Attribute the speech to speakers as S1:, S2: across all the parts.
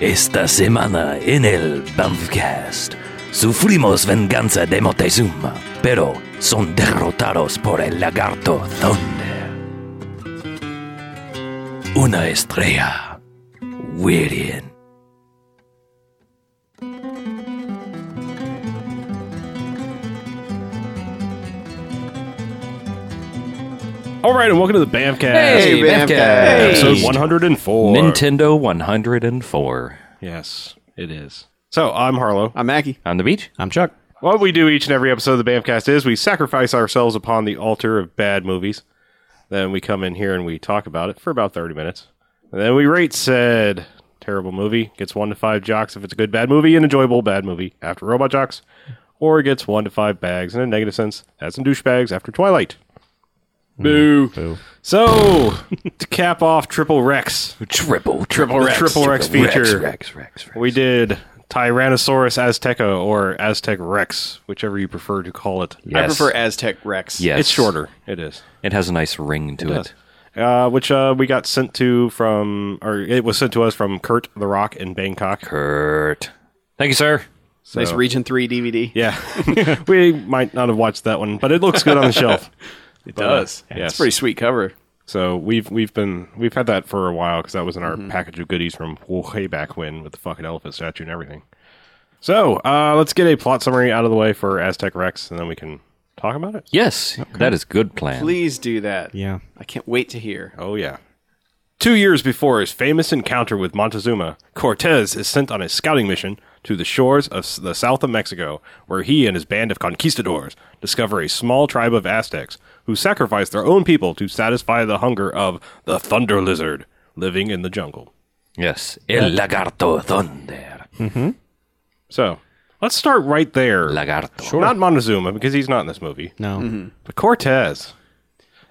S1: Esta semana en el Banffcast sufrimos venganza de Moctezuma, pero son derrotados por el lagarto Thunder. Una estrella, William.
S2: All right, and welcome to the Bamcast.
S1: Hey, Bamcast.
S2: Episode 104.
S1: Nintendo 104.
S2: Yes, it is. So, I'm Harlow.
S3: I'm Mackie.
S1: On the beach?
S3: I'm Chuck.
S2: What we do each and every episode of the Bamcast is we sacrifice ourselves upon the altar of bad movies. Then we come in here and we talk about it for about 30 minutes. And then we rate said terrible movie. Gets 1 to 5 jocks if it's a good bad movie, an enjoyable bad movie after Robot Jocks. Or it gets 1 to 5 bags in a negative sense. That's some douchebags after Twilight. Mm, Boo. So, to cap off Triple Rex,
S1: Triple,
S2: Triple Rex. Triple Rex,
S1: Rex, Rex, Rex.
S2: We did Tyrannosaurus Azteca or Aztec Rex, whichever you prefer to call it.
S1: Yes.
S3: I prefer Aztec Rex.
S1: Yes.
S2: It's shorter. It is.
S1: It has a nice ring to it.
S2: Uh, which uh, we got sent to from, or it was sent to us from Kurt the Rock in Bangkok.
S1: Kurt. Thank you, sir.
S2: So-
S3: Nice Region 3 DVD.
S2: Yeah. we might not have watched that one, but it looks good on the shelf.
S3: it
S2: does. Yes.
S3: It's a pretty sweet cover.
S2: So we've we've been we've had that for a while because that was in our
S1: Mm-hmm.
S2: package of goodies from way back when with the fucking elephant statue and everything. So uh, let's get a plot summary out of the way for Aztec Rex, and then we can talk about it.
S1: Yes, that is good plan.
S3: Please do that.
S4: Yeah.
S3: I can't wait to hear.
S2: Oh yeah. Two years before his famous encounter with Montezuma, Cortez is sent on a scouting mission to the shores of s- the south of Mexico, where he and his band of conquistadors discover a small tribe of Aztecs who sacrifice their own people to satisfy the hunger of the thunder lizard living in the jungle.
S1: Yes, el lagarto thunder.
S2: So let's start right there.
S1: Lagarto.
S2: Not Montezuma because he's not in this movie,
S4: No.
S2: but Cortez.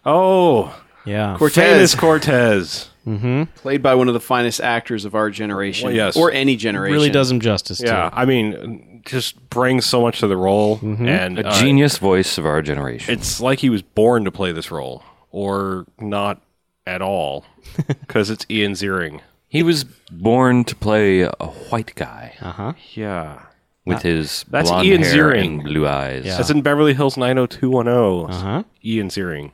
S2: Oh,
S4: Yeah.
S2: famous Cortez.
S3: Played by one of the finest actors of our generation.
S2: Well, yes.
S3: Or any generation.
S4: Really does him justice.
S2: Yeah,
S4: Too.
S2: I mean, just brings so much to the role, and
S1: A
S2: uh,
S1: genius voice of our generation.
S2: It's like he was born to play this role, or not at all, because it's Ian Ziering.
S1: he was born to play a white guy
S3: Uh-huh.
S2: Yeah,
S1: with
S3: Uh,
S1: his
S2: that's
S1: blonde
S2: Ian
S1: hair
S2: Ziering.
S1: and blue eyes.
S4: Yeah.
S2: that's in Beverly Hills 90210. Ian Ziering.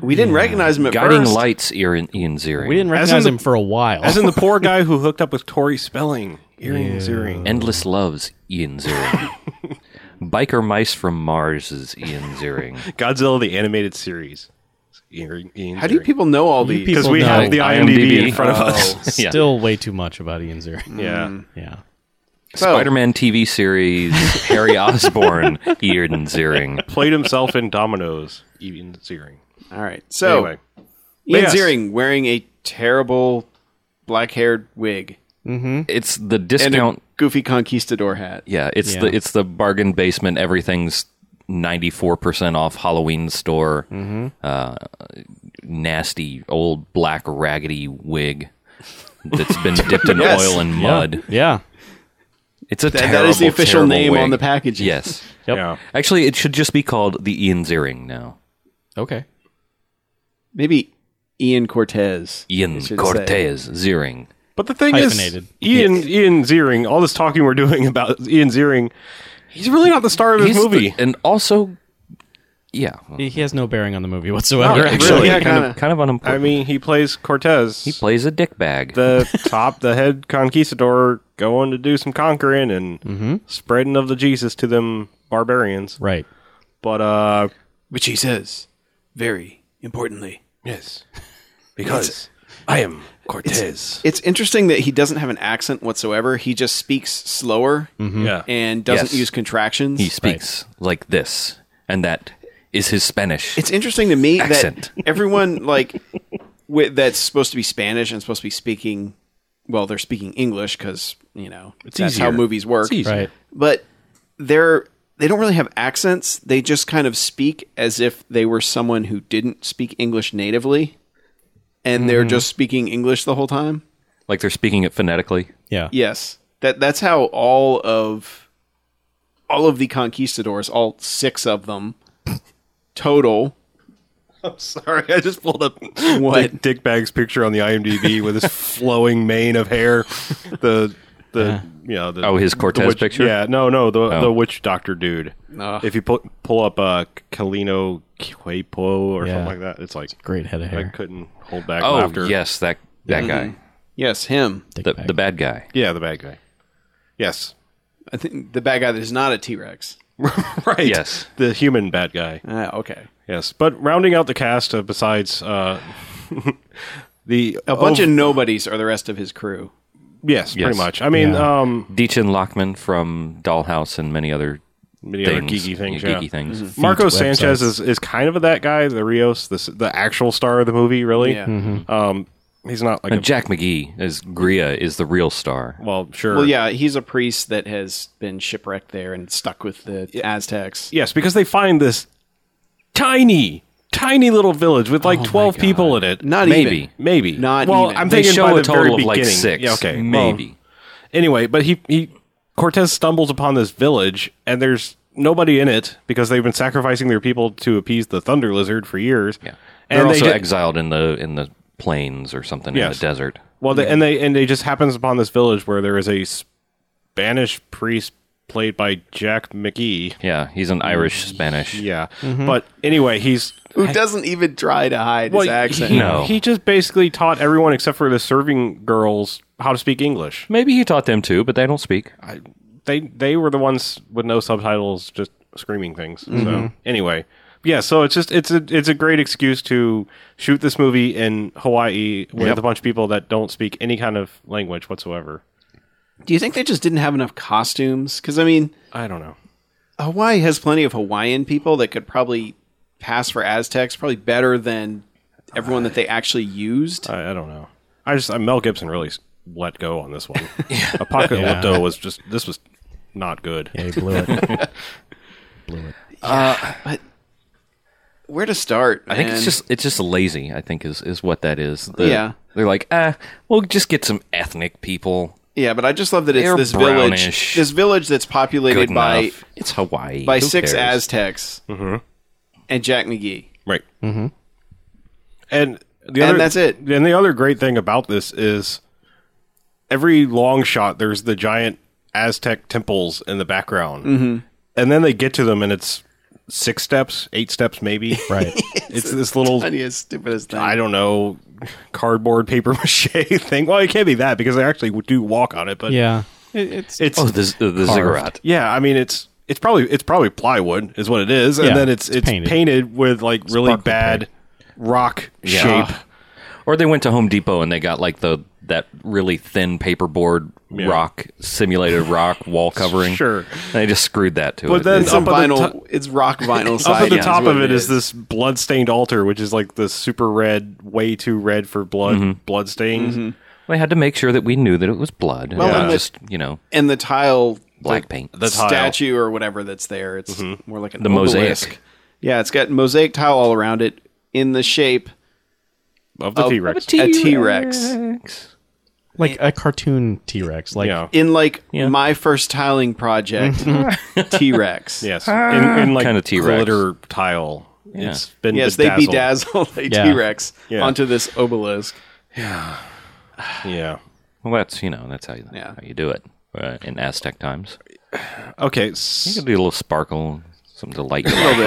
S3: We didn't recognize him at
S1: Guiding
S3: first.
S1: Lights, Ian, Ian Ziering.
S4: We didn't
S2: As
S4: recognize
S2: in the-
S4: him for a while.
S2: As in the poor guy who hooked up with Tori Spelling. Ian Ziering.
S1: Endless Loves, Ian Ziering. Biker Mice from Mars is Ian Ziering.
S2: Godzilla the animated series. Ian, Ian
S3: How do you
S2: Ziering.
S3: people know all these? Oh.
S2: Because
S4: People
S2: we
S4: know
S2: have the IMDb,
S1: IMDb.
S2: in front of us.
S1: Yeah.
S4: Still way too much about Ian Ziering.
S2: Yeah.
S4: Yeah.
S3: So,
S1: Spider-Man TV series, Harry Osborn, Ian Ziering.
S2: Played himself in Dominoes, Ian Ziering.
S3: All right. So,
S2: anyway,
S3: Ian
S2: Yes.
S3: Ziering wearing a terrible black haired wig
S1: It's the
S3: and
S1: discount.
S3: a goofy conquistador hat.
S1: yeah, it's
S4: Yeah.
S1: the it's the bargain basement. Everything's ninety four percent off Halloween store.
S3: Mm-hmm.
S1: Uh, nasty old black raggedy wig that's been dipped in
S3: Yes.
S1: oil and mud.
S4: Yeah.
S1: It's a
S3: That-
S1: terrible,
S3: that is the official
S1: terrible
S3: name
S1: wig.
S3: on the packaging.
S1: Yes,
S4: Yep.
S2: yeah.
S1: actually, it should just be called the Ian Ziering now.
S4: Okay.
S3: Maybe Ian Cortez.
S1: Ian
S3: it should
S1: Cortez Ziering.
S2: But the thing
S4: Hyphenated.
S2: is, Ian Ian Ziering. All this talking we're doing about Ian Ziering, he's really not the star of this
S1: He's the-
S2: movie.
S1: and also, yeah, well,
S4: He has no bearing on the movie whatsoever.
S2: Not
S4: actually.
S2: Oh, really.
S3: Yeah,
S1: kind of
S3: kinda.
S1: kind of unimportant.
S2: I mean, he plays Cortez,
S1: He plays a dick bag.
S2: the top, the head conquistador, going to do some conquering and
S1: Mm-hmm.
S2: spreading of the Jesus to them barbarians.
S4: Right.
S2: But uh,
S3: Which he says, very importantly.
S2: yes, because I am Cortez.
S3: It's interesting that he doesn't have an accent whatsoever. He just speaks slower
S2: Yeah,
S3: and doesn't
S1: Yes.
S3: use contractions.
S1: he speaks like this, and that is his Spanish.
S3: it's interesting to me
S1: Accent.
S3: that everyone like with, that's supposed to be Spanish and supposed to be speaking. Well, they're speaking English because you know that's how
S2: easier.
S3: movies work.
S2: It's easier.
S4: Right.
S3: But they're they don't really have accents. They just kind of speak as if they were someone who didn't speak English natively, and they're just speaking English the whole time.
S1: like they're speaking it phonetically.
S4: Yeah.
S3: Yes. That that's how all of all of the conquistadors, all six of them total
S2: I'm sorry, I just pulled up
S3: What?
S2: Dick, Dick Bag's picture on the IMDb with his flowing mane of hair. The the you know the
S1: Oh, his Cortez
S2: the witch-
S1: picture?
S2: Yeah, no, no, the
S1: Oh.
S2: the witch doctor dude.
S3: Ugh.
S2: If you pull pull up uh Kalino Kwepo or
S4: Yeah.
S2: something like that, it's like
S4: Great head of
S2: I
S4: hair.
S2: couldn't hold back
S1: Oh,
S2: laughter.
S1: yes, that that
S2: Mm-hmm.
S1: guy,
S3: Yes, him.
S4: Dick
S1: the
S4: bag.
S1: the bad guy.
S2: yeah, the bad guy. Yes,
S3: I think the bad guy that is not a T Rex.
S2: right.
S1: Yes.
S2: the human bad guy.
S3: Ah, okay.
S2: Yes, but rounding out the cast, uh, besides uh, the oh,
S3: A bunch of nobodies are the rest of his crew.
S2: yes,
S1: Yes.
S2: pretty much. I mean,
S4: Yeah.
S2: um,
S1: Deachin Lockman from Dollhouse and many other
S2: many other
S1: things,
S2: geeky things.
S1: geeky
S2: yeah. Mm-hmm.
S1: things.
S2: Marco
S4: Feet
S2: Sanchez
S4: websites.
S2: is, is kind of that guy, the Rios, the s- the actual star of the movie. Really,
S3: Yeah. Mm-hmm.
S2: um, he's not like
S1: And
S2: a,
S1: Jack McGee as Gria is the real star.
S2: well, sure.
S3: Well, yeah, he's a priest that has been shipwrecked there and stuck with the Aztecs.
S2: Yes, because they find this tiny, tiny little village with like twelve people in it.
S3: Oh Not
S1: Maybe.
S3: even.
S2: maybe
S3: Not
S2: Well,
S3: even.
S2: I'm
S1: They
S2: thinking
S1: show
S2: by
S1: Oh, a
S2: the very
S1: total of
S2: beginning.
S1: like six,
S2: Yeah, okay, well,
S1: maybe.
S2: anyway, but he he Cortez stumbles upon this village and there's nobody in it because they've been sacrificing their people to appease the thunder lizard for years.
S1: yeah,
S2: And
S1: they're
S2: they
S1: also
S2: ju-
S1: exiled in the in the plains or something in
S2: Yes.
S1: the desert.
S2: Well, they, and they and they just happens upon this village where there is a Spanish priest played by Jack McGee.
S1: Yeah, he's an Irish Spanish.
S2: Yeah, but anyway, he's
S3: Who doesn't even try to hide his accent?
S2: He,
S1: No.
S2: he just basically taught everyone except for the serving girls how to speak English.
S1: Maybe he taught them too, but they don't speak.
S2: they they were the ones with no subtitles just screaming things so anyway yeah so it's just it's a it's a great excuse to shoot this movie in hawaii with a bunch of people that don't speak any kind of language whatsoever
S3: Do you think they just didn't have enough costumes? Because I mean,
S2: i don't know
S3: Hawaii has plenty of Hawaiian people that could probably pass for Aztecs, probably better than everyone that they actually used.
S2: i, I don't know i just uh, mel gibson really s- let go on this one apocalypto was just this was not good
S4: Yeah, he blew it. blew it.
S3: Where to start?
S1: I think it's
S3: man?
S1: just it's just lazy. I think is is what that is. The-
S3: Yeah.
S1: they're like, ah, we'll just get some ethnic people.
S3: yeah, but I just love that it's
S1: They're
S3: this
S1: brownish.
S3: village, this village that's populated
S1: Good
S3: by
S1: enough. It's Hawaii.
S3: by
S1: Who
S3: six
S1: cares? Mm-hmm.
S3: Aztecs and Jack McGee.
S2: Right. Mm-hmm. And the
S3: And
S2: other,
S3: that's it.
S2: And the other great thing about this is every long shot, there's the giant Aztec temples in the background,
S3: Mm-hmm.
S2: and then they get to them, and it's six steps, eight steps, maybe.
S4: Right.
S2: It's this little.
S3: Funny as stupid as
S2: I
S3: that.
S2: don't know, cardboard paper mache thing. Well, it can't be that because they actually do walk on it, but
S4: Yeah. It, it's
S2: it's
S1: Oh, the, the, the ziggurat.
S2: yeah. I mean, it's it's probably it's probably plywood is what it is, and
S4: Yeah,
S2: then it's
S4: it's
S2: it's, painted.
S4: painted.
S2: with like really
S4: Sparkle
S2: bad rock
S1: Yeah.
S2: shape.
S1: Or they went to Home Depot and they got like the that really thin paperboard
S2: Yeah.
S1: rock simulated rock wall covering.
S2: Sure.
S1: And they just screwed that to
S2: But
S1: it.
S2: then
S1: It's-
S3: Some
S2: Up at the
S3: vinyl. it's rock vinyl.
S2: Up
S3: side
S2: at the
S3: is
S2: top
S3: what
S2: of it is, this blood-stained altar, which is like the super red, way too red for blood, blood stains.
S3: Mm-hmm.
S1: they had to make sure that we knew that it was blood.
S3: Well,
S1: and not
S3: and the-
S1: just you know
S3: and the tile
S1: black
S3: the
S1: paint.
S2: The tile. Mm-hmm.
S3: statue or whatever that's there. It's more like an
S1: The mosaic.
S3: obelisk. Yeah, it's got mosaic tile all around it in the shape
S2: Of the
S3: Of-
S2: T-Rex.
S3: Oh, a T Rex.
S4: like a cartoon T Rex. Like
S2: yeah.
S3: In like
S1: Yeah.
S3: my first tiling project, T Rex.
S2: Yes. In, in like
S1: Kinda T-Rex.
S2: glitter tile. It's been
S3: Yes, they
S2: bedazzled.
S3: bedazzle a
S4: Yeah.
S3: T Rex
S2: Yeah.
S3: onto this obelisk.
S2: Yeah.
S1: Well, that's you know that's how you
S3: Yeah.
S1: how you do it uh, in Aztec times.
S2: Okay.
S1: You
S2: s-
S1: could do a little sparkle, something to light your life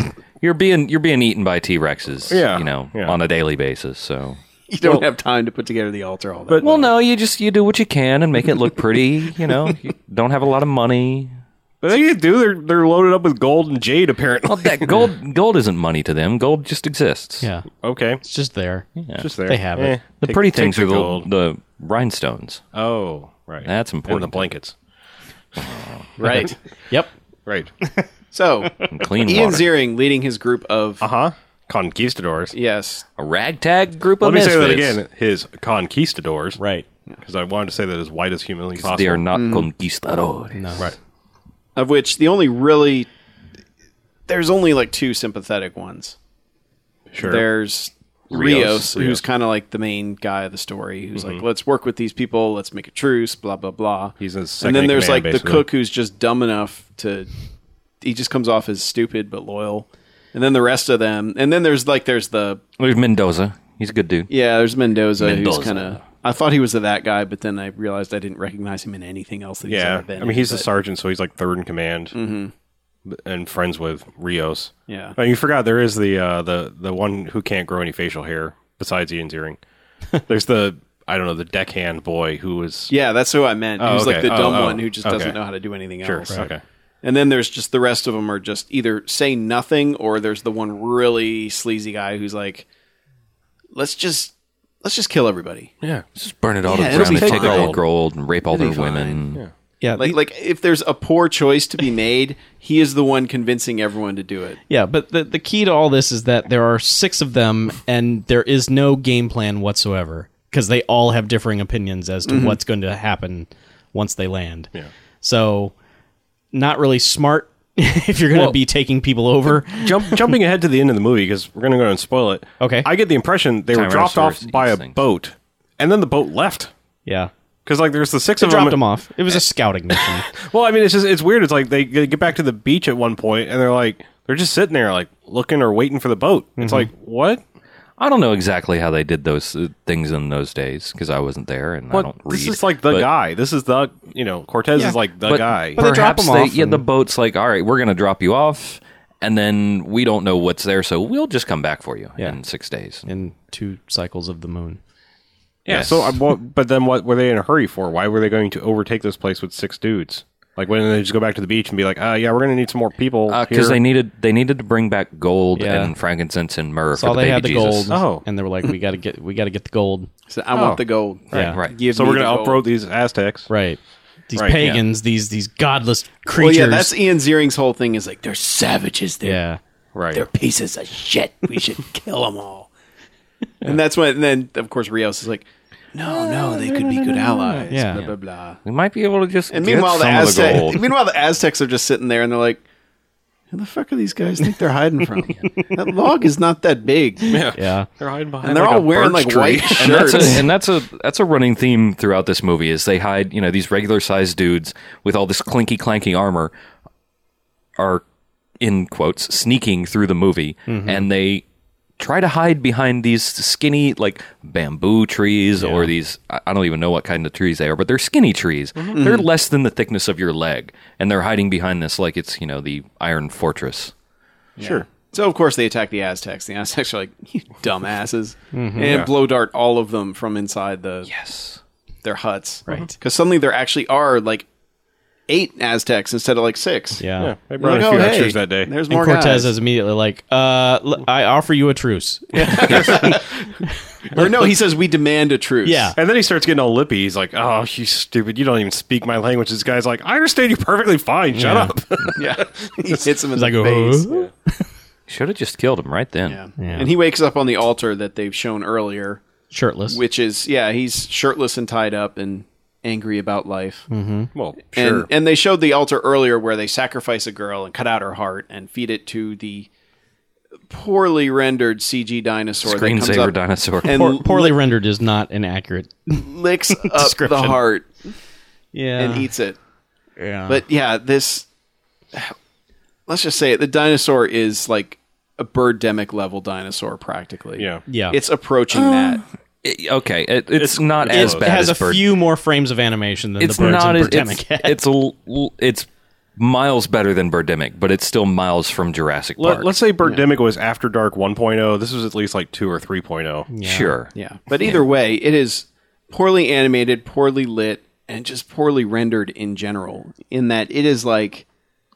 S1: up. You're being you're being eaten by T Rexes,
S2: Yeah,
S1: you know,
S2: yeah.
S1: on a daily basis. So,
S3: You don't have time to put together the altar all that.
S2: But- uh,
S1: well, no, you just you do what you can and make it look pretty. You know, you don't have a lot of money.
S2: But they do. They're they're loaded up with gold and jade. Apparently.
S1: Well, that gold gold isn't money to them. Gold just exists.
S4: yeah.
S2: Okay.
S4: It's just there.
S2: Just there.
S4: They have
S3: Eh,
S4: it.
S1: the
S2: Take-
S1: pretty
S2: take
S1: things
S2: the
S1: are the,
S2: gold.
S1: the rhinestones.
S2: Oh, right.
S1: That's
S2: and the
S1: important.
S2: blankets.
S3: right.
S4: Yep.
S2: Right.
S3: So
S1: And clean
S3: Ian
S1: water.
S3: Ziering leading his group of
S2: Uh huh. Conquistadors.
S3: yes.
S1: a ragtag group of
S2: Let me say that
S1: misfits.
S2: again. His conquistadors.
S4: Right.
S2: Because I wanted to say that as white as humanly
S1: They are
S2: possible.
S1: not conquistadores.
S4: No.
S2: Right.
S3: Of which the only really there's only like two sympathetic ones.
S2: Sure.
S3: There's
S1: Rios.
S3: Rios, who's kind of like the main guy of the story, who's like, let's work with these people, let's make a truce, blah blah blah.
S2: Mm-hmm. He's his
S3: and
S2: second
S3: then
S2: in
S3: there's
S2: command,
S3: like the
S2: basically.
S3: cook who's just dumb enough to, he just comes off as stupid but loyal. and then the rest of them, and then there's like there's the
S1: There's Mendoza. He's a good dude.
S3: yeah, there's Mendoza,
S1: Mendoza.
S3: who's kind of. I thought he was the that guy, but then I realized I didn't recognize him in anything else that he's
S2: Yeah,
S3: ever
S2: I
S3: been.
S2: mean
S3: in,
S2: he's a
S3: but-
S2: sergeant, so he's like third in command, B- and friends with Rios.
S3: Yeah.
S2: and you forgot there is the uh, the the one who can't grow any facial hair besides Ian's earring. There's the I don't know the deckhand boy who was
S3: Yeah, that's who I meant. He was like
S2: okay.
S3: the
S2: Oh,
S3: dumb
S2: oh,
S3: one who just
S2: okay.
S3: doesn't know how to do anything
S2: Sure,
S3: else.
S2: okay.
S3: And then there's just the rest of them are just either say nothing or there's the one really sleazy guy who's like, let's just let's just kill everybody.
S2: Yeah,
S1: Just burn it all
S3: Yeah,
S1: to the
S3: it'll
S1: ground
S3: be
S1: and take
S3: fine.
S1: all the gold and rape all
S3: It'll
S1: their
S3: be
S1: women.
S4: Yeah,
S3: Like like if there's a poor choice to be made, he is the one convincing everyone to do it.
S4: Yeah, but the, the key to all this is that there are six of them, and there is no game plan whatsoever because they all have differing opinions as to what's going to happen once they land. Yeah. So, not really smart if you're going to
S2: Well-
S4: be taking people over.
S2: Jump, jumping ahead to the end of the movie because we're gonna go and spoil it.
S4: Okay.
S2: I get the impression they were
S1: Tyrannosaurus
S2: dropped off
S1: eats
S2: by a
S1: things.
S2: boat, and then the boat left
S4: Yeah.
S2: because like there's the six
S4: They
S2: of
S4: dropped
S2: them.
S4: them off. It was a scouting mission.
S2: Well, I mean, it's just it's weird. It's like they, they get back to the beach at one point, and they're like they're just sitting there, like looking or waiting for the boat. It's like what?
S1: I don't know exactly how they did those uh, things in those days because I wasn't there and I
S2: What?
S1: don't read.
S2: This is like the
S1: but-
S2: guy. This is the you know Cortez is like the
S1: but
S2: guy.
S4: But they drop
S1: perhaps
S4: them off
S1: yeah,
S4: and-
S1: the boat's like, all right, we're going to drop you off, and then we don't know what's there, so we'll just come back for you
S4: Yeah.
S1: in six days.
S4: in two cycles of the moon.
S2: yeah. So, I, well, but then what were they in a hurry for? Why were they going to overtake this place with six dudes? Like when they just go back to the beach and be like, uh, yeah, we're gonna need some more people
S1: Because
S2: here."
S1: they needed they needed to bring back gold
S4: Yeah.
S1: and frankincense and myrrh for
S4: So all
S1: the
S4: they
S1: baby
S4: had the
S1: Jesus.
S4: gold,
S2: Oh.
S4: and they were like, "We got to get, we got to get the gold."
S3: So I
S2: Oh.
S3: want the gold.
S4: Yeah.
S1: Right.
S3: Give
S2: So we're
S3: me
S2: gonna
S3: the gold.
S2: uproot these Aztecs.
S4: Right. These
S2: Right, yeah.
S4: pagans, these these godless
S3: Well,
S4: creatures.
S3: yeah, that's Ian Ziering's whole thing is like they're savages. They're
S4: yeah.
S2: Right.
S3: They're pieces of shit. We should kill them all. And that's when, and then of course Rios is like, no, no, they could be good allies.
S4: Yeah.
S3: Blah blah blah.
S1: We might be able to just
S3: And meanwhile,
S1: get
S3: the
S1: some of the
S3: Aztecs,
S1: gold.
S3: meanwhile the Aztecs are just sitting there and they're like, who the fuck are these guys think they're hiding from? that log is not that big,
S4: Yeah.
S2: They're hiding behind.
S3: and they're
S2: like,
S3: all
S2: a
S3: wearing
S2: birch
S3: like
S2: tree.
S3: white
S1: and
S3: shirts.
S1: that's, a, and that's a that's a running theme throughout this movie is they hide you know these regular sized dudes with all this clinky clanky armor are in quotes sneaking through the movie
S3: Mm-hmm.
S1: and they try to hide behind these skinny like bamboo trees or these I I don't even know what kind of trees they are but they're skinny trees
S3: Mm-hmm.
S1: they're less than the thickness of your leg and they're hiding behind this like it's you know the iron fortress
S2: Sure.
S3: So of course they attack the Aztecs. The Aztecs are like, you dumbasses, and blow dart all of them from inside the
S1: yes
S3: their huts.
S2: Uh-huh.
S4: Right.
S3: Because suddenly there actually are like eight Aztecs instead of like six.
S4: Yeah.
S2: Yeah, they brought
S3: Like,
S2: a few
S3: oh, hey,
S2: extras that day.
S3: There's
S4: And
S3: more
S4: Cortez
S3: guys.
S4: is immediately like, uh, l- I offer you a truce.
S3: or no, he says we demand a truce.
S4: Yeah.
S2: And then he starts getting all lippy. He's like, "Oh, you stupid! You don't even speak my language." This guy's like, "I understand you perfectly fine. Shut up."
S3: yeah. he hits him in the
S4: Like,
S3: face.
S4: "Huh?"
S1: should have just killed him right then
S3: Yeah.
S4: Yeah.
S3: And he wakes up on the altar that they've shown earlier,
S4: shirtless.
S3: which is yeah, he's shirtless and tied up and angry about life.
S4: Mm,
S2: well,
S3: And
S2: sure.
S3: and they showed the altar earlier where they sacrifice a girl and cut out her heart and feed it to the poorly rendered CG dinosaur that comes
S1: screensaver
S3: up
S1: dinosaur
S3: and
S4: Poor, poorly rendered is not an accurate.
S3: licks up the
S4: description.
S3: heart
S4: Yeah.
S3: and eats it.
S4: yeah.
S3: But yeah, this let's just say it, the dinosaur is like a birdemic level dinosaur practically.
S2: yeah,
S4: yeah.
S3: It's approaching that.
S1: It- okay, it, it's, not
S2: it's-
S1: as
S4: it
S1: bad
S4: has a
S1: as bird.
S4: few more frames of animation than
S1: it's
S4: the birds
S1: not
S4: in
S1: as
S4: Birdemic
S1: it's, it's a l- it's miles better than Birdemic, but it's still miles from Jurassic Park.
S2: Let, us say Birdemic was After Dark 1.0. This was at least like two or oh. 3.0.
S1: Sure,
S3: Yeah. But either way, it is poorly animated, poorly lit, and just poorly rendered in general. In that it is like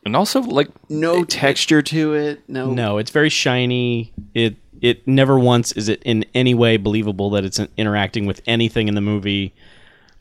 S1: and also like
S3: no texture to it. No,
S4: no, it's very shiny. It it never once is it in any way believable that it's in- interacting with anything in the movie.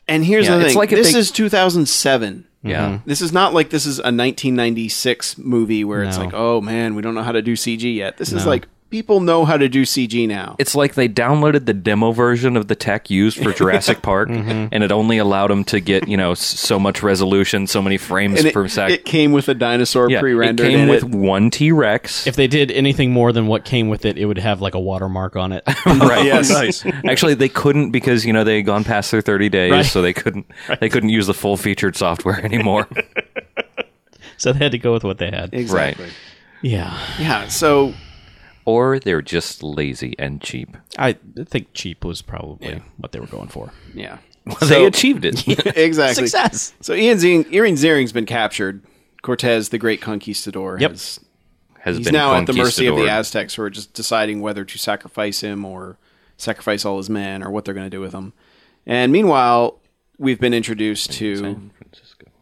S3: And here's
S1: Yeah,
S3: the
S1: it's
S3: thing:
S1: like if
S3: this
S1: they-
S3: is 2007.
S1: yeah,
S3: This is not like this is a 1996 movie where it's
S4: No.
S3: like, oh man, we don't know how to do CG yet. This is like people know how to do CG now.
S1: it's like they downloaded the demo version of the tech used for Jurassic Park, and it only allowed them to get you know s- so much resolution, so many frames
S3: and it,
S1: per second.
S3: it came with a dinosaur
S1: yeah, it
S3: pre-rendered
S1: came
S3: in
S1: with
S3: it.
S1: one T Rex.
S4: If they did anything more than what came with it, it would have like a watermark on it.
S1: Right.
S2: Yes. Nice.
S1: Actually, they couldn't because you know they had gone past their thirty days,
S4: Right.
S1: so they couldn't they couldn't use the full featured software anymore.
S4: so they had to go with what they had.
S3: Exactly.
S1: Right.
S4: Yeah.
S3: Yeah. So
S1: or they're just lazy and cheap.
S4: I think cheap was probably what they were going for.
S3: Yeah.
S1: they achieved it.
S3: exactly.
S4: Success.
S3: So Ian Ziering, Ian Ziering's been captured. Cortez, the great conquistador,
S4: Yep.
S3: has,
S1: Has
S3: he's
S1: been
S3: now at the mercy of the
S1: conquistador.
S3: Aztecs, who are just deciding whether to sacrifice him or sacrifice all his men or what they're going to do with him. And meanwhile, we've been introduced to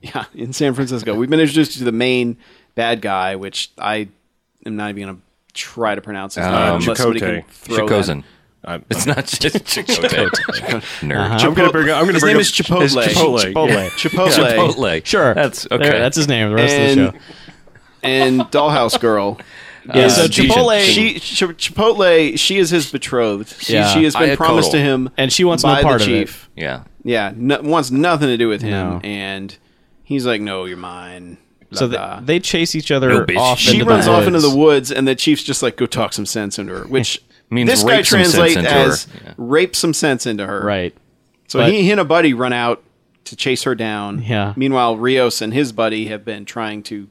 S3: yeah in San Francisco. We've been introduced to the main bad guy, which I am not even going to try to pronounce
S1: Uh,
S3: his name. unless somebody
S2: Chakotay.
S3: can throw that.
S1: Chicozin.
S3: Uh,
S1: It's not just Chicote. Nerd.
S3: Uh-huh.
S2: I'm gonna bring. up- I'm gonna
S3: His
S2: bring
S3: name
S2: up
S3: is Chipotle.
S2: his Chipotle.
S4: Chipotle.
S2: yeah.
S3: Chipotle.
S1: Chipotle.
S4: Sure.
S1: That's okay.
S4: There, that's his name. The rest of
S3: And-
S4: the show.
S3: and Dollhouse Girl.
S4: Yeah.
S3: Uh,
S4: so
S1: decent.
S4: Chipotle.
S3: She, Ch- Chipotle. She is his betrothed. She,
S4: Yeah.
S3: she has been
S1: Ayatollah.
S3: promised to him,
S4: And she wants no
S3: by
S4: part
S3: the
S4: of it.
S3: chief.
S1: Yeah.
S3: Yeah, no, wants nothing to do with him.
S4: No.
S3: And he's like, "No, you're mine." Blah,
S4: so
S3: blah.
S4: they, they chase each other
S1: No, bitch.
S4: off.
S3: she
S4: into
S3: runs
S4: the
S3: off
S4: woods.
S3: into the woods, and the chief's just like, "Go talk some sense into her," which
S1: Means
S3: this guy
S1: rape some sense
S3: translates
S1: into her.
S3: as
S1: Yeah.
S3: "rape some sense into her."
S4: Right.
S3: So
S4: But-
S3: he, he and a buddy run out to chase her down.
S4: Yeah.
S3: Meanwhile, Rios and his buddy have been trying to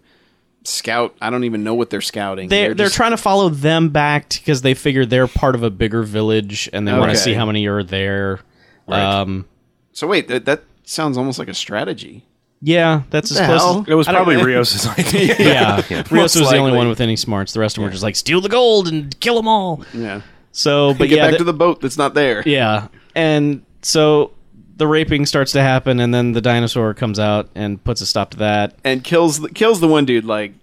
S3: scout. I don't even know what they're scouting.
S4: They're, they're
S3: just-
S4: trying to follow them back because they figure they're part of a bigger village and they want
S3: Okay.
S4: to see how many are there. Um,
S3: So wait, that, that sounds almost like a strategy.
S4: yeah, that's as
S3: the
S4: close
S3: hell?
S4: as.
S2: It was
S4: I don't-
S2: probably Rios' idea.
S4: Yeah.
S3: Most
S4: Rios was the only
S3: likely.
S4: one with any smarts. The rest of them were just like, steal the gold and kill them all.
S3: Yeah.
S4: So, but
S3: But get
S4: yeah,
S3: back
S4: th-
S3: to the boat that's not there.
S4: Yeah. And so the raping starts to happen, and then the dinosaur comes out and puts a stop to that.
S3: And kills the, kills the one dude. Like,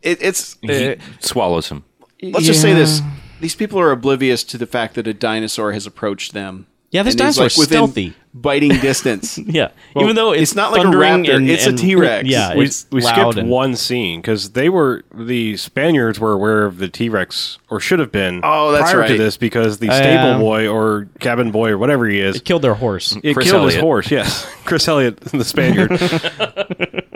S3: it, it's.
S1: He
S3: uh,
S1: swallows him.
S3: let's just say
S4: Yeah.
S3: this: these people are oblivious to the fact that a dinosaur has approached them.
S4: Yeah, this
S3: And is,
S4: dinosaur's
S3: within
S4: stealthy.
S3: biting distance.
S4: Yeah. Even though it's,
S3: it's not like a
S4: thundering
S3: raptor,
S4: and-
S3: it's a
S4: and-
S3: T-Rex.
S4: Yeah.
S2: we
S4: Uh, it's
S2: we
S4: loud
S2: skipped
S4: and-
S2: one scene because they were the Spaniards were aware of the T Rex or should have been.
S3: Oh, that's
S2: prior to
S3: right.
S2: this because the
S4: yeah.
S2: stable boy or cabin boy or whatever he is
S4: Killed their horse.
S2: It
S1: Chris
S2: killed his
S1: Elliott.
S2: horse. Yes, Chris Elliott, the Spaniard.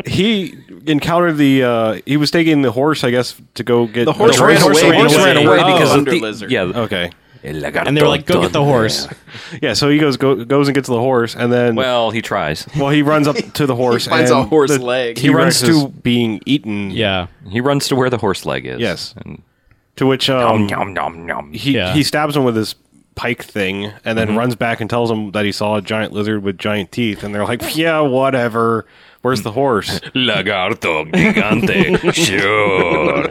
S2: he encountered the. Uh, he was taking the horse, I guess, to go get
S3: The horse ran away
S2: The horse
S3: because
S2: ran
S3: they
S2: away
S3: were
S2: because.
S3: under
S2: Of,
S1: of the-
S3: lizard.
S1: Yeah.
S2: okay.
S4: And they were like, go get the horse.
S2: Yeah, so he goes go, goes and gets the horse, and then well,
S1: Well, he tries.
S2: he runs up to the horse.
S3: finds
S2: and
S3: a horse
S2: the
S3: leg.
S2: He runs
S3: T-Rex is-
S2: to being eaten.
S4: Yeah.
S1: He runs to where the horse leg is.
S2: Yes.
S1: And
S2: To which um,
S1: nom nom nom.
S2: he
S4: Yeah.
S2: he stabs him with his pike thing, and
S3: Mm-hmm.
S2: then runs back and tells him that he saw a giant lizard with giant teeth, and they're like, "Yeah, whatever." Where's the horse?
S1: Lagarto gigante. sure.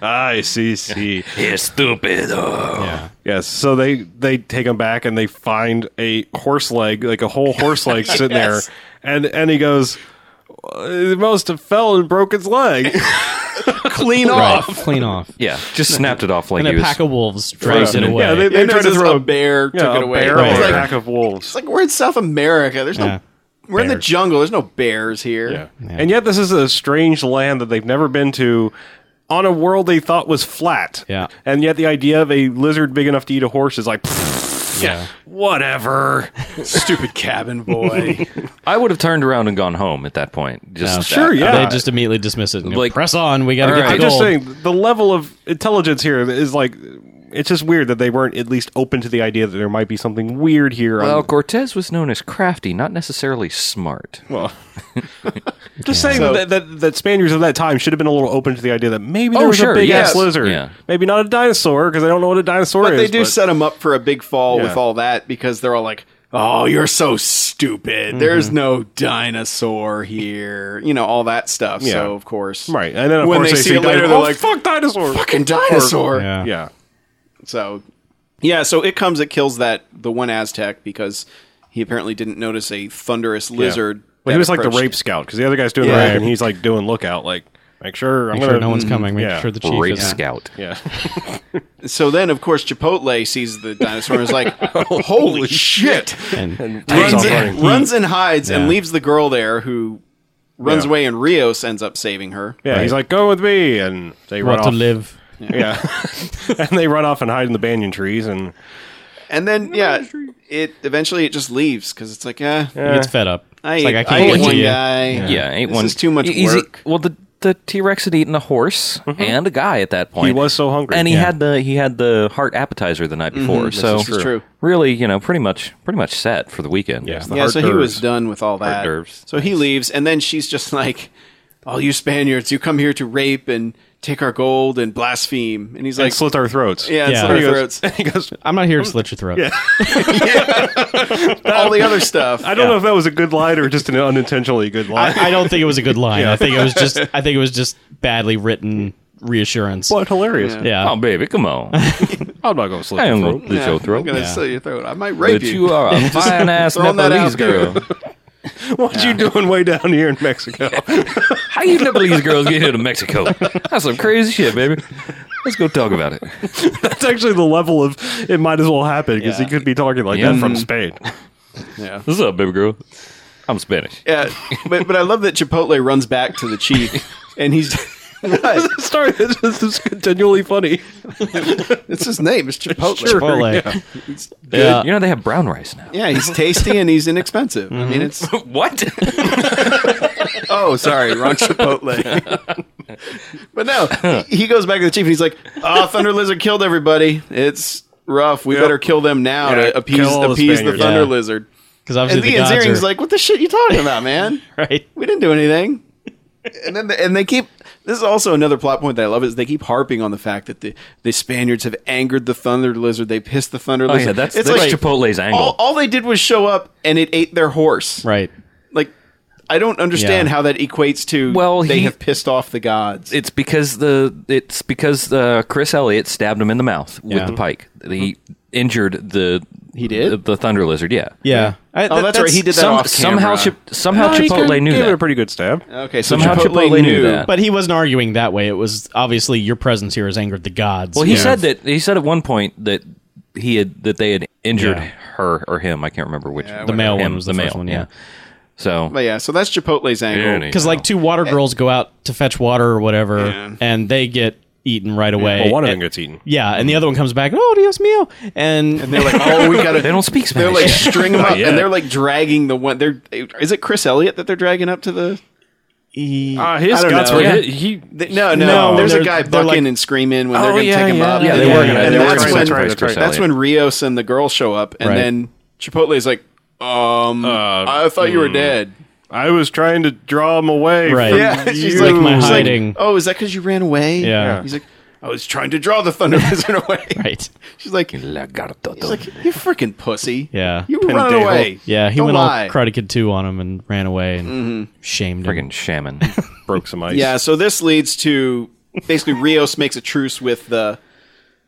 S2: "Ah, I see, see.
S1: Estupido.
S4: Yeah.
S2: Yes. So they they take him back and they find a horse leg, like a whole horse leg, sitting
S4: Yes.
S2: there, and and he goes, "Uh, "It must have fell and broke its leg."
S3: Clean
S4: Right.
S3: off.
S4: Clean off.
S1: Yeah. Just snapped it off like
S4: And
S1: he
S4: a
S1: was.
S4: pack of wolves drags it
S1: Frozen.
S4: away.
S2: Yeah, they, they
S3: And
S2: tried to
S3: there's
S2: throw
S3: a bear took
S2: yeah,
S3: it
S2: a
S3: away.
S2: bear
S4: Right.
S2: or a
S4: Right.
S2: pack of wolves.
S3: It's like we're in South America. There's no.
S4: Yeah.
S3: We're in the
S2: Bears.
S3: jungle. There's no bears here.
S2: yeah. And yet, this is a strange land that they've never been to. On a world they thought was flat,
S4: Yeah.
S2: and yet the idea of a lizard big enough to eat a horse is like,
S4: Yeah.
S2: whatever.
S3: Stupid cabin boy.
S1: I would have turned around and gone home at that point. Just
S4: Yeah.
S2: Sure, yeah.
S4: They just immediately dismiss it and go,
S1: Like-
S4: press on. We got to
S1: All
S4: get
S1: right.
S4: the
S2: I'm
S4: gold.
S2: just saying the level of intelligence here is like it's just weird that they weren't at least open to the idea that there might be something weird here.
S1: Well,
S2: I'm
S1: Cortez was known as crafty, not necessarily smart.
S2: just saying that, that that Spaniards of that time should have been a little open to the idea that maybe there
S1: Oh,
S2: was
S1: sure,
S2: a big
S1: yes.
S2: ass lizard,
S1: Yeah.
S2: maybe not a dinosaur because I don't know what a dinosaur
S3: but
S2: is.
S3: they do set him up for a big fall
S2: Yeah.
S3: with all that because they're all like, "Oh, you're so stupid. There's
S2: Mm-hmm.
S3: no dinosaur here." You know all that stuff.
S2: Yeah.
S3: So of course,
S2: right, and then of
S3: when
S2: course
S3: they see it later,
S2: dino-
S3: they're
S2: "Oh,
S3: like,
S2: "Fuck dinosaur!"
S3: fucking dinosaur.
S4: Yeah.
S2: yeah,
S3: So yeah, so it comes, it kills that the one Aztec because he apparently didn't notice a thunderous lizard.
S2: Well,
S3: that
S2: he was like the
S3: approached-
S2: rape scout because the other guy's doing the
S3: Yeah.
S2: rape and he's like doing lookout, like make sure I'm
S4: Make
S2: gonna,
S4: sure no one's coming. Make
S2: yeah.
S4: sure the chief
S1: Rape
S4: is
S1: scout.
S2: yeah.
S3: So then, of course, Chipotle sees the dinosaur and is like, "Holy shit!"
S4: And
S2: Takes
S3: runs,
S2: off
S3: and,
S2: running.
S3: runs and hides
S4: Yeah.
S3: and leaves the girl there who runs
S2: Yeah.
S3: away and Rios ends up saving her.
S2: Yeah, he's like, "Go with me," and they run
S4: want to
S2: off.
S4: live.
S2: Yeah, and they run off and hide in the banyan trees, and
S3: And then yeah, it eventually it just leaves because it's like, eh,
S4: He gets fed up.
S3: I,
S4: It's like,
S3: I,
S4: I can't
S3: ate
S4: get
S3: one
S4: to you.
S3: guy.
S1: Yeah, ain't
S3: This
S1: one.
S3: is too much
S1: e- easy-
S3: work. Mm-hmm.
S1: Well, the the T Rex had eaten a horse and a guy at that point.
S2: He was so hungry.
S1: and he
S2: Yeah.
S1: had the he had the heart appetizer the night before. So
S3: Mm-hmm. is true.
S1: really, you know, pretty much pretty much set for the weekend.
S2: Yes.
S3: yeah,
S2: hard
S3: so he was
S2: curves.
S3: done with all
S1: Hard
S3: that.
S1: curves.
S3: So he leaves, and then she's just like, all you Spaniards, you come here to rape and take our gold and blaspheme. And he's
S2: Like,
S3: like,
S2: slit our throats.
S3: yeah, and
S4: Yeah.
S3: slit our
S2: He goes,
S3: throats.
S2: he goes,
S4: I'm not here to slit your throat.
S3: all the other stuff.
S2: I don't know if that was a good line or just an unintentionally good line.
S4: I, I don't think it was a good line. I think it was just I think it was just badly written reassurance.
S2: but hilarious.
S4: Yeah.
S1: oh, baby, come on.
S2: I'm not going to slit
S1: I
S2: your
S1: am
S2: throat.
S1: going to
S3: Yeah,
S1: your throat.
S3: I'm gonna
S4: Yeah.
S3: slit your throat. I might rape
S1: But you
S3: you.
S1: are a fine ass
S3: throwing that
S1: Nepalese
S3: out there.
S1: girl.
S2: What you doing way down here in Mexico?
S1: How you Nepalese girls get here to Mexico? That's some crazy shit, baby. Let's go talk about it.
S2: That's actually the level of it might as well happen because
S3: Yeah.
S2: he could be talking like
S1: Yeah.
S2: that from Spain.
S3: yeah.
S1: What's up, baby girl? I'm Spanish.
S3: Yeah, but but I love that Chipotle runs back to the chief, and he's what?
S2: Sorry, this is just continually funny.
S3: It's his name. It's Chipotle.
S4: Chipotle.
S1: Yeah. You know they have brown rice now.
S3: Yeah, he's tasty and he's inexpensive. I mean, it's
S1: What?
S3: oh, sorry, wrong Chipotle. but no, he he goes back to the chief and he's like, "Oh, Thunder Lizard killed everybody. It's rough. We better kill them now
S2: Yeah,
S3: to appease
S2: kill all the
S3: appease the,
S2: Spaniards."
S3: Thunder
S4: Yeah.
S3: Lizard."
S4: Because
S3: And
S4: obviously
S3: the
S4: the gods
S3: Zering's
S4: are,
S3: like, "What the shit you talking about, man?"
S4: right.
S3: we didn't do anything. And then they, and they keep this is also another plot point that I love is they keep harping on the fact that the, the Spaniards have angered the thunder lizard. They pissed the thunder
S1: oh
S3: lizard.
S1: yeah, that's,
S3: it's
S1: that's
S3: like
S1: Chipotle's angle.
S3: all, all they did was show up and it ate their horse.
S4: Right.
S3: Like I don't understand
S4: Yeah.
S3: how that equates to
S1: Well,
S3: they
S1: he-
S3: have pissed off the gods.
S1: it's because the it's because uh, Chris Elliott stabbed him in the mouth
S4: Yeah.
S1: with the pike. He injured the
S3: He did?
S1: the, the thunder lizard. Yeah,
S4: Yeah. I-
S3: oh,
S4: that-
S3: that's, right. He did that
S1: Some,
S3: off
S1: somehow
S3: camera.
S1: Chip, somehow Chipotle knew
S2: Gave it a
S1: that.
S2: pretty good stab.
S3: okay, so
S1: somehow
S3: Chipotle,
S1: Chipotle knew
S3: knew
S1: that.
S4: But he wasn't arguing that way. It was obviously your presence here has angered the gods.
S1: well, he
S4: Yeah.
S1: said that he said at one point that he had that they had injured
S4: Yeah.
S1: her or him. I can't remember which.
S3: Yeah,
S4: the male
S1: him,
S4: one was the, first one. Yeah.
S1: So
S3: But yeah, so that's Chipotle's angle.
S1: Yeah,
S4: Because like two water girls go out to fetch water or whatever,
S3: Yeah.
S4: and they get eaten right away.
S2: Well, one of
S4: And-
S2: them gets eaten.
S4: yeah, and the other one comes back. Oh, Dios mío! And,
S3: They're like, oh, we gotta.
S1: they don't speak
S3: They're
S1: Spanish.
S3: like
S1: yet.
S3: string them up,
S2: yet.
S3: and they're like dragging the one. They're is it Chris Elliott that they're dragging up to the?
S4: he,
S2: Uh, his
S3: I don't
S2: guts
S3: know.
S2: were
S1: Yeah.
S2: hit. He,
S3: Th- Oh, no, no,
S4: No,
S3: There's a
S4: they're-
S3: guy
S4: they're
S3: bucking
S4: like-
S3: and screaming when
S1: Oh,
S3: they're going to
S1: yeah,
S3: take him
S1: yeah,
S3: up.
S1: yeah,
S4: they were
S3: And
S4: gonna-
S2: they were
S3: that's,
S2: gonna
S3: when,
S2: sacrifice Chris
S3: that's
S1: Elliott.
S3: when Rios and the girl show up, and
S4: Right.
S3: then Chipotle's like, um,
S4: Uh,
S3: I thought you were
S4: hmm.
S3: dead.
S2: I was trying to draw him away.
S4: Right.
S2: from
S4: Yeah,
S3: she's
S2: you.
S4: like my
S3: she's
S4: hiding.
S3: oh, is that because you ran away?
S4: Yeah.
S3: He's like, I was trying to draw the thunder lizard away.
S4: right.
S3: She's like, he's
S1: Lagarto.
S3: like, you freaking pussy.
S4: Yeah.
S3: You were running
S2: Pendejo.
S3: away.
S4: Yeah, he
S3: Don't
S4: went
S3: lie.
S4: all Karate Kid 2 on him and ran away and shamed him.
S1: Friggin' shaman.
S2: broke some ice.
S3: Yeah, so this leads to basically Rios makes a truce with the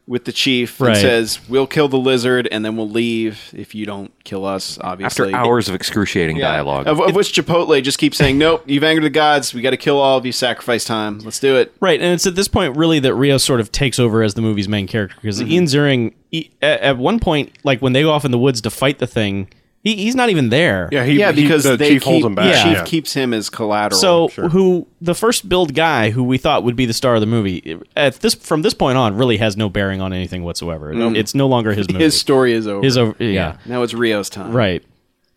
S3: with the chief and
S4: Right.
S3: says, "We'll kill the lizard and then we'll leave if you don't kill us." Obviously,
S1: After hours of excruciating
S3: Yeah.
S1: dialogue,
S3: Of, of which Chipotle just keeps saying, "Nope, you've angered the gods. We got to kill all of you. Sacrifice time. Let's do it."
S4: Right, and it's at this point really that Rio sort of takes over as the movie's main character because Ian Ziering, he, at, at one point, like when they go off in the woods to fight the thing, he, he's not even there.
S2: Yeah, he,
S3: yeah, because
S2: he, the
S3: they
S2: chief
S3: keep,
S2: holds him back.
S3: The chief
S2: Yeah.
S3: keeps him as collateral.
S4: So who the first build guy who we thought would be the star of the movie at this from this point on really has no bearing on anything whatsoever. It's no longer his movie.
S3: his story is over.
S4: His over, yeah.
S3: now it's Rios' time.
S4: Right.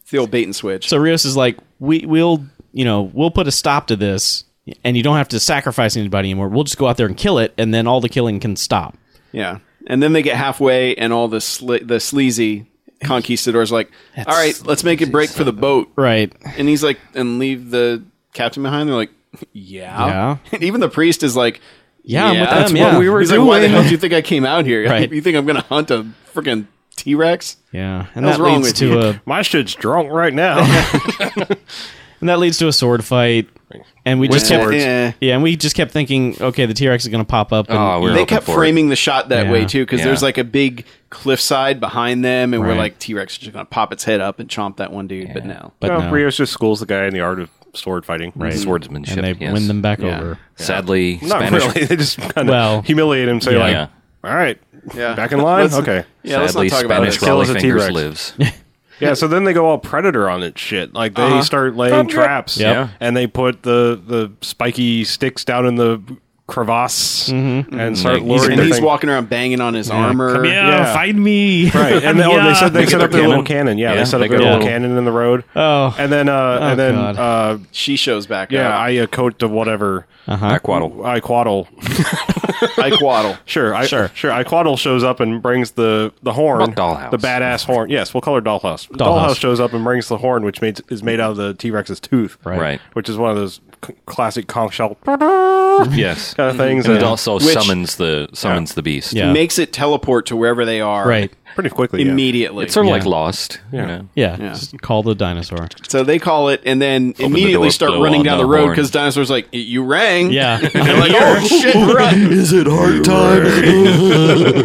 S3: It's the old bait and switch.
S4: So Rios is like, we we'll you know we'll put a stop to this, and you don't have to sacrifice anybody anymore. We'll just go out there and kill it, and then all the killing can stop.
S3: yeah, and then they get halfway, and all the sle- the sleazy conquistadors like, "All right, let's make it break for the boat."
S4: Right.
S3: And he's like, and leave the captain behind. They're like, yeah.
S4: Yeah.
S3: And even the priest is like,
S4: Yeah, I'm with
S3: that's
S4: them,
S3: what
S4: yeah.
S3: we were
S4: He's
S3: doing. Like, Why the hell do you think I came out here?
S4: Right.
S3: You think I'm gonna hunt a freaking T Rex?
S4: Yeah, and
S3: Hell's
S4: that
S3: wrong
S4: leads
S3: with
S4: to
S3: you?
S4: a
S2: My shit's drunk right now.
S4: and that leads to a sword fight, and we just kept
S2: swords.
S3: Yeah.
S4: yeah, and we just kept thinking, okay, the T Rex is going to pop up. And,
S1: Oh, we were
S3: They
S1: hoping
S3: kept
S1: for it.
S3: framing the shot that
S4: Yeah.
S3: way too, because
S1: Yeah.
S3: there's like a big cliffside behind them, and we're
S4: Right.
S3: like, T Rex is just gonna pop its head up and chomp that one dude. But no,
S4: but
S2: no,
S4: no.
S2: Rios just schools the guy in the art of sword fighting.
S4: Right.
S1: swordsmanship.
S4: and they
S1: yes.
S4: win them back
S3: Yeah.
S4: over.
S1: Sadly,
S2: Not
S1: Spanish.
S2: really. They just kind of
S4: Well,
S2: humiliate him, say
S4: yeah.
S2: like,
S1: Yeah.
S2: "All right,
S3: yeah,
S2: back in line."
S3: Let's-
S2: okay.
S3: Yeah, let's not
S1: Sadly,
S3: talk about
S1: Spanish
S3: this.
S2: Kill
S1: Raleigh
S2: is a
S1: fingers
S2: T-Rex.
S1: lives.
S2: Yeah, so then they go all predator on it shit. Like they
S3: Uh-huh.
S2: start laying traps
S4: Yep.
S2: and they put the the spiky sticks down in the crevasse and start
S1: Like, he's-
S2: luring
S3: And
S2: the
S3: he's
S2: thing-
S3: walking around banging on his armor.
S5: Yeah,
S2: Yeah.
S5: find me.
S2: Right, and they, oh, they set, they set up their little cannon. Yeah,
S1: Yeah,
S2: they set
S1: they
S2: up their
S1: got a
S2: little
S1: little-
S2: cannon in the road.
S4: Oh.
S2: and then, uh,
S4: Oh,
S2: and then,
S4: God.
S2: uh,
S3: She shows back
S2: yeah,
S3: up.
S2: I uh, coat to whatever.
S1: I quaddle.
S2: I quaddle.
S3: I quaddle.
S2: Sure, I, sure, sure. I quaddle shows up and brings the the horn,
S1: About Dollhouse.
S2: the badass horn. Yes, we'll call her Dollhouse. Dollhouse, shows up and brings the horn, which made, is made out of the T Rex's tooth,
S1: Right.
S2: Which is one of those c- classic conch shell kind
S1: Yes.
S2: of things.
S1: And it
S2: and
S1: also
S3: Which-
S1: summons the summons the beast.
S4: Yeah.
S3: Makes it teleport to wherever they are.
S4: Right.
S2: pretty quickly. yeah.
S3: Immediately.
S1: It's sort of
S4: Yeah.
S1: like Lost. You know?
S4: Yeah. Just call the dinosaur.
S3: So they call it and then immediately
S1: door,
S3: start
S1: blow
S3: running
S1: on
S3: down
S1: the
S3: the road
S1: horn.
S3: because dinosaurs like you rang.
S4: Yeah.
S3: They're like, oh shit, run.
S4: Is it hard time?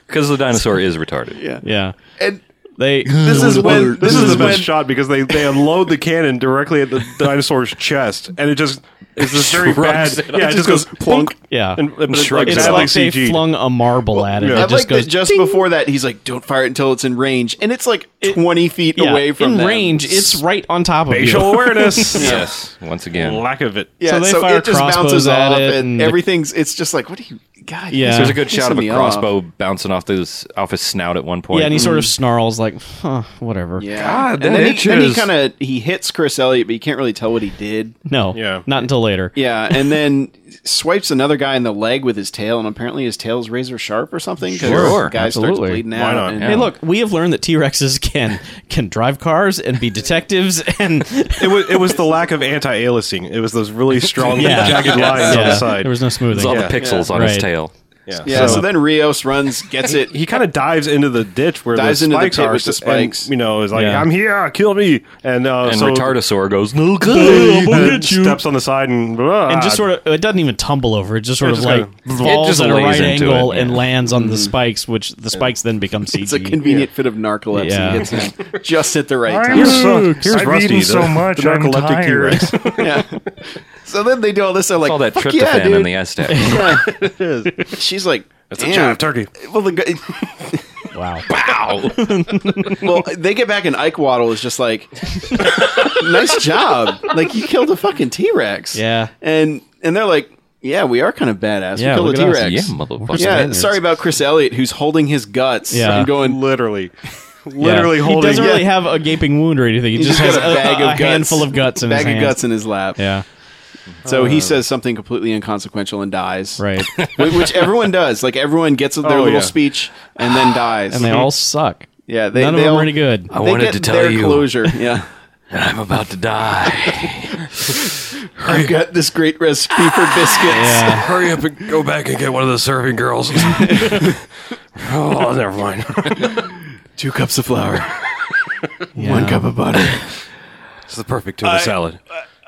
S1: Because the dinosaur is retarded.
S4: Yeah.
S3: And
S4: They
S3: this is when
S2: This, is, the best
S3: when
S2: shot because they, they unload the cannon directly at the dinosaur's chest, and it just is this very bad.
S1: Shrugs it up.
S2: Yeah, it just goes plunk.
S4: Yeah.
S2: and, but it's like
S1: Shrugs it
S4: it's
S1: up.
S2: badly
S4: like they
S2: CG'd.
S4: flung a marble at it.
S2: yeah.
S3: I
S4: It just
S3: like
S4: goes
S3: that just before that he's like, don't fire it until it's in range, and it's like twenty feet
S4: yeah,
S3: away from
S4: in
S3: them.
S4: range. It's right on top of
S2: facial
S4: you.
S2: awareness.
S1: Yes. Once again.
S2: lack of it.
S3: Yeah, so,
S4: So they fire
S3: it just bounces
S4: crossbows at
S3: off,
S4: it
S3: and,
S4: and the-
S3: everything's. It's just like, what do you? God,
S4: Yeah.
S1: There's a good shot of
S3: pissing me
S1: a
S3: off.
S1: crossbow bouncing off his off his snout at one point.
S4: Yeah, and he sort of snarls like, huh, whatever.
S3: Yeah,
S2: God, that
S3: and then he, then he
S2: itches.
S3: kind of he hits Chris Elliott, but you can't really tell what he did.
S4: No.
S2: Yeah.
S4: Not until later.
S3: Yeah, and then swipes another guy in the leg with his tail, and apparently his tail's razor sharp or something. 'cause
S1: Sure,
S3: the guy starts
S4: absolutely.
S3: bleeding
S2: Why
S3: out.
S2: not?
S3: and-
S4: Hey, look, we have learned that T Rexes can can drive cars and be detectives and
S2: It was it was the lack of anti aliasing. It was those really strong
S4: Yeah.
S2: jagged lines on the
S4: yeah,
S2: side.
S4: there was no
S1: It's
S4: smoothing.
S1: all
S2: Yeah.
S1: the pixels on
S4: Right.
S1: his tail.
S2: yeah.
S3: Yeah, so,
S2: So
S3: then Rios runs, gets it.
S2: he kind of dives into the ditch where
S3: Dives
S2: the
S3: into the
S2: spikes
S3: pit
S2: are.
S3: with the
S2: and,
S3: spikes.
S2: you know, is like,
S4: Yeah.
S2: "I'm here, kill me!" And uh,
S1: And
S2: so
S1: Retardosaur goes, no,
S2: and
S4: I'll get you.
S2: steps on the side and "Ah, blah,
S4: and just sort of it doesn't even tumble over it just sort
S2: It
S4: of
S2: just
S4: like
S2: kinda-
S4: falls
S1: It just
S4: at a
S1: lays
S4: right
S1: into
S4: angle
S1: it,
S4: and
S1: yeah.
S4: lands on the spikes which the spikes then become CG
S3: It's a convenient fit of narcolepsy.
S4: Yeah.
S3: Hits him just at the right time.
S2: Here's, so,
S6: Luke,
S2: here's
S6: I've
S2: Rusty,
S6: eaten
S2: the,
S6: so much,
S2: the
S6: I'm
S2: narcoleptic
S6: tired.
S2: T-Rex.
S3: Yeah. So then they do all this. They're like,
S1: all that
S3: Fuck
S1: tryptophan
S3: yeah, dude.
S1: in the Aztec.
S3: She's like, that's
S2: a giant turkey.
S3: Well, the guy,
S4: wow
S3: well, they get back and Ike Waddle is just like, nice job. Like you killed a fucking T Rex.
S4: Yeah.
S3: And and they're like, yeah, we are kind of badass.
S4: Yeah,
S3: we
S4: look
S3: killed a
S4: at
S3: T
S4: us.
S1: yeah,
S3: Rex.
S1: motherfucker.
S3: Yeah,
S4: Spaniards.
S3: sorry about Chris Elliott, who's holding his guts.
S4: Yeah.
S3: and going.
S2: literally, literally
S4: Yeah.
S2: holding.
S4: he doesn't really have a gaping wound or anything he,
S3: He's
S4: just,
S3: got
S4: has a, a
S3: guts.
S4: handful of guts in
S3: bag
S4: his
S3: of
S4: hand.
S3: guts in his lap.
S4: yeah Uh.
S3: So he says something completely inconsequential and dies.
S4: right
S3: Wh- Which everyone does. Like everyone gets their
S2: Oh,
S3: little
S2: yeah.
S3: speech and then dies.
S4: and they all suck
S3: yeah, they,
S4: none of
S3: they
S4: them
S3: all,
S4: are any good
S1: I
S3: they
S1: wanted
S3: get
S1: to tell
S3: their
S1: you
S3: closure. Yeah.
S1: that I'm about to die.
S3: I've got this great recipe for biscuits.
S4: yeah
S6: Hurry up and go back and get one of the serving girls.
S2: oh, never mind.
S3: Two cups of flour,
S4: Yeah.
S3: one cup of butter.
S2: it's the perfect tuna salad.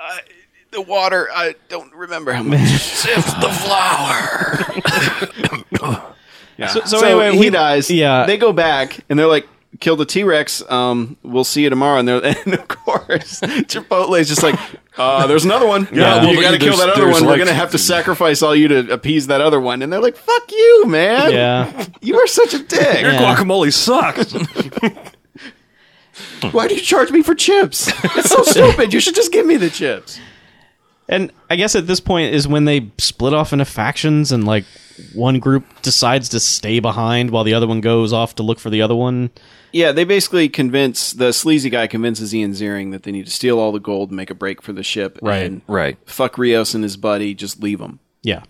S3: The water, I don't remember how much. Sift the flour. yeah. So,
S4: so anyway,
S3: he
S4: we-
S3: dies.
S4: yeah.
S3: They go back and they're like, kill the T Rex. Um, we'll see you tomorrow. And, they're, and of course, Chipotle's just like, uh, there's another one. Yeah.
S1: well,
S3: you got to kill
S1: there's-
S3: that other
S1: there's
S3: one. We're
S1: like-
S3: going to have to sacrifice all you to appease that other one. And they're like, fuck you, man.
S4: yeah
S3: You are such a dick.
S2: Your
S4: Yeah.
S2: guacamole sucks.
S3: Why do you charge me for chips? It's so stupid. You should just give me the chips.
S4: and i guess at this point is when they split off into factions and like one group decides to stay behind while the other one goes off to look for the other one
S3: Yeah, they basically convince the sleazy guy convinces Ian Ziering that they need to steal all the gold and make a break for the ship.
S4: Right.
S3: And
S1: Right.
S3: fuck Rios and his buddy. Just leave them
S4: yeah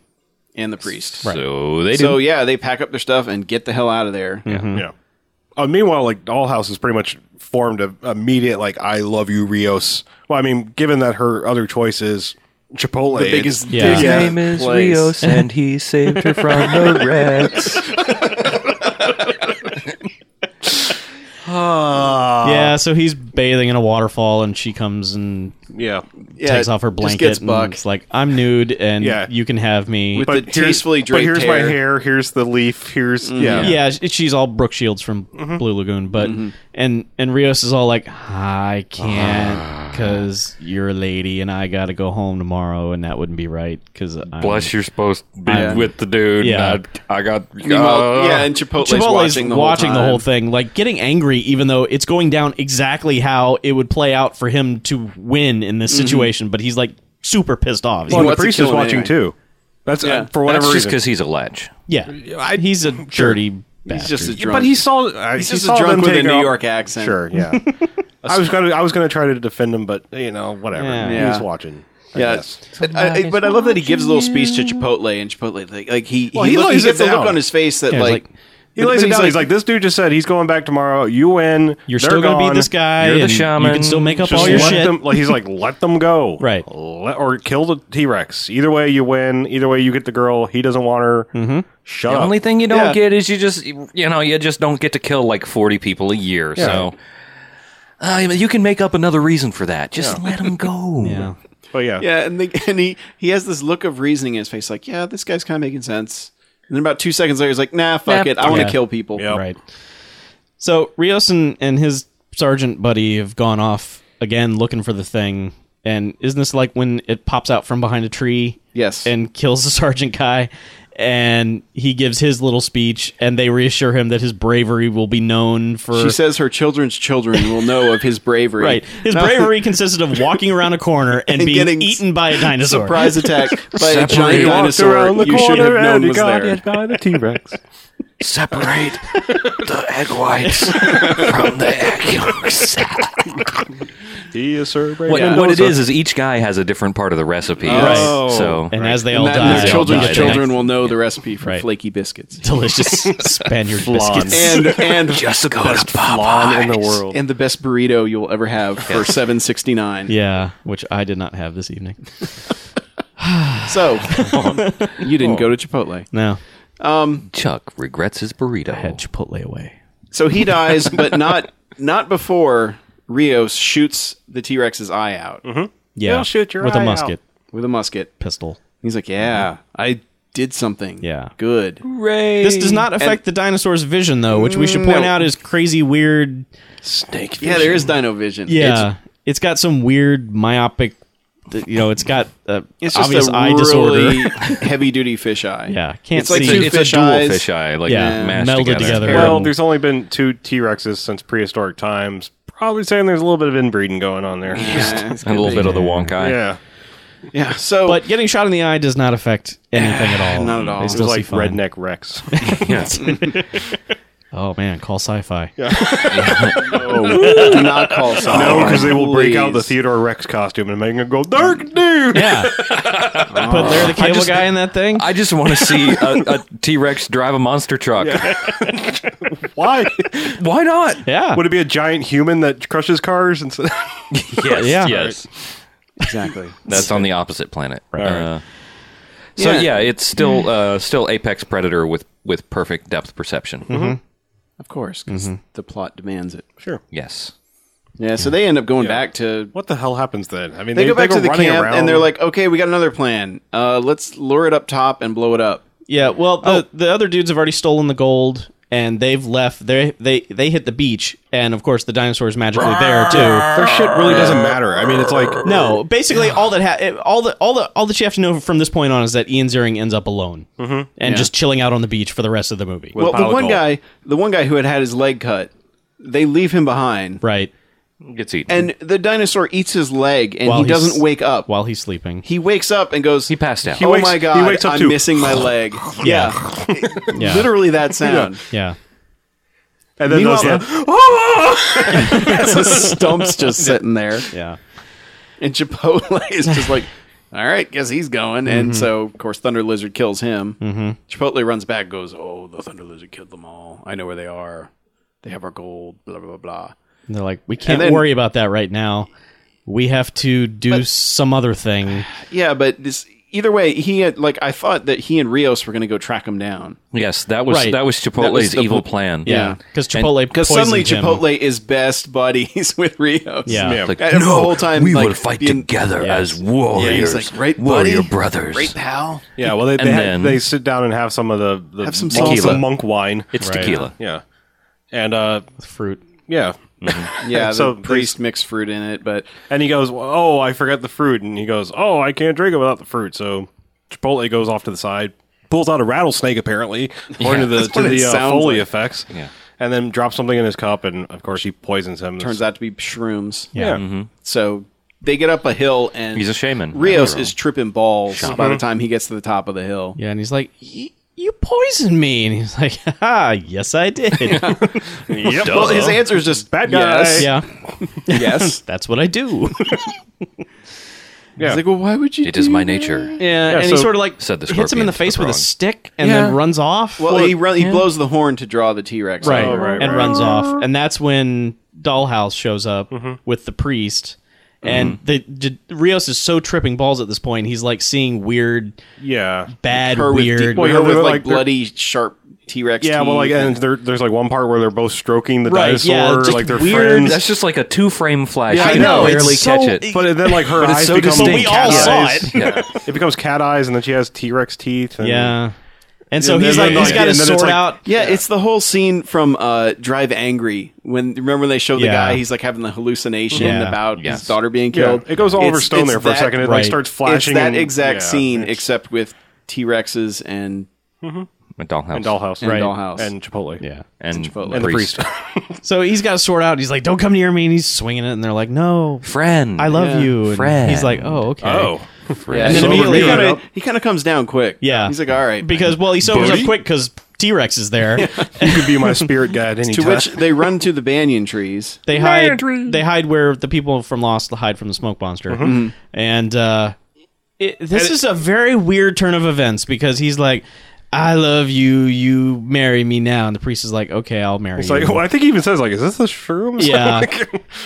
S3: and the priest.
S1: So they do.
S3: So yeah, they pack up their stuff and get the hell out of there.
S2: Yeah. Uh, meanwhile, like Dollhouse has pretty much formed a immediate like "I love you, Rios." Well, I mean, given that her other choice is Chipotle,
S3: The biggest
S4: Yeah. His
S3: yeah,
S7: name is
S3: place.
S7: Rios, and he saved her from the Rex.
S3: Uh,
S4: yeah so he's bathing in a waterfall and she comes and
S2: yeah,
S3: Yeah,
S4: takes off her
S3: just
S4: blanket
S3: gets
S4: and
S3: buck.
S4: it's like I'm nude and
S2: Yeah.
S4: you can have me.
S3: With- the tastefully
S2: but here's
S3: draped
S2: my
S3: hair. Mm.
S2: hair. Here's the leaf. Here's yeah,
S4: yeah, sh- she's all Brooke Shields from
S3: Mm-hmm.
S4: Blue Lagoon, but and and Rios is all like, I
S3: Ah.
S4: can't because you're a lady and I gotta go home tomorrow and that wouldn't be right because
S6: Plus, you're supposed to be
S3: Yeah.
S6: with the dude.
S4: Yeah.
S6: and I, I got.
S3: Meanwhile,
S6: uh,
S3: yeah, and Chipotle's,
S4: Chipotle's
S3: watching the whole time.
S4: thing, like getting angry, even though
S3: Mm-hmm.
S4: it's going down exactly how it would play out for him to win in this situation. But he's like super pissed off.
S2: Well, and the
S3: wants to
S2: priest
S3: kill
S2: is
S3: him
S2: watching
S3: anyway.
S2: too. That's uh,
S3: Yeah.
S2: for whatever
S1: That's just
S2: reason.
S1: because he's a ledge.
S4: yeah, he's a dirty
S3: He's
S4: bastard.
S3: just a
S2: Yeah,
S3: drunk.
S2: but he saw. Uh,
S3: he's
S2: he
S3: just
S2: saw
S3: a drunk
S2: them
S3: with a
S2: take
S3: New
S2: off-
S3: York accent.
S2: Sure, yeah. I was gonna, I was gonna try to defend him, but you know, whatever.
S4: Yeah.
S2: He's watching. I
S3: Yeah,
S2: guess.
S3: I- I- but I love that he gives a little speech to Chipotle, and Chipotle like, like he
S2: Well,
S3: he,
S2: he
S3: look, he
S2: lays it
S3: gets the look
S2: down.
S3: on his face that
S4: Yeah, he's
S3: like,
S4: like,
S2: He lays it down. He's like, "This dude just said he's going back tomorrow. You win.
S4: You're
S2: They're
S4: still gonna
S2: gone.
S4: be this guy.
S1: You're the
S4: and You
S1: shaman.
S4: can still make up
S2: Just
S4: all your
S2: let
S4: shit.
S2: them." Like, he's like, "Let them go.
S4: Right.
S2: Let, or kill the T Rex. Either way, you win. Either way, you get the girl. He doesn't want her. Mm-hmm. Shut
S1: The
S2: up.
S1: only thing you don't
S3: Yeah.
S1: get is you just you know you just don't get to kill like forty people a year. So uh, you can make up another reason for that. Just let him go.
S4: yeah.
S2: but yeah,
S3: yeah, and, the, and he he has this look of reasoning in his face, like yeah, this guy's kind of making sense. And then about two seconds later, he's like, nah, fuck
S1: Nah.
S3: it, I want to
S4: Yeah.
S3: kill people.
S2: Yep.
S4: Right. So Rios and, and his sergeant buddy have gone off again looking for the thing. And isn't this like when it pops out from behind a tree?
S3: Yes.
S4: And kills the sergeant guy. And he gives his little speech, and they reassure him that his bravery will be known for.
S3: She says her children's children will know of his bravery.
S4: right. His
S3: Now-
S4: bravery consisted of walking around a corner and,
S3: And
S4: being
S3: getting
S4: eaten by a dinosaur.
S3: Surprise attack by a
S2: He
S3: giant
S2: walked
S3: dinosaur
S2: around the
S3: you should have
S2: corner and
S3: known
S2: he
S3: was
S2: got
S3: there.
S2: hit by the T Rex.
S7: Separate the egg whites from the egg yolks.
S2: he is Sir
S1: What,
S2: Brandon
S1: what it
S2: Dawson.
S1: is is each guy has a different part of the recipe.
S2: Right.
S1: So
S4: And as they all
S3: And that- and
S4: die,
S3: the
S4: they all
S3: children's
S4: die.
S3: children will know the recipe for
S4: Right.
S3: flaky biscuits.
S4: delicious Spaniard biscuits.
S3: And and
S7: Just go to
S2: Blonde in
S7: Popeyes.
S2: the world.
S3: and the best burrito you'll ever have for seven sixty nine.
S4: Yeah, which I did not have this evening.
S3: So you didn't go to Chipotle.
S4: No,
S1: Chuck regrets his burrito.
S4: I had Chipotle away.
S3: So he dies, but not not before Rios shoots the T Rex's eye out
S4: Yeah,
S2: They'll shoot your
S4: with
S2: eye
S4: a musket
S3: with a musket.
S4: pistol.
S3: He's like, "Yeah, I did something.
S4: Yeah.
S3: good.
S4: This does not affect the dinosaur's vision, though, which we should point
S3: No.
S4: out is crazy, weird.
S7: Snake
S3: Yeah, there is Dino Vision.
S4: Yeah, it's got some weird myopic. th- You know, it's got uh,
S3: it's, it's just
S4: obvious
S3: a
S4: eye
S3: really
S4: disorder.
S3: heavy duty fisheye.
S4: Yeah, can't
S3: it's like
S4: see.
S3: two
S1: it's
S3: fish
S1: a dual
S3: eyes.
S1: fish eye, like
S4: Yeah,
S1: mashed
S4: melded
S1: together.
S4: together.
S2: Well,
S4: Um,
S2: there's only been two T Rexes since prehistoric times. Probably saying there's a little bit of inbreeding going on there.
S3: Yeah, it's
S1: A little
S3: gonna
S1: bit of the wonk eye.
S2: Yeah,
S3: be- yeah. So,
S4: But getting shot in the eye does not affect anything at all.
S3: Not at all.
S4: They
S3: It
S2: it
S4: still
S2: was
S4: see
S2: like
S4: fine.
S2: redneck Rex.
S4: Oh man, call sci-fi.
S3: do not call someone.
S2: No, because they will break out the
S3: Please.
S2: Theodore Rex costume and make him go, "Dark dude."
S4: Yeah, put Larry the cable guy in that thing.
S1: I just want to see a, a T Rex drive a monster truck.
S2: Why?
S1: Why not?
S4: yeah,
S2: Would it be a giant human that crushes cars? And so-
S1: Yes,
S4: Yeah.
S1: yes.
S3: Exactly.
S1: That's on the opposite planet.
S4: Right.
S1: Uh, so
S3: Yeah.
S1: yeah. it's still uh, still apex predator with with perfect depth perception.
S3: Of course, 'cause the plot demands it.
S2: sure.
S1: Yes.
S3: Yeah, so they end up going back to.
S2: What the hell happens then? I mean,
S3: They, go back to the
S2: running
S3: camp
S2: around.
S3: and they're like, "Okay, we got another plan. Uh, let's lure it up top and blow it up."
S4: Yeah, well,
S3: Oh.
S4: the the other dudes have already stolen the gold and they've left. They they they hit the beach, and of course the dinosaur is magically there too.
S2: their shit really doesn't matter. I mean, it's like
S4: No, basically all that ha- it- all the all the all that you have to know from this point on is that Ian Ziering ends up alone
S3: Mm-hmm.
S4: and just chilling out on the beach for the rest of the movie.
S2: With
S3: Well, the
S2: pilot
S3: one
S2: gold.
S3: guy, the one guy who had had his leg cut, they leave him behind,
S4: right,
S1: Gets eaten.
S3: and the dinosaur eats his leg, and
S4: While
S3: he
S4: he's-
S3: doesn't wake up.
S4: while he's sleeping.
S3: he wakes up and goes,
S1: he passed out.
S2: He
S3: "Oh
S2: wakes-
S3: my
S2: he
S3: god,
S2: wakes up
S3: I'm
S2: too."
S3: missing my leg." yeah,
S4: Yeah.
S3: literally that sound.
S4: Yeah.
S2: and then
S3: Meanwhile-
S2: those, yeah.
S3: so Stump's just sitting there,
S4: Yeah.
S3: and Chipotle is just like. All right, guess he's going, and so of course Thunder Lizard kills him. Mm-hmm. Chipotle runs back, and goes, "Oh, the Thunder Lizard killed them all. I know where they are. They have our gold. Blah blah blah." blah.
S4: And they're like, we can't
S3: then-
S4: worry about that right now. We have to do some other thing.
S3: Yeah, but this either way, he had like I thought that he and Rios were going to go track him down.
S1: yes, that was
S4: Right.
S1: that was Chipotle's
S3: the
S1: evil
S3: pl-
S1: plan.
S3: Yeah.
S4: Because Chipotle
S3: Because suddenly
S4: poisoned him.
S3: Chipotle is best buddies with Rios.
S4: Yeah. Yeah.
S1: Like,
S3: And the whole time,
S7: we
S3: like,
S7: will fight
S3: being-
S7: together
S4: Yeah.
S7: as
S4: Yeah,
S3: Yeah,
S7: warriors.
S3: he's like, right, buddy,
S7: warrior brothers.
S3: right, pal.
S2: yeah. Well, they they,
S1: And
S2: ha-
S1: then-
S2: they sit down and have some of the the
S3: Have some
S2: monk,
S3: salsa.
S2: monk wine.
S1: it's
S4: Right.
S1: tequila.
S2: yeah, and uh,
S4: fruit.
S2: yeah.
S3: Yeah,
S2: So
S3: so the priest mixed fruit in it, but
S2: And he goes, "Oh, I forgot the fruit." And he goes, "Oh, I can't drink it without the fruit." So Chipotle goes off to the side, pulls out a rattlesnake, apparently, according to the
S3: That's
S2: to
S3: what it
S2: the uh,
S3: sounds
S2: Foley
S3: like.
S2: effects.
S1: Yeah.
S2: And then drops something in his cup, and of course he poisons him. Mm-hmm.
S3: turns out to be shrooms.
S2: yeah,
S3: So they get up a hill and
S1: He's a shaman,
S3: Rios
S1: after all.
S3: is tripping balls by the time he gets to the top of the hill.
S4: Yeah, and he's like, "Y- "You poisoned me," and he's like, "Ah, yes, I did."
S2: Yep.
S3: Well, his answer is just
S2: Bad
S3: yes,
S4: yeah,
S3: yes.
S4: that's what I do.
S2: Yeah.
S3: He's like, well, why would you?
S1: It
S3: do
S1: is my
S3: that?
S1: nature.
S4: Yeah, and he
S2: so-
S4: sort of like
S1: Said the
S4: hits him
S1: scorpion
S4: in the face
S1: for
S4: with a
S1: Prague.
S4: stick and then runs off.
S3: Well, he run, he blows the horn to draw the T Rex.
S4: right,
S2: Oh, right,
S4: and
S2: right.
S4: runs off, and that's when Dollhouse shows up with the priest. And the, d Rios is so tripping balls at this point. He's like seeing weird,
S2: yeah.
S4: bad,
S3: Her with,
S4: weird.
S3: deep-
S2: Well, yeah,
S3: her with
S2: they're
S3: like,
S2: like- they're-
S3: bloody sharp T Rex.
S2: Yeah, well, like, and there, there's like one part where they're both stroking the
S4: Right,
S2: dinosaur,
S4: yeah, just
S2: like they're
S4: weird-
S2: friends.
S1: That's just like a two frame flash.
S2: Yeah,
S1: you
S2: I
S1: can
S2: know, it's
S1: barely
S4: so-
S1: catch it.
S2: but then, like, her
S1: But it's
S2: eyes
S1: so
S2: become
S1: distinct.
S4: We all
S2: cat
S4: saw
S2: eyes.
S4: it.
S1: Yeah.
S2: It becomes cat eyes, and then she has T Rex teeth. And
S4: yeah, and so
S2: And
S4: he's
S2: then-
S4: like,
S2: then,
S4: he's
S2: like,
S4: got
S2: yeah,
S4: his
S2: and then it's
S4: sword
S2: like-
S4: out.
S3: Yeah, it's the whole scene from uh, Drive Angry when remember when they show the
S4: Yeah.
S3: guy he's like having the hallucination
S4: Yeah.
S3: about
S1: Yes.
S3: his daughter being
S2: Yeah,
S3: killed.
S2: it goes all over
S3: It's-
S2: Stone
S3: it's
S2: there for a
S3: that-
S2: second. It
S4: right.
S2: like starts
S3: It's
S2: flashing.
S3: that
S2: and-
S3: exact
S2: yeah,
S3: scene,
S2: it's-
S3: except with T Rexes and
S1: A dollhouse.
S2: and Dollhouse,
S3: and
S2: right?
S3: Dollhouse.
S2: and Chipotle,
S4: Yeah.
S1: And,
S3: Chipotle.
S2: and the priest.
S4: So he's got a sword out. He's like, "Don't come near me." And he's swinging it, and they're like, "No,
S1: Friend.
S4: I love
S3: Yeah.
S4: you." And
S1: Friend.
S4: he's like, "Oh, okay."
S1: Friend.
S4: And then
S2: So
S4: immediately,
S2: we're
S3: he
S2: Yeah.
S3: kind of he kind of comes down quick.
S4: Yeah.
S3: he's like, all right.
S4: because well, he sobers up
S6: Buddy?
S4: quick because T Rex is there.
S2: you could be my spirit guide any
S3: to
S2: time.
S3: which they run to the banyan trees.
S4: They hide. They hide where the people from Lost hide from the smoke monster.
S2: Mm-hmm.
S4: And uh, it, this is a very weird turn of events because he's like, "I love you. You marry me now." And the priest is like, "Okay, I'll marry
S2: it's
S4: you."
S2: like, well, I think he even says like, "Is this the shrooms?"
S4: yeah.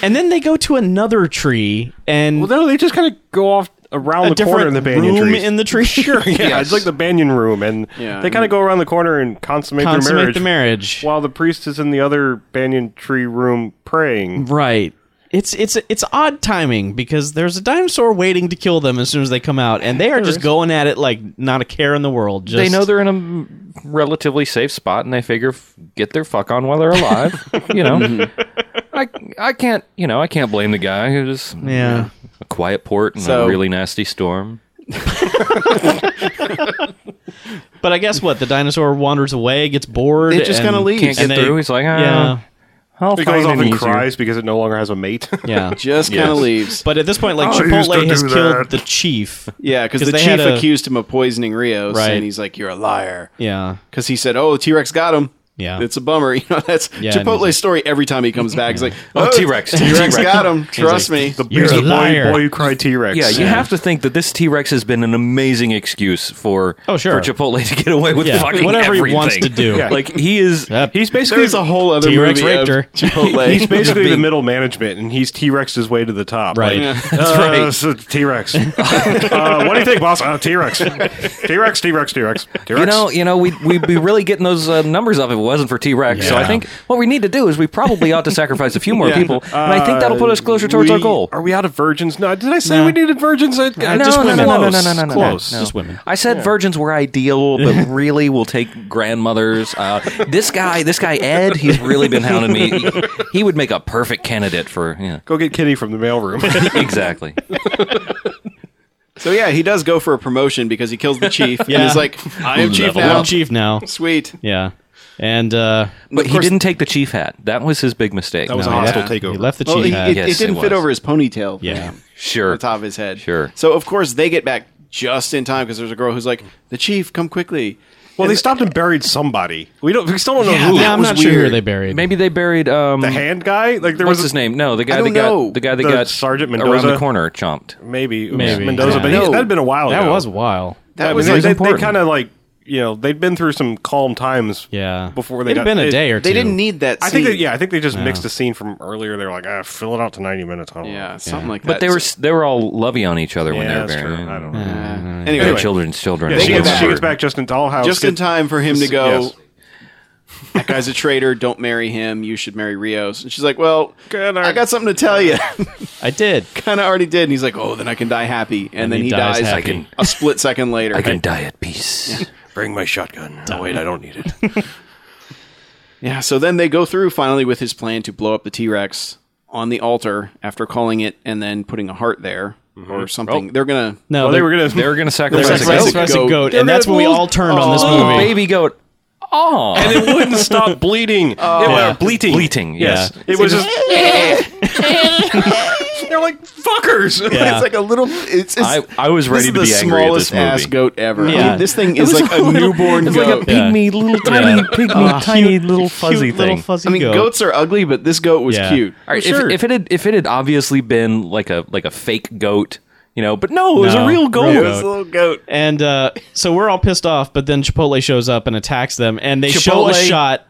S4: and then they go to another tree and
S2: well, no, they just kind of go off around
S4: a
S2: the corner
S4: different
S2: in the banyan
S4: room
S2: trees.
S4: in the tree. Sure.
S2: yeah, it's like the banyan room, and
S3: Yeah,
S2: they kind of go around the corner and consummate,
S4: Consummate the
S2: their marriage
S4: marriage.
S2: while the priest is in the other banyan tree room praying.
S4: Right. It's it's it's odd timing because there's a dinosaur waiting to kill them as soon as they come out, and they are just going at it like not a care in the world. Just
S1: they know they're in a m- relatively safe spot and they figure f- get their fuck on while they're alive you know i i can't you know i can't blame the guy who just
S4: yeah.
S1: a quiet port and
S3: So-
S1: a really nasty storm
S4: But I guess what the dinosaur wanders away, gets bored,
S3: It just
S4: and-
S3: kinda leaves.
S1: can't get
S4: and they-
S1: through he's like
S4: yeah,
S1: ah, i'll
S2: It
S1: find
S2: goes off
S1: an
S2: and
S1: easier-
S2: cries because it no longer has a mate.
S4: yeah.
S3: Just kind of leaves.
S4: But at this point, like
S2: I used to
S4: Chipotle has
S2: do
S4: killed
S2: that.
S4: the chief.
S3: Yeah, because
S4: 'Cause
S3: the
S4: they
S3: chief
S4: had a-
S3: accused him of poisoning Rios,
S4: Right.
S3: and he's like, "You're a liar,"
S4: Yeah,
S3: because he said, "Oh, T Rex got him."
S4: Yeah.
S3: it's a bummer. You know, that's
S4: Yeah, and
S3: Chipotle's
S4: he's-
S3: story. Every time he comes back, he's like,
S1: Oh,
S3: "Oh,
S1: T-Rex,
S3: T Rex got him. Trust me."
S2: the,
S4: You're
S2: he's
S4: a
S2: the boy-
S4: liar.
S2: boy, who cried T Rex.
S1: yeah, you have to think that this T Rex has been an amazing excuse for
S4: Oh, sure.
S1: for Chipotle to get away with
S4: Yeah.
S1: fucking
S4: Whatever he
S1: everything.
S4: wants to do. Yeah.
S1: Like he is,
S4: Yep.
S1: he's basically
S3: There's a whole other
S4: T-Rex
S3: movie of
S4: raped her.
S3: Chipotle.
S2: He's basically the middle management, and he's T Rexed his way to the top. Like,
S4: Right.
S2: uh,
S4: Yeah.
S2: That's right. T Rex. uh, what do you think, boss? Uh, T Rex. T Rex. T Rex. T Rex. T Rex.
S1: You know, you know, we'd, we'd be really getting those uh, numbers up if it wasn't for T Rex. So I
S4: Yeah.
S1: think what we need to do is we probably ought to sacrifice a few more
S3: Yeah.
S1: people, and I think that'll put us closer towards our goal.
S2: Are we out of virgins? No. Did I say we needed virgins? I, I
S1: no,
S2: just
S1: no, no, no,
S2: went
S1: no, no,
S2: close.
S1: no, no, no,
S2: Close.
S1: no.
S4: Just women.
S1: I said virgins were ideal, but really, we'll take grandmothers. Uh, this guy, this guy Ed, he's really been hounding me. He, he would make a perfect candidate for yeah,
S2: Go get Kitty from the mailroom.
S1: exactly.
S3: So yeah, he does go for a promotion because he kills the chief. and
S4: Yeah.
S3: he's like, "I am chief
S1: Level
S3: now."
S4: I'm chief now.
S3: Sweet.
S4: Yeah, and uh,
S1: But he
S3: course-
S1: didn't take the chief hat. That was his big mistake.
S2: That was a
S4: he
S2: hostile
S4: left-
S2: takeover.
S4: He left the chief.
S3: Well, he,
S4: hat.
S3: it,
S1: Yes,
S3: it didn't
S1: it
S3: fit
S1: was.
S3: over his ponytail.
S4: Yeah.
S1: sure.
S3: the top of his head.
S1: Sure.
S3: So of course they get back just in time because there's a girl who's like, "The chief, come quickly."
S2: well, they stopped and buried somebody. We don't. We still don't know
S4: yeah,
S2: who.
S4: I'm
S3: was
S4: not sure who
S3: weird.
S4: they buried.
S1: Maybe they buried um,
S2: The hand guy. Like there
S1: What's
S2: was
S1: his name? No, the guy that
S3: don't know.
S1: got the guy that
S2: The
S1: got
S2: Sergeant
S1: around
S2: Mendoza?
S1: the corner chomped.
S2: Maybe it was
S4: Maybe,
S2: Mendoza,
S4: yeah.
S2: but he,
S3: No.
S2: that had been a while.
S4: that
S2: ago.
S4: was a while.
S3: That
S2: I mean,
S3: was
S2: they,
S3: like,
S2: they,
S3: they,
S2: they
S1: important.
S2: kind of like you know they'd been through some calm times.
S4: Yeah,
S2: Before they got-
S4: It'd been a
S2: it-
S4: day or two.
S3: didn't need that. Scene.
S2: I think that, yeah, I think they just mixed a scene from earlier. They were like, ah, fill it out to ninety minutes. I don't know.
S3: yeah, something like that.
S1: But they were s- they were all lovey on each other when
S2: yeah,
S1: they were
S2: that's
S1: married.
S2: true. I don't know.
S3: anyway,
S1: Their children's children.
S2: Yeah,
S1: or
S2: she, gets,
S1: whatever.
S2: she gets back just in Dollhouse.
S3: just in
S2: gets-
S3: time for him to go.
S2: Yes.
S3: That guy's a traitor. Don't marry him. You should marry Rios. And she's like, "Well,
S2: Good,
S3: I got something to tell you."
S4: I did.
S3: kind of already did. And he's like, "Oh, then I can die happy." And, then
S4: he
S3: he,
S4: dies
S3: dies,
S4: happy.
S3: like in a split second later.
S1: I can die at peace.
S6: Bring my shotgun. Oh, wait, I don't need it.
S3: Yeah, so then they go through finally with his plan to blow up the T Rex on the altar after calling it and then putting a heart there or something. They're gonna
S4: No,
S2: Well, they were gonna.
S1: They were going to
S4: they
S1: sacrifice
S4: were
S1: a goat.
S3: sacrificing-
S4: sacrificing
S3: goat.
S4: a goat, and that's when we all turned on this
S1: Oh,
S4: movie.
S1: baby goat. Oh,
S2: and it wouldn't stop
S3: Oh.
S1: uh,
S2: bleeding. it was bleating.
S1: bleating. Yes.
S2: It was just. they're like fuckers.
S4: Yeah.
S3: It's like a little. It's, it's
S1: I- I was ready
S3: this
S1: to
S3: is
S1: be
S3: the
S1: angry at this
S3: smallest ass
S1: movie.
S3: goat ever. I
S4: Yeah.
S3: mean, this thing is like a, newborn
S1: It's
S3: goat.
S1: like a pygmy, little tiny, pygmy, tiny, little fuzzy
S4: Cute
S1: thing.
S4: little fuzzy
S3: I mean,
S4: goat.
S3: goats are ugly, but this goat was
S4: Yeah.
S3: cute.
S1: All right,
S2: Sure.
S1: if, if it had if it had obviously been like a like a fake goat, you know, but no, it was
S4: No,
S1: a real goat.
S4: real
S2: It's a little goat.
S4: And uh, so we're all pissed off, but then Chipotle shows up and attacks them, and they show a
S1: Chipotle-
S4: shot.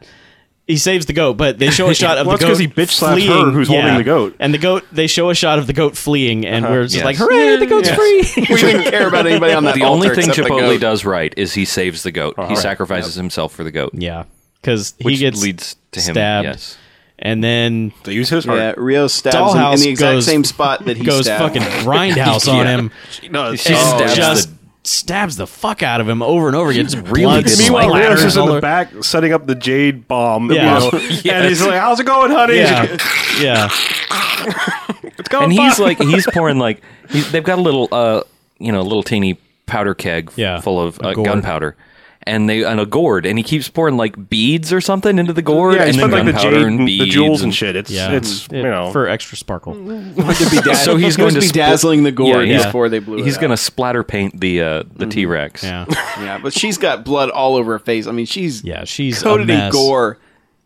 S4: He saves the goat, but they show a shot of
S2: Well,
S4: the
S2: that's
S4: goat
S2: 'cause he bitch slapped her
S4: fleeing.
S2: who's holding the goat. Uh-huh.
S4: and the goat. They show a shot of the goat fleeing, and we're just
S1: Yes.
S4: like, "Hooray, the goat's free!"
S3: We didn't care about anybody on that.
S1: The only
S3: altar
S1: thing
S3: except the
S1: Chipotle
S3: goat.
S1: does right is he saves the goat. he sacrifices himself for the goat,
S4: yeah, because he
S1: which
S4: gets
S1: leads to him.
S4: stabbed,
S1: Yes,
S4: and then
S2: They use his heart.
S3: Yeah, Rio stabs him in
S4: Dollhouse
S3: the exact
S4: goes-
S3: same spot that he
S4: goes
S3: stabbed.
S4: fucking grindhouse on
S1: Yeah.
S4: him.
S1: she
S4: and
S1: stabs
S4: just
S1: the.
S4: stabs the fuck out of him over and over again. Just
S1: really
S4: blood
S1: didn't
S4: splatters
S1: like
S2: Meanwhile,
S1: Like
S2: Rios is in
S4: all
S2: the
S4: over-
S2: back setting up the jade bomb.
S4: Yeah.
S2: you know, And he's like, how's it going, honey?
S4: Yeah, yeah.
S2: It's going
S1: And he's
S2: fine.
S1: like, he's pouring like, he's, they've got a little, uh, you know, little teeny powder keg f-
S4: Yeah,
S1: full of
S4: a
S1: uh,
S4: gourd.
S1: gunpowder, and they and a gourd, and he keeps pouring like beads or something into the gourd,
S2: yeah,
S1: and
S2: he's
S1: then
S2: put like the
S1: gunpowder
S2: jade
S1: and
S2: and
S1: beads
S2: the jewels and shit. It's,
S4: Yeah. Mm.
S2: it's you know.
S4: for extra sparkle.
S1: so he's
S3: He was
S1: going to split-
S3: bedazzling the gourd
S1: Yeah, yeah.
S3: before they blew it. Mm-hmm.
S1: He's
S3: up.
S1: going to splatter paint the uh, the T Rex.
S4: Yeah,
S3: Yeah, but she's got blood all over her face. I mean, she's
S4: yeah. She's
S3: coated
S4: a
S3: in
S4: mess.
S3: gore.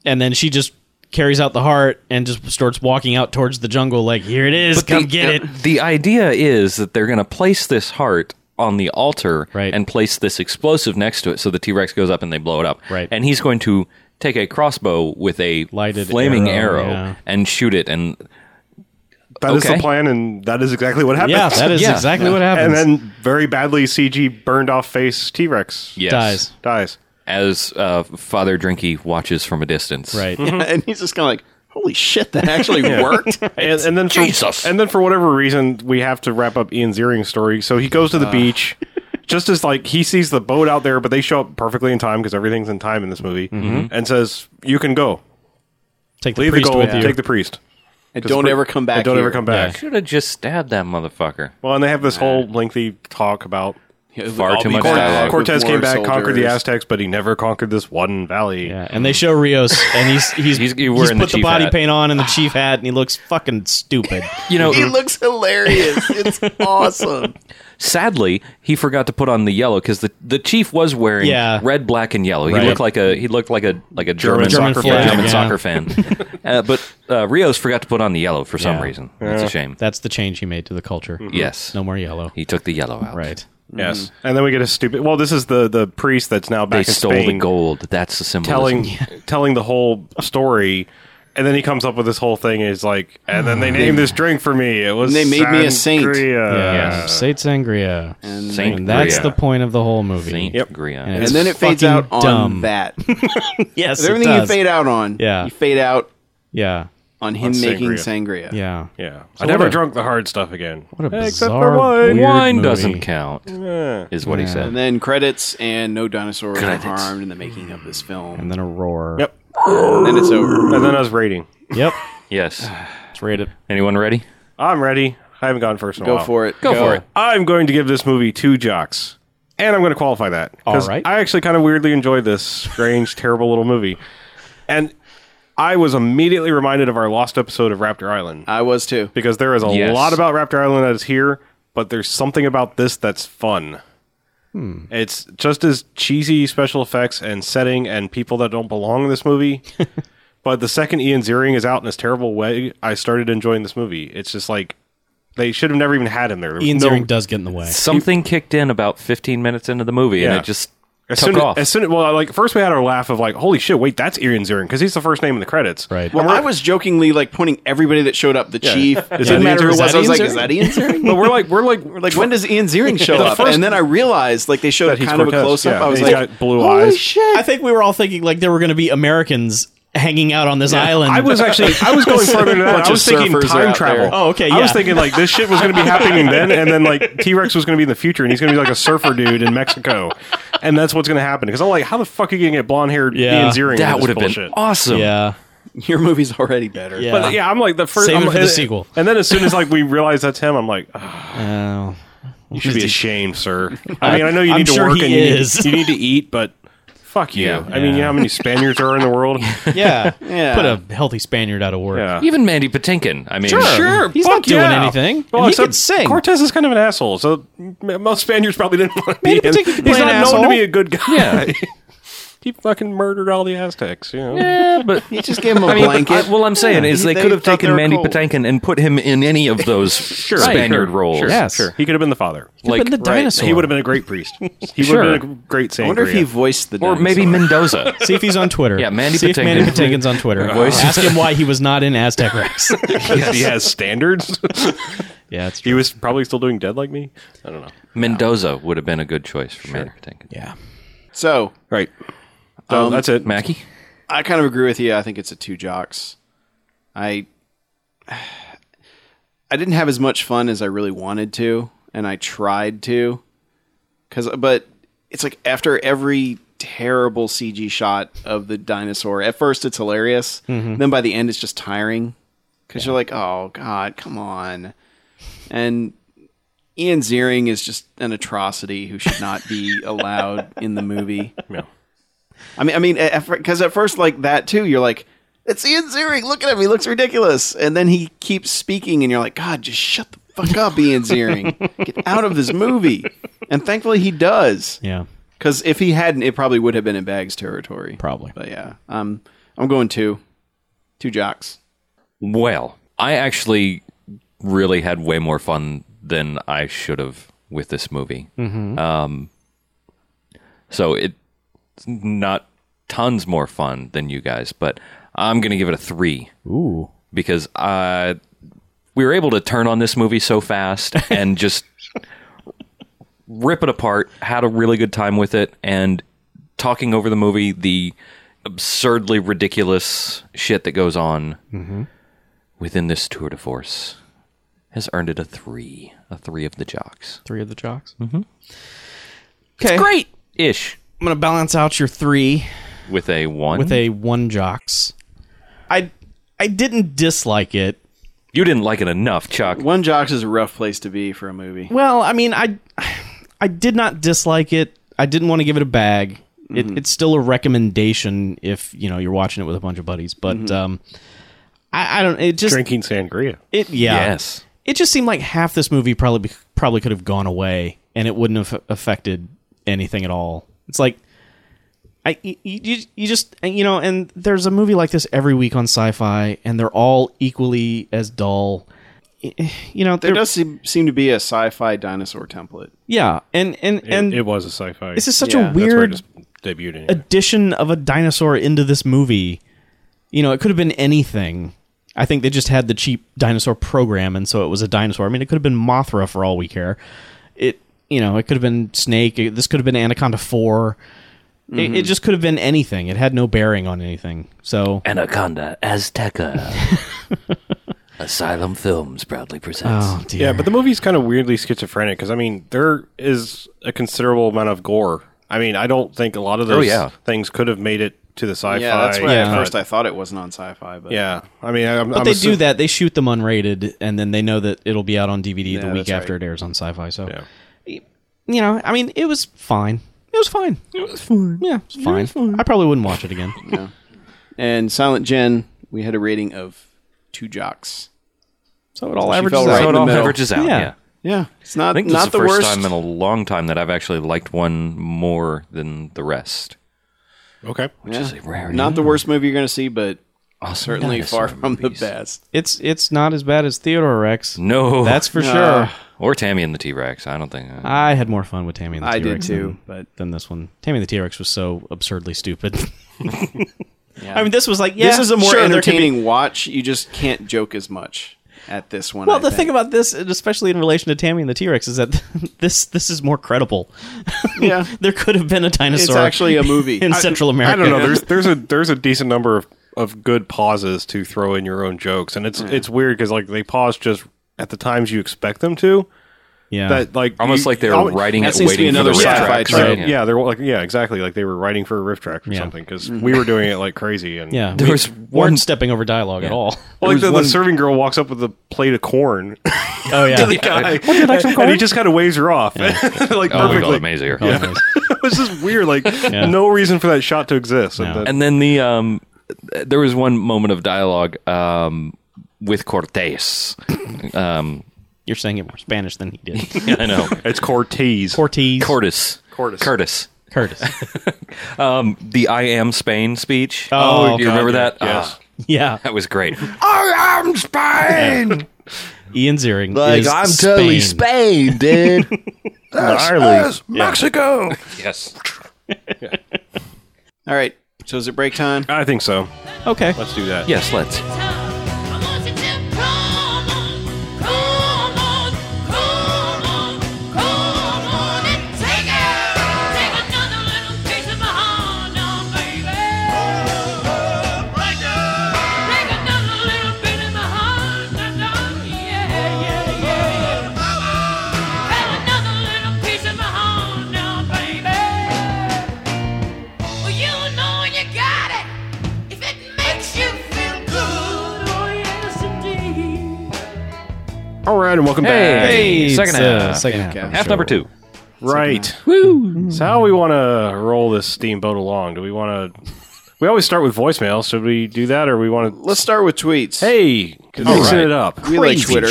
S4: and then she just carries out the heart and just starts walking out towards the jungle like here it is come
S1: the,
S4: get it
S1: The idea is that they're going to place this heart on the altar
S4: Right.
S1: and place this explosive next to it, so the T Rex goes up and they blow it up.
S4: Right.
S1: And he's going to take a crossbow with a
S4: Lighted
S1: flaming
S4: arrow,
S1: arrow,
S4: yeah.
S1: and shoot it. And
S2: That is
S1: Okay.
S2: the plan, and that is exactly what happens.
S4: yeah that is
S1: Yeah.
S4: exactly what happens
S2: and then very badly, CG burned off face T Rex
S1: yes,
S4: dies
S2: dies.
S1: as uh, Father Drinky watches from a distance.
S4: right
S3: and he's just kind of like, holy shit, that actually worked.
S2: And, and then for,
S1: Jesus.
S2: and then for whatever reason, we have to wrap up Ian's earring story. So he goes to
S4: Ah.
S2: the beach, just as like he sees the boat out there, but they show up perfectly in time because everything's in time in this movie, and says, "You can go,
S4: take the
S2: leave the
S4: Mm-hmm. priest
S2: gold,
S4: with you
S2: take the priest,
S3: And don't ever come back.
S2: and don't
S3: here.
S2: ever come back."
S1: Should have just stabbed that motherfucker.
S2: Well, and they have this whole lengthy talk about
S3: Yeah,
S1: Far
S3: I'll
S1: too
S3: be
S1: much
S3: back
S1: dialogue.
S3: with
S2: Cortez
S3: more
S2: came back, conquered the
S3: soldiers.
S2: Aztecs, but he never conquered this one valley.
S4: yeah and they show rios and he's
S1: He's-
S4: he's he's,
S1: you're wearing the
S4: put the,
S1: chief
S4: body
S1: hat.
S4: paint on and the chief hat and he looks fucking stupid
S1: You know,
S3: He looks hilarious. It's awesome.
S1: Sadly, he forgot to put on the yellow because the, the chief was wearing
S4: Yeah.
S1: red, black, and yellow.
S4: Right.
S1: He looked like a he looked like a like a German,
S4: German
S1: soccer,
S4: flag,
S1: fan. German
S4: yeah.
S1: soccer fan. uh, but uh, Rios forgot to put on the yellow for some
S4: Yeah.
S1: reason. That's a shame.
S4: that's the change he made to the culture
S1: Mm-hmm. yes,
S4: no more yellow
S1: he took the yellow out.
S4: right
S2: Yes,
S3: Mm-hmm.
S2: and then we get a stupid. Well, this is the the priest that's now
S1: They
S2: back in
S1: stole
S2: Spain.
S1: the gold. That's the symbolism.
S2: telling telling the whole story, and then he comes up with this whole thing. Is like, and then they named this drink for me. It was
S3: Mm. And they made me a saint.
S2: sangria."
S4: yeah Saint sangria and,
S1: Saint
S4: that's
S1: Gria.
S4: the point of the whole movie
S1: Saint
S2: Yep.
S1: Gria.
S4: Yeah.
S3: And then it fades out
S4: fucking
S3: on
S4: dumb.
S3: that.
S4: yes it
S3: Everything you
S4: does.
S3: fade out on,
S4: Yeah.
S3: you fade out
S4: yeah
S3: on him
S2: On
S3: making
S2: sangria.
S3: sangria.
S4: yeah
S2: Yeah, I never
S4: what a-
S2: drunk the hard stuff again.
S4: what a bizarre
S2: Except for wine.
S4: weird
S1: Wine
S4: movie.
S1: doesn't count, is what he
S3: And
S1: said.
S3: then credits and no dinosaurs were harmed in the making of this film.
S4: and then a roar
S2: Yep,
S3: And then it's over.
S2: and then I was rating.
S4: yep
S1: Yes.
S4: it's rated
S1: Anyone ready?
S2: I'm ready. I haven't gone first. In
S3: Go for it.
S1: Go, for it.
S2: I'm going to give this movie two jocks, and I'm going to qualify that 'cause
S4: All right.
S2: I actually kind of weirdly enjoyed this strange, terrible little movie, and I was immediately reminded of our lost episode of Raptor Island.
S3: I was too.
S2: because there is a
S1: Yes.
S2: lot about Raptor Island that is here, but there's something about this that's fun. It's just as cheesy special effects and setting and people that don't belong in this movie. but the second Ian Ziering is out in this terrible way, I started enjoying this movie. It's just like they should have never even had him there. There was
S4: Ian
S2: no-
S4: Ziering does get in the way
S1: Something kicked in about 15 minutes into the movie,
S2: Yeah.
S1: and it just
S2: As
S1: took
S2: soon,
S1: off.
S2: as soon, well, like first we had our laugh of like, "Holy shit! Wait, that's Ian Ziering because he's the first name in the credits."
S4: Right.
S2: Well,
S3: Well, I was jokingly like pointing everybody that showed up, the chief. It
S2: that
S3: didn't matter who
S2: Ian
S3: it was.
S2: Ziering?
S3: I was like,
S2: Is
S3: is
S2: that
S3: that Ian Ziering?
S2: but we're like, we're like, we're
S3: like, when does Ian Ziering show up?
S2: first-
S3: And then I realized like they showed
S2: that
S3: a
S2: he's
S3: kind of a
S2: Cortez.
S3: close up.
S2: Yeah,
S3: I was
S2: he's
S3: like,
S2: got blue
S3: holy
S2: eyes.
S3: shit.
S4: I think we were all thinking like there were going to be Americans hanging out on this island.
S2: I was actually I was going further than that.
S3: Bunch
S2: I
S3: of
S2: was thinking
S3: surfers are
S2: time
S3: out
S2: travel.
S3: there.
S4: Oh, okay,
S2: I
S4: yeah.
S2: was thinking like this shit was going to be happening then, and then like T Rex was going to be in the future, and he's going to be like a surfer dude in Mexico, and that's what's going to happen. Because I'm like, how the fuck are you going to get blonde haired
S4: Yeah.
S2: Ian Ziering?
S1: that
S2: would
S1: would have been awesome.
S4: yeah,
S3: Your movie's already better.
S4: yeah.
S2: But yeah, I'm like the first.
S4: Save it
S2: I'm,
S4: for the
S2: and-
S4: sequel.
S2: And then as soon as like we realize that's him, I'm like, "Ah,
S4: Oh.
S2: you should be ashamed, sir. I mean, I know you
S4: I'm
S2: need to
S4: sure
S2: work
S4: he
S2: and you need,
S4: is.
S2: you need to eat, but Fuck you.
S1: Yeah.
S2: I mean, you know how many Spaniards are in the world?
S4: Yeah.
S3: Yeah.
S4: Put a healthy Spaniard out of work.
S2: Yeah.
S1: Even Mandy Patinkin. I mean,
S2: Sure,
S4: He's
S2: fuck
S4: not doing
S2: yeah.
S4: anything.
S2: Well,
S4: and he
S2: except
S4: can sing.
S2: Cortez is kind of an asshole, so m- most Spaniards probably didn't want to be
S4: Manny
S2: in.
S4: Patinkin
S2: He's
S4: can play
S2: not
S4: an
S2: known to
S4: asshole.
S2: be a good guy.
S1: Yeah.
S2: he fucking murdered all the Aztecs. You know?
S1: Yeah, but
S3: You just gave him a
S1: I mean,
S3: blanket.
S1: I- well, I'm saying is
S3: Yeah,
S1: they,
S3: they
S1: could have
S3: thought they
S1: taken
S3: were
S1: Mandy
S3: cool.
S1: Patinkin and put him in any of those Spaniard roles.
S2: Sure,
S4: Yes.
S2: sure. He could have been the father.
S4: Like,
S1: Like,
S4: the
S1: right,
S4: dinosaur.
S2: He would have been a great priest. He would
S1: Sure.
S2: have been a great
S3: I
S2: saint.
S3: wonder if he voiced the
S1: or maybe
S3: dinosaur.
S1: Mendoza.
S4: See if he's on Twitter.
S1: Yeah, Mandy
S4: See if
S1: Patinkin.
S4: Mandy Patinkin's on Twitter. Ask him why he was not in Aztec Rex.
S2: he has standards.
S4: yeah, it's true.
S2: he was probably still doing dead like me. I don't know.
S1: Mendoza would have been a good choice for Mandy Patinkin.
S4: Yeah.
S3: so
S2: Right.
S4: Um,
S2: So that's it.
S1: Mackie.
S3: I kind of agree with you. I think it's a two jocks. I I didn't have as much fun as I really wanted to, and I tried to. Cause, but it's like after every terrible CG shot of the dinosaur, at first it's hilarious. Then by the end, it's just tiring. Cause you're like, oh god, come on. And Ian Ziering is just an atrocity who should not be allowed in the movie.
S2: No.
S3: I mean, I mean, because at first, like that too, you're like, it's Ian Ziering. Look at him; he looks ridiculous. And then he keeps speaking, and you're like, God, just shut the fuck up, Ian Ziering. Get out of this movie. And thankfully, he does.
S4: Yeah.
S3: Because if he hadn't, it probably would have been in Bags territory.
S4: Probably.
S3: But yeah, um, I'm going two, two jocks.
S1: Well, I actually really had way more fun than I should have with this movie. Um, so it's not tons more fun than you guys, but I'm going to give it a three.
S4: Ooh.
S1: because uh, we were able to turn on this movie so fast and just rip it apart. Had a really good time with it, and talking over the movie, the absurdly ridiculous shit that goes on within this tour de force has earned it a three, a three of the jocks,
S4: Three of the jocks. Mm-hmm. Okay. Great.
S1: ish,
S4: I'm going to balance out your three
S1: with a one.
S4: with a one jocks. I I didn't dislike it.
S1: you didn't like it enough, Chuck.
S3: One jocks is a rough place to be for a movie.
S4: Well, I mean, I I did not dislike it. I didn't want to give it a bag. It, it's still a recommendation if you know you're watching it with a bunch of buddies. But um, I, I don't. It just
S2: Drinking sangria.
S4: it yeah.
S1: Yes,
S4: It just seemed like half this movie probably be- probably could have gone away and it wouldn't have affected anything at all. It's like I you, you you just and, you know and there's a movie like this every week on Sci-Fi and they're all equally as dull. You know,
S3: There
S4: they're-
S3: does seem, seem to be a sci-fi dinosaur template.
S4: yeah, and and
S2: It,
S4: and
S2: it was a sci-fi.
S4: this is such
S3: Yeah,
S4: a
S3: that's where
S2: That's where it
S4: weird
S2: just debuted. Anyway.
S4: addition of a dinosaur into this movie. You know, it could have been anything. I think they just had the cheap dinosaur program, and so it was a dinosaur. I mean, it could have been Mothra for all we care. It, you know, it could have been Snake. It- this could have been Anaconda 4 It-
S3: Mm-hmm.
S4: It, just could have been anything. It had no bearing on anything. So
S7: Anaconda Azteca. Asylum Films proudly presents.
S4: oh dear.
S2: Yeah, but the movie's kind of weirdly schizophrenic because I mean there is a considerable amount of gore. I mean I don't think a lot of those
S1: yeah.
S2: things could have made it to the sci-fi.
S3: Yeah, that's why
S4: Yeah.
S3: at first I thought it wasn't on sci-fi, but
S2: Yeah, I mean I'm,
S4: But they do that. They shoot them unrated, and then they know that it'll be out on DVD the
S3: Yeah,
S4: week
S3: that's right.
S4: after it airs on Sci-Fi. So, you know, I mean, it was fine. It was fine. It was fine. Yeah, it was fine. I probably wouldn't watch it again.
S3: And Silent Jen, we had a rating of two jocks.
S4: So it all
S3: She
S4: averages
S3: fell
S4: out.
S1: so
S3: right in
S1: it
S3: the
S1: all
S3: middle.
S1: averages out.
S4: Yeah.
S1: yeah.
S3: Yeah, it's
S1: I
S3: not
S1: think this
S3: not
S1: is the,
S3: the
S1: first
S3: worst.
S1: time in a long time that I've actually liked one more than the rest.
S2: Okay,
S3: Yeah.
S1: is a rare
S3: not the worst movie you're going to see, but
S1: Awesome
S3: certainly far
S1: dinosaur
S3: from the
S1: movies.
S3: best.
S4: It's it's not as bad as Theodore Rex.
S1: No,
S4: That's for
S3: Nah.
S4: sure.
S1: or Tammy and the T Rex. I don't think.
S3: Uh,
S4: I had more fun with Tammy and the
S3: I
S4: T
S3: did
S4: Rex
S3: too,
S4: than,
S3: but-
S4: than this one. Tammy and the T Rex was so absurdly stupid. I mean, this was like yeah,
S3: this is a more
S4: sure, there could be-
S3: entertaining watch. You just can't joke as much at this one.
S4: Well,
S3: I
S4: the
S3: think.
S4: thing about this, and especially in relation to Tammy and the T Rex, is that this this is more credible.
S3: Yeah.
S4: there could have been a dinosaur.
S3: it's actually a movie.
S4: in Central America.
S2: I don't know. There's there's a there's a decent number of of good pauses to throw in your own jokes, and it's it's weird because like they pause just at the times you expect them to.
S4: Yeah.
S2: That like
S1: Almost
S2: you-
S1: like they were
S2: almo-
S1: writing it,
S3: That seems to be
S1: waiting for the
S3: another
S1: riff
S3: sci-fi
S1: track.
S3: trope.
S2: Right.
S1: Right?
S2: Yeah. they were like yeah, exactly. Like they were writing for a riff track or
S4: Yeah.
S2: something because
S3: Mm-hmm.
S2: we were doing it like crazy and
S4: yeah.
S1: There
S4: we
S1: was
S4: weren't
S1: one-
S4: stepping over dialogue at
S1: Yeah.
S4: all.
S2: Well, like
S1: There
S2: the,
S1: was
S2: the
S1: one-
S2: serving girl walks up with a plate of corn.
S4: Oh yeah.
S2: and he just kind of waves her off, like
S1: Oh, we got
S2: perfectly.
S1: amazing. here.
S4: Anyways.
S2: it was just weird. Like no reason for that shot to exist. And
S4: No.
S2: then-
S1: And then the um, there was one moment of dialogue um with Cortez.
S4: You're saying it more Spanish than he did.
S1: I know
S2: it's Cortez.
S4: Cortez.
S1: Cortis.
S2: Cortis.
S1: Curtis.
S4: Curtis.
S1: The I am Spain speech.
S4: Oh,
S1: you remember that? Ah,
S2: Yes.
S4: yeah.
S1: that was great.
S7: I am Spain.
S4: Ian Ziering.
S7: Like
S4: is
S7: I'm totally Spain, dude. That's
S2: Gnarly.
S7: us, Mexico.
S1: yes.
S3: All right. So is it break time?
S2: I think so.
S4: Okay.
S2: Let's do that.
S1: Yes, let's.
S5: I want you to come on, come on, come on, come on and take it. Take another little piece of my heart now, baby. Take another little bit of my heart now, yeah, yeah, yeah. Take another little piece of my heart now, baby. Well, you know you got it if it makes you feel good. Oh, yes, indeed.
S2: All right, and welcome back.
S1: Hey, second
S4: it's, uh,
S1: half.
S4: second
S3: Okay.
S4: half.
S1: half number two.
S2: Right. So how we want to roll this steamboat along? Do we want to? We always start with voicemail. Should we do that, or we want to?
S3: Let's start with tweets.
S2: Hey, mixing it up.
S3: we like Twitter.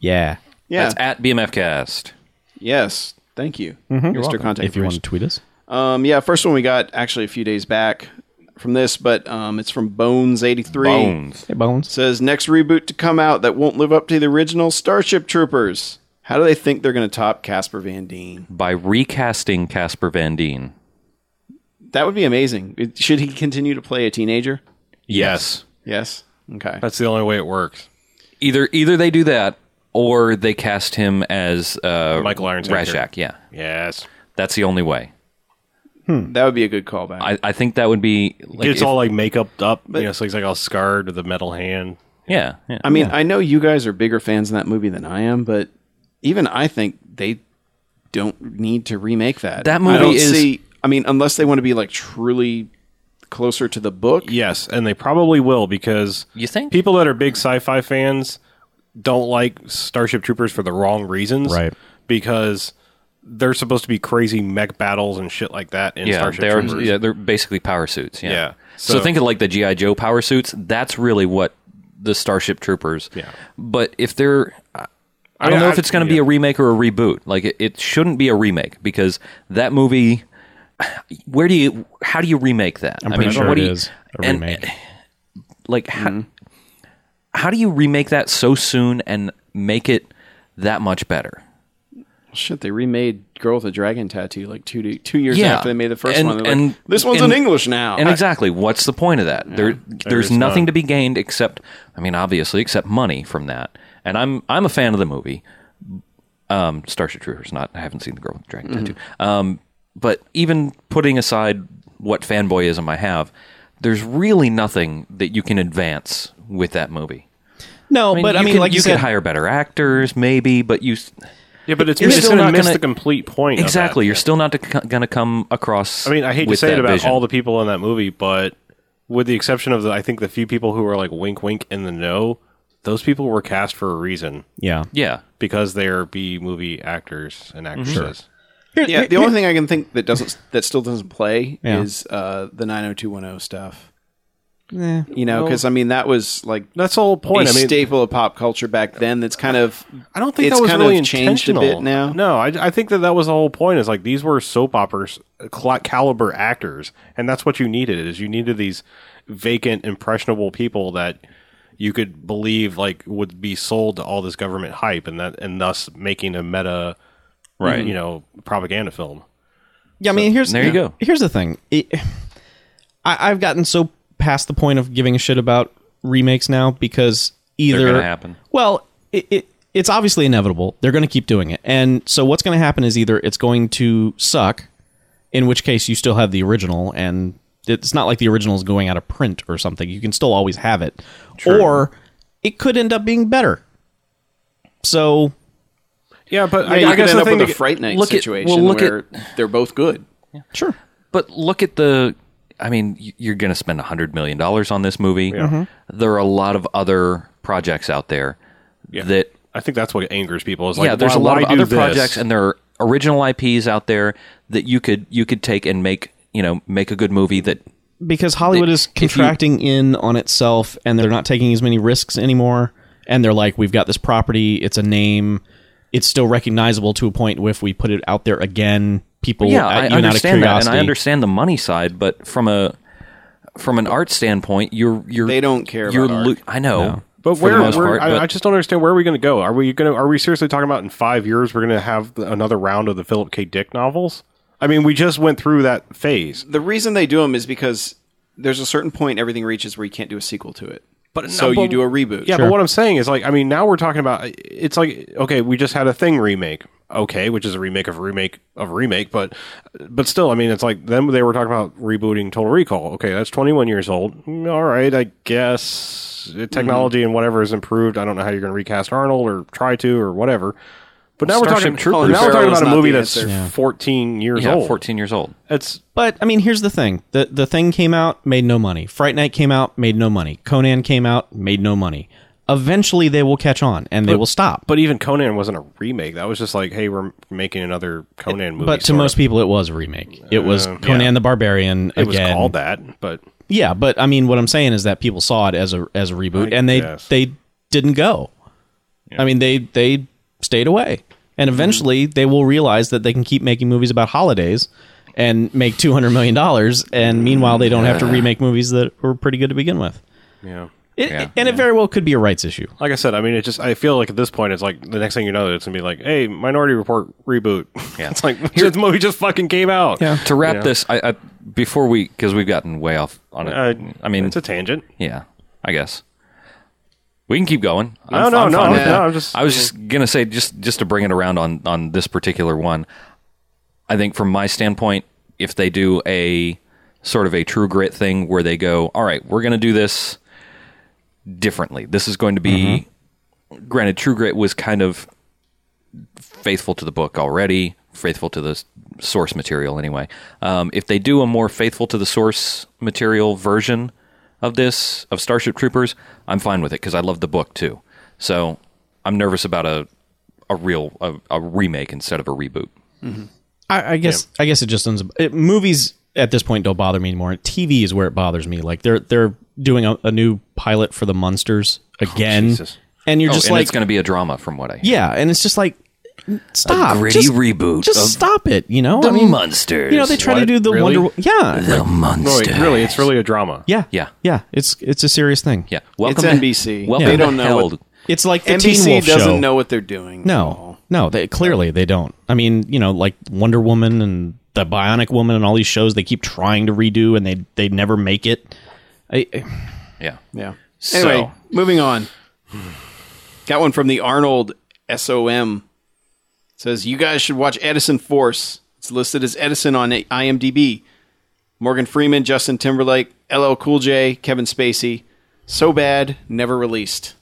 S4: Yeah.
S3: Yeah.
S1: That's at BMFcast.
S3: yes. Thank you, Mr. Contact.
S4: Mm-hmm. If you want to tweet us.
S3: Um, yeah, first one we got actually a few days back from this, but um, it's from Bones83.
S1: Bones.
S4: Hey Bones.
S3: Says next reboot to come out that won't live up to the original Starship Troopers. How do they think they're going to top Casper Van Dien?
S1: By recasting Casper Van Dien.
S3: That would be amazing. It- should he continue to play a teenager?
S2: Yes,
S3: Yes. Okay.
S2: that's the only way it works.
S1: Either either they do that or they cast him as uh,
S2: Michael Irons
S1: Rashak. Yeah,
S2: Yes,
S1: that's the only way.
S4: Hmm.
S3: That would be a good callback.
S1: I, I think that would be. Like
S2: it's
S1: if-
S2: all like makeup up. you know, so he's like all scarred with the metal hand.
S1: Yeah, yeah.
S3: I mean, I know you guys are bigger fans of that movie than I am, but even I think they don't need to remake that.
S1: That
S3: I don't
S1: movie is-
S3: See, I mean, unless they want to be like truly closer to the book.
S2: Yes, and they probably will because
S1: You think?
S2: people that are big sci-fi fans don't like Starship Troopers for the wrong reasons,
S4: Right.
S2: Because they're supposed to be crazy mech battles and shit like that in
S1: yeah,
S2: Starship
S1: they're
S2: Troopers.
S1: yeah, they're basically power suits. Yeah.
S2: Yeah,
S1: So,
S2: so-
S1: think of like the GI Joe power suits. That's really what the Starship Troopers.
S2: Yeah.
S1: But if they're, I, I don't
S2: mean,
S1: know
S2: I-
S1: if it's going to be
S2: yeah.
S1: a remake or a reboot. Like it, it shouldn't be a remake because that movie. Where do you? How do you remake that? I'm
S4: pretty sure
S1: what
S4: it
S1: do you-
S4: is a
S1: and- uh,
S4: remake.
S1: like how, how do you remake that so soon and make it that much better?
S3: Shit, they remade Girl with a Dragon Tattoo like two two years
S1: Yeah.
S3: after they made the first
S1: And-
S3: one. They're like,
S1: and-
S3: this one's
S1: and-
S3: in English now.
S1: And exactly, what's the point of that? there, there's
S2: is
S1: nothing
S2: none.
S1: to be gained except, I mean, obviously, except money from that. And I'm I'm a fan of the movie, um, Starship Troopers. Not, I haven't seen the girl with the dragon
S3: Mm-hmm.
S1: tattoo. Um, but even putting aside what fanboyism I have, there's really nothing that you can advance with that movie.
S4: No, but
S1: you
S4: I mean,
S1: can,
S4: like you,
S1: you
S4: said,
S1: could hire better actors, maybe, but you s-
S2: yeah, but it's,
S1: You're
S2: it's
S1: still
S2: gonna
S1: not
S2: miss
S1: gonna-
S2: the complete point. of that.
S1: exactly. You're still not going to come across.
S2: I mean, I hate to
S1: with
S2: say it
S1: that
S2: about
S1: vision.
S2: all the people in that movie, but with the exception of the, I think the few people who were like wink, wink in the know, those people were cast for a reason
S4: yeah.
S1: yeah.
S2: because they're B movie actors and actresses.
S3: yeah, the only thing I can think that doesn't that still doesn't play
S4: Yeah.
S3: is uh, the 90210 stuff.
S1: Eh.
S3: you know, because I mean that was like
S2: That's the whole point.
S3: a
S2: I mean,
S3: staple of pop culture back then. That's kind of
S2: I don't think
S3: it's
S2: that was
S3: kind
S2: really
S3: of changed a
S2: intentional.
S3: bit now.
S2: No, I, I think that that was the whole point. Is like these were soap operas cla- caliber actors, and that's what you needed. Is you needed these vacant, impressionable people that you could believe like would be sold to all this government hype, and that and thus making a meta, right? You know, propaganda film.
S4: Yeah, I mean, here's
S1: there you go.
S4: Here's the thing. It- I, I've gotten so past the point of giving a shit about remakes now because either
S1: gonna happen.
S4: Well, it, it it's obviously inevitable. They're going to keep doing it, and so what's going to happen is either it's going to suck, in which case you still have the original, and it's not like the original is going out of print or something. You can still always have it, or it could end up being better. So
S2: Yeah, but
S3: Yeah, you
S2: guess
S3: could end
S2: the
S3: up
S2: thing
S3: with
S2: to
S3: a
S2: get-
S3: Fright Night
S1: look at-
S3: situation
S1: well, look at-
S3: where they're both good.
S4: Sure.
S1: But look at the. I mean, y- you're going to spend hundred million dollars on this movie.
S2: Mm-hmm.
S1: There are a lot of other projects out there that.
S2: I think that's what angers people. Is like,
S1: yeah, there's a
S2: why-
S1: lot
S2: why
S1: of
S2: do
S1: other
S2: this?
S1: projects, and there are original IPs out there that you could you could take and make you know make a good movie that
S4: Because Hollywood is
S1: If you-
S4: contracting in on itself and they're not taking as many risks anymore. And they're like, we've got this property, it's a name, it's still recognizable to a point where if we put it out there again, people
S1: yeah,
S4: will
S1: I
S4: at you out of
S1: understand that,
S4: curiosity.
S1: and I understand the money side, but from a from an art standpoint, you're you're
S3: They don't care
S1: You're
S3: about art.
S1: lo- I know,
S2: But
S1: for
S2: where,
S1: the most
S2: where
S1: part,
S2: I,
S1: but
S2: I just don't understand where are we going to go? Are we going to are we seriously talking about in five years we're going to have the- another round of the Philip K. Dick novels? I mean, we just went through that phase.
S3: The reason they do them is because there's a certain point everything reaches where you can't do a sequel to it. But so
S2: no, but-
S3: you do a reboot.
S2: Yeah, but what I'm saying is like, I mean, now we're talking about it's like okay, we just had a thing remake, okay, which is a remake of a remake of a remake, but but still, I mean, it's like then they were talking about rebooting Total Recall. Okay, that's 21 years old. Mm, All right, I guess uh, technology and whatever is improved. I don't know how you're going to recast Arnold or try to or whatever. But now
S1: Starship
S2: we're talking.
S1: Troopers.
S2: Now we're talking
S3: Colin Farrell's
S2: about a
S3: not
S2: movie
S3: the
S2: that's
S3: answer.
S2: 14 years
S1: yeah,
S2: old.
S1: 14 years old.
S2: It's
S4: But I mean, here's the thing: the the thing came out, made no money. Fright Night came out, made no money. Conan came out, made no money. Eventually, they will catch on and they will stop.
S2: but even Conan wasn't a remake. That was just like, hey, we're making another Conan movie.
S4: But to
S2: sort
S4: most
S2: of.
S4: people, it was a remake. It was
S2: Uh,
S4: Conan
S2: yeah.
S4: the Barbarian
S2: it was
S4: again.
S2: called that, but
S4: Yeah, but I mean, what I'm saying is that people saw it as a as a reboot,
S2: I
S4: and they
S2: guess.
S4: they didn't go. I mean, they they stayed away, and
S1: Mm-hmm.
S4: eventually they will realize that they can keep making movies about holidays and make two hundred million dollars, and
S1: Mm-hmm.
S4: meanwhile they don't have to remake movies that were pretty good to begin with.
S2: yeah.
S4: It,
S1: Yeah.
S4: and it very well could be a rights issue.
S2: Like I said, I mean, it just I feel like at this point it's like the next thing you know, it's gonna be like, hey, Minority Report reboot.
S1: Yeah.
S2: it's like this movie just fucking came out.
S4: Yeah.
S1: to wrap
S2: Yeah.
S1: this, I, I before we because we've gotten way off on it.
S2: Uh,
S1: I mean,
S2: it's a tangent.
S1: yeah, I guess we can keep going.
S2: No, no, no,
S1: fine with
S2: no,
S1: that.
S2: I'm just-
S1: I was just gonna say just just to bring it around on on this particular one. I think from my standpoint, if they do a sort of a true grit thing where they go, all right, we're gonna do this differently. This is going to be.
S2: Mm-hmm.
S1: Granted, True Grit was kind of faithful to the book already, faithful to the s- source material anyway. Um, if they do a more faithful to the source material version of this, of Starship Troopers, I'm fine with it because I love the book too. So I'm nervous about a a real a, a remake instead of a reboot.
S4: I, I guess I guess it just ends. It, movies at this point don't bother me anymore. TV is where it bothers me. Like they're they're doing a, a new pilot for the Munsters again,
S2: Jesus.
S4: and you're
S1: Oh,
S4: just
S1: and
S4: like
S1: it's going to be a drama from what I hear.
S4: yeah, and it's just like stop
S1: gritty
S4: just,
S1: reboot
S4: Just
S1: of
S4: stop it. You know, I
S1: The
S4: mean,
S1: monsters.
S4: you know they try to
S2: What?
S4: do the
S2: Really?
S4: Wonder. Yeah,
S1: the monsters.
S2: Really, really, it's really a drama.
S4: yeah,
S1: Yeah.
S4: yeah. It's it's a serious thing.
S1: Yeah. Welcome to
S3: NBC.
S1: Welcome
S4: They
S1: to
S3: don't know
S1: hell.
S3: what-
S4: it's like the Teen
S3: NBC
S4: Wolf
S3: doesn't
S4: show.
S3: know what they're doing.
S4: No, no, they clearly they don't. I mean, you know, like Wonder Woman and the Bionic Woman and all these shows they keep trying to redo and they they never make it. I, I-
S1: Yeah.
S3: Yeah.
S1: So-
S3: Anyway, moving on. Got one from the Arnold SOM. It says you guys should watch Edison Force. It's listed as Edison on IMDb. Morgan Freeman, Justin Timberlake, LL Cool J, Kevin Spacey. So bad, never released.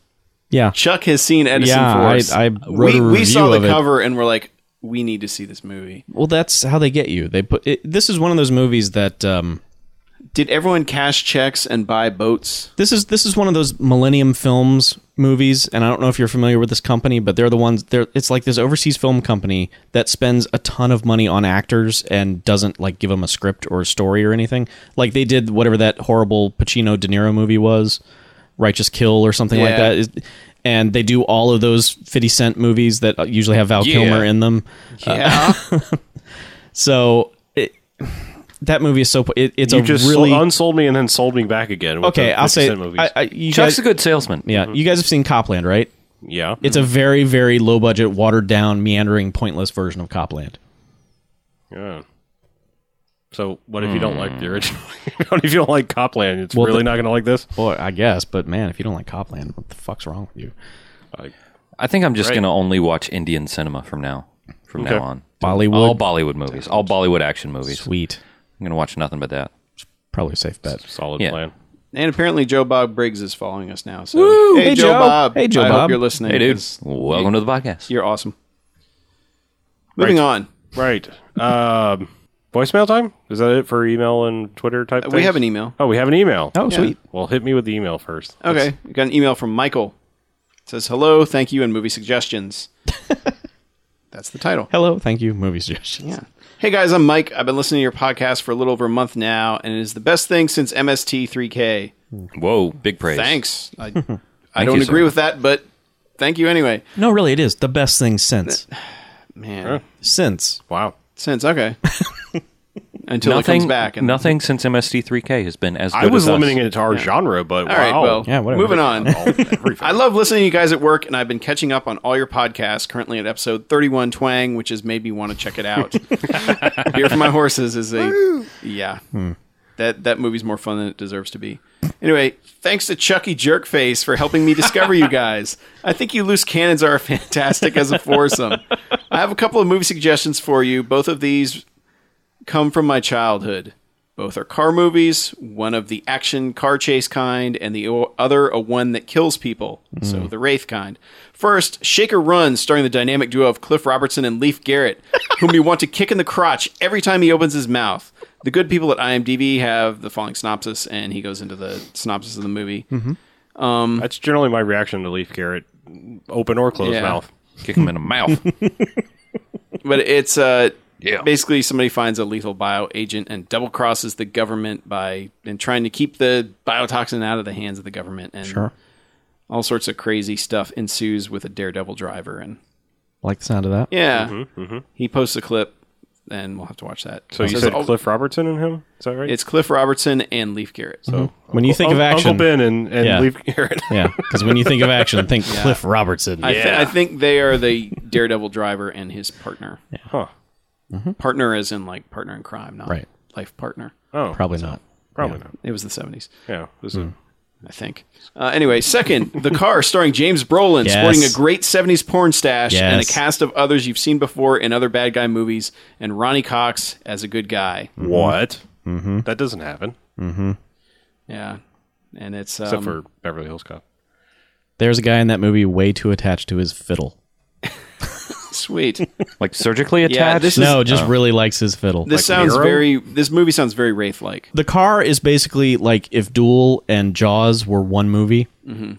S4: yeah,
S3: Chuck has seen Edison
S4: Yeah, I-
S3: Force.
S4: I wrote
S3: we,
S4: a
S3: we saw
S4: review
S3: the
S4: of it.
S3: cover and we're like, we need to see this movie.
S4: well, that's how they get you. They put it, this is one of those movies that um,
S3: Did everyone cash checks and buy boats?
S4: this is this is one of those Millennium Films movies, and I don't know if you're familiar with this company, but they're the ones. They're it's like this overseas film company that spends a ton of money on actors and doesn't like give them a script or a story or anything. Like they did whatever that horrible Pacino De Niro movie was, Righteous Kill or something like
S3: Yeah.
S4: that. Is- And they do all of those fifty cent movies that usually have Val Kilmer in them.
S3: Yeah.
S4: So it, that movie is so it, it's
S2: You
S4: a
S2: just
S4: really
S2: unsold me and then sold me back again. With
S4: okay.
S2: the
S4: I'll say
S2: 50 movies.
S4: I, I, you
S1: Chuck's
S4: guys,
S1: a good salesman.
S4: yeah. You guys have seen Copland, right?
S2: yeah,
S4: It's a very, very low budget, watered down, meandering, pointless version of Copland.
S2: yeah. So what if you don't like the
S1: Hmm.
S2: original? what if you don't like Copland? It's
S4: Well,
S2: really
S4: the-
S2: not going to like this.
S4: Boy, I guess, but man, if you don't like Copland, what the fuck's wrong with you?
S1: I think I'm just
S2: Right.
S1: going to only watch Indian cinema from now from
S2: Okay.
S1: now on.
S4: Bollywood?
S1: all Bollywood movies, all Bollywood action movies.
S4: Sweet.
S1: I'm gonna watch nothing but that.
S4: Probably a safe bet.
S2: Solid
S1: Yeah.
S2: plan.
S3: and apparently Joe Bob Briggs is following us now. So
S4: Woo!
S3: hey,
S4: Hey,
S3: Joe
S4: Joe.
S3: Bob.
S4: Hey, Joe
S3: I hope
S4: Bob.
S3: you're listening.
S1: Hey, dude,
S3: 'cause
S1: welcome to the podcast.
S3: You're awesome. Moving
S2: Right.
S3: on.
S2: Right. Um, voicemail time? Is that it for email and Twitter type
S3: We
S2: things?
S3: have an email.
S2: Oh, we have an email.
S4: Oh,
S3: Yeah.
S4: sweet.
S2: Well, hit me with the email first.
S3: Okay. We got an email from Michael. It says, Hello, thank you, and movie suggestions. That's the title.
S4: Hello, thank you. Movie suggestions.
S3: Yeah. Hey guys, I'm Mike. I've been listening to your podcast for a little over a month now, and it is the best thing since MST3K.
S1: Whoa, big praise.
S3: Thanks. I, I don't
S1: you,
S3: agree
S1: sir.
S3: with that, but thank you anyway.
S8: No, really, it is the best thing since
S3: Man,
S8: since
S2: Wow.
S3: since okay. Until it comes
S1: Nothing,
S3: back. And,
S1: nothing since MST3K has been as good
S2: I was
S1: as us.
S2: limiting it to our genre, but
S3: All
S2: wow.
S3: right. Well,
S8: Yeah, whatever.
S3: moving on.
S2: Everything.
S3: I love listening to you guys at work, and I've been catching up on all your podcasts. Currently at episode 31 Twang, which has made me want to check it out. Beer for My Horses is a. Yeah.
S8: Hmm.
S3: That, that movie's more fun than it deserves to be. Anyway, thanks to Chucky Jerkface for helping me discover you guys. I think you loose cannons are fantastic as a foursome. I have a couple of movie suggestions for you. Both of these come from my childhood. Both are car movies, one of the action car chase kind, and the o- other a one that kills people, so the Wraith kind. First, Shaker Run, starring the dynamic duo of Cliff Robertson and Leaf Garrett, whom you want to kick in the crotch every time he opens his mouth. The good people at IMDb have the following synopsis, and he goes into the synopsis of the movie.
S2: That's generally my reaction to Leaf Garrett, open or closed
S3: Yeah.
S2: mouth.
S1: Kick him in the mouth.
S3: but it's uh
S1: Yeah.
S3: basically somebody finds a lethal bio agent and double crosses the government by and trying to keep the biotoxin out of the hands of the government and all sorts of crazy stuff ensues with a daredevil driver and
S8: like the sound of
S2: Mm-hmm,
S8: that.
S3: yeah he posts a clip and we'll have to watch that
S2: So
S3: It
S2: you
S3: says,
S2: said
S3: "Oh,
S2: Cliff Robertson and him? Is that right?
S3: it's cliff robertson and leaf garrett
S2: Mm-hmm.
S3: so
S4: When you think of
S2: Un-
S4: action,
S2: Uncle Ben and, and
S4: Yeah.
S2: Leaf Garrett.
S4: yeah, because when you think of action, think Cliff Robertson.
S3: I, th- I think they are the daredevil driver and his partner
S2: Huh.
S3: partner as in like partner in crime not
S4: Right.
S3: life partner
S2: Oh,
S4: Probably not.
S2: probably not.
S3: it was the 70s
S2: Yeah. This is
S3: I think. Uh, anyway, second, The Car, starring James Brolin,
S4: Yes.
S3: sporting a great 70s porn stash and a
S4: Yes.
S3: cast of others you've seen before in other bad guy movies, and Ronnie Cox as a good guy.
S2: What? Mm-hmm. That doesn't happen.
S3: Yeah. And it's. Um,
S2: Except for Beverly Hills Cop.
S4: There's a guy in that movie way too attached to his fiddle.
S3: Sweet.
S1: like surgically attached.
S3: Yeah, this is.
S4: No, just really likes his fiddle.
S3: This sounds
S2: Nero?
S3: very. This movie sounds very wraith like.
S4: the car is basically like if Duel and Jaws were one movie.
S3: Mm-hmm.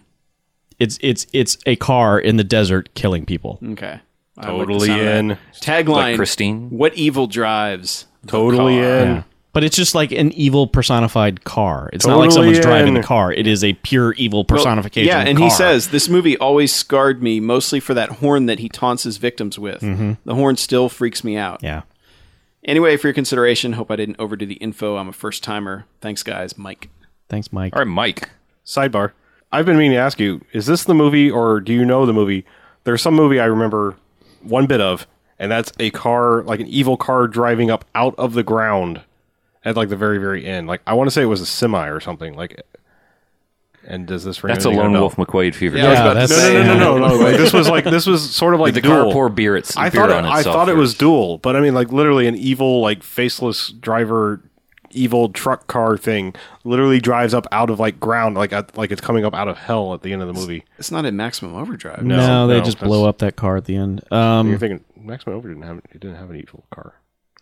S4: It's it's it's a car in the desert killing people.
S3: Okay. I like the
S2: Totally
S3: sound of that.
S2: in.
S3: Tagline
S1: Like Christine?
S3: What evil drives? the
S2: Totally
S3: car?"
S2: in.
S4: But it's just like an evil personified car. It's not like
S2: Totally
S4: someone's driving the
S2: in.
S4: car. It is a pure evil
S3: Well,
S4: personification.
S3: Yeah,
S4: of
S3: and he
S4: car.
S3: says this movie always scarred me, mostly for that horn that he taunts his victims with.
S4: Mm-hmm.
S3: The horn still freaks me out.
S4: Yeah.
S3: Anyway, for your consideration, hope I didn't overdo the info. I'm a first timer. Thanks, guys. Mike.
S4: Thanks, Mike.
S1: All right, Mike.
S2: Sidebar. I've been meaning to ask you, is this the movie or do you know the movie? There's some movie I remember one bit of, and that's a car, like an evil car driving up out of the ground at like the very, very end. Like I want to say it was a semi or something. Like and does this ring
S1: That's a
S2: anything? I
S1: lone
S2: don't know.
S1: wolf McQuade fever.
S3: I was
S4: Yeah,
S3: about to
S4: that's-
S3: say,
S2: No, no,
S3: uh,
S2: no, no, no. like, this was like this was sort of like
S1: Did the
S2: dual.
S1: car pour beer its
S2: I
S1: beer
S2: thought it,
S1: on
S2: I
S1: itself
S2: thought it was
S1: first.
S2: dual, but I mean, like literally an evil, like faceless driver, evil truck car thing, literally drives up out of like ground, like at, like it's coming up out of hell at the end of the movie.
S3: It's not in Maximum Overdrive.
S4: No,
S2: No,
S4: they
S2: no,
S4: just
S2: that's-
S4: blow up that car at the end. Um,
S2: You're thinking Maximum Overdrive didn't have it didn't have an evil car.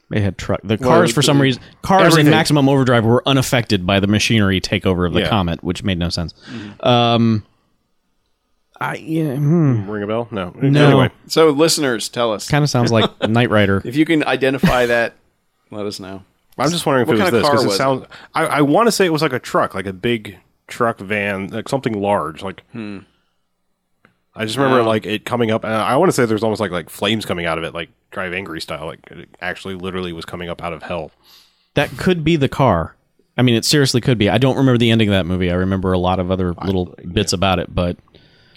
S4: they had truck. The cars, for some reason, cars
S2: everything-
S4: in Maximum Overdrive were unaffected by the machinery takeover of the
S2: Yeah.
S4: Comet, which made no sense. Um, I yeah, hmm,
S2: Ring a bell? No.
S4: no,
S2: Anyway,
S3: So, listeners, tell us
S4: kind of sounds like Knight Rider.
S3: if you can identify that. Let us know.
S2: I'm just wondering if
S3: What
S2: it was
S3: kind of
S2: this
S3: car
S2: because it
S3: was it?
S2: sounds. I, I want to say it was like a truck, like a big truck van, like something large, like. I just remember like it coming up, and I want to say there's almost like like flames coming out of it, like Drive Angry style. Like it actually, literally was coming up out of hell.
S4: That could be the car. I mean, it seriously could be. I don't remember the ending of that movie. I remember a lot of other little bits about it, but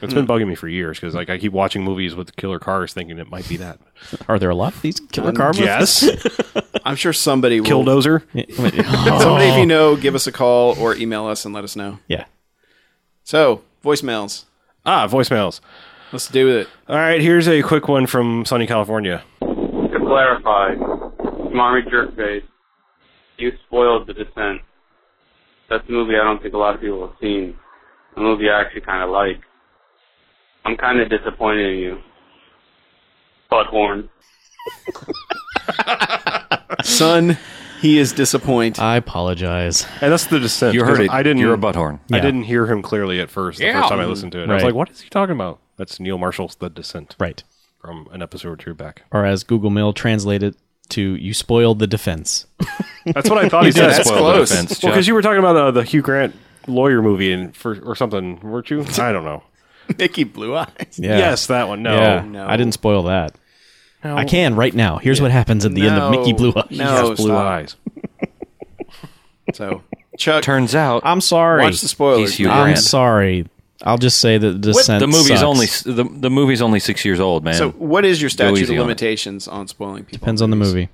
S2: It's been bugging me for years because like I keep watching movies with killer cars, thinking it might be that.
S4: are there a lot of these killer
S3: Um,
S4: car movies?
S2: yes,
S3: I'm sure somebody will.
S2: Killdozer.
S3: Somebody, if you know, give us a call or email us and let us know.
S4: Yeah.
S3: So, voicemails.
S2: Ah, voicemails.
S3: Let's do it.
S2: All right, here's a quick one from sunny California.
S9: To clarify, Smarmy Jerkface, you spoiled The Descent. That's a movie I don't think a lot of people have seen. A movie I actually kind of like. I'm kind of disappointed in you. Butthorn.
S3: Son, he is disappointed.
S4: I apologize.
S2: And that's the descent.
S1: You heard
S2: 'cause
S1: it.
S2: I didn't.
S1: You're a butthorn.
S2: I
S4: Yeah.
S2: didn't hear him clearly at first. The first time I listened to it, I was
S4: Right.
S2: like, "What is he talking about?" That's Neil Marshall's "The Descent"
S4: Right.
S2: from an episode or two back.
S4: Or as Google Mail translated to "You spoiled the defense."
S2: That's what I thought he said.
S3: that's
S2: Spoiled
S3: close.
S2: it.
S1: Defense,
S2: Well,
S1: Chuck.
S2: because you were talking about uh, the Hugh Grant lawyer movie and for or something, weren't you? I don't know.
S3: Mickey Blue Eyes.
S4: Yeah.
S2: Yes, that one. No,
S4: yeah.
S3: no.
S4: I didn't spoil that. I can right now. Here's what happens at the end
S3: No.
S4: of Mickey Blue Eyes.
S3: No.
S2: He has blue
S3: stop.
S2: eyes.
S3: So, Chuck,
S1: Turns out
S4: I'm sorry.
S3: watch the spoilers. Um,
S1: he's Hugh
S3: man.
S4: I'm
S1: Grant.
S4: sorry. I'll just say that the descent.
S1: the movie's
S4: sucks.
S1: only the, the movie's only six years old, man.
S3: So, what is your statute
S1: easy
S3: of
S1: on it.
S3: limitations on, spoiling people?
S4: depends on the movie.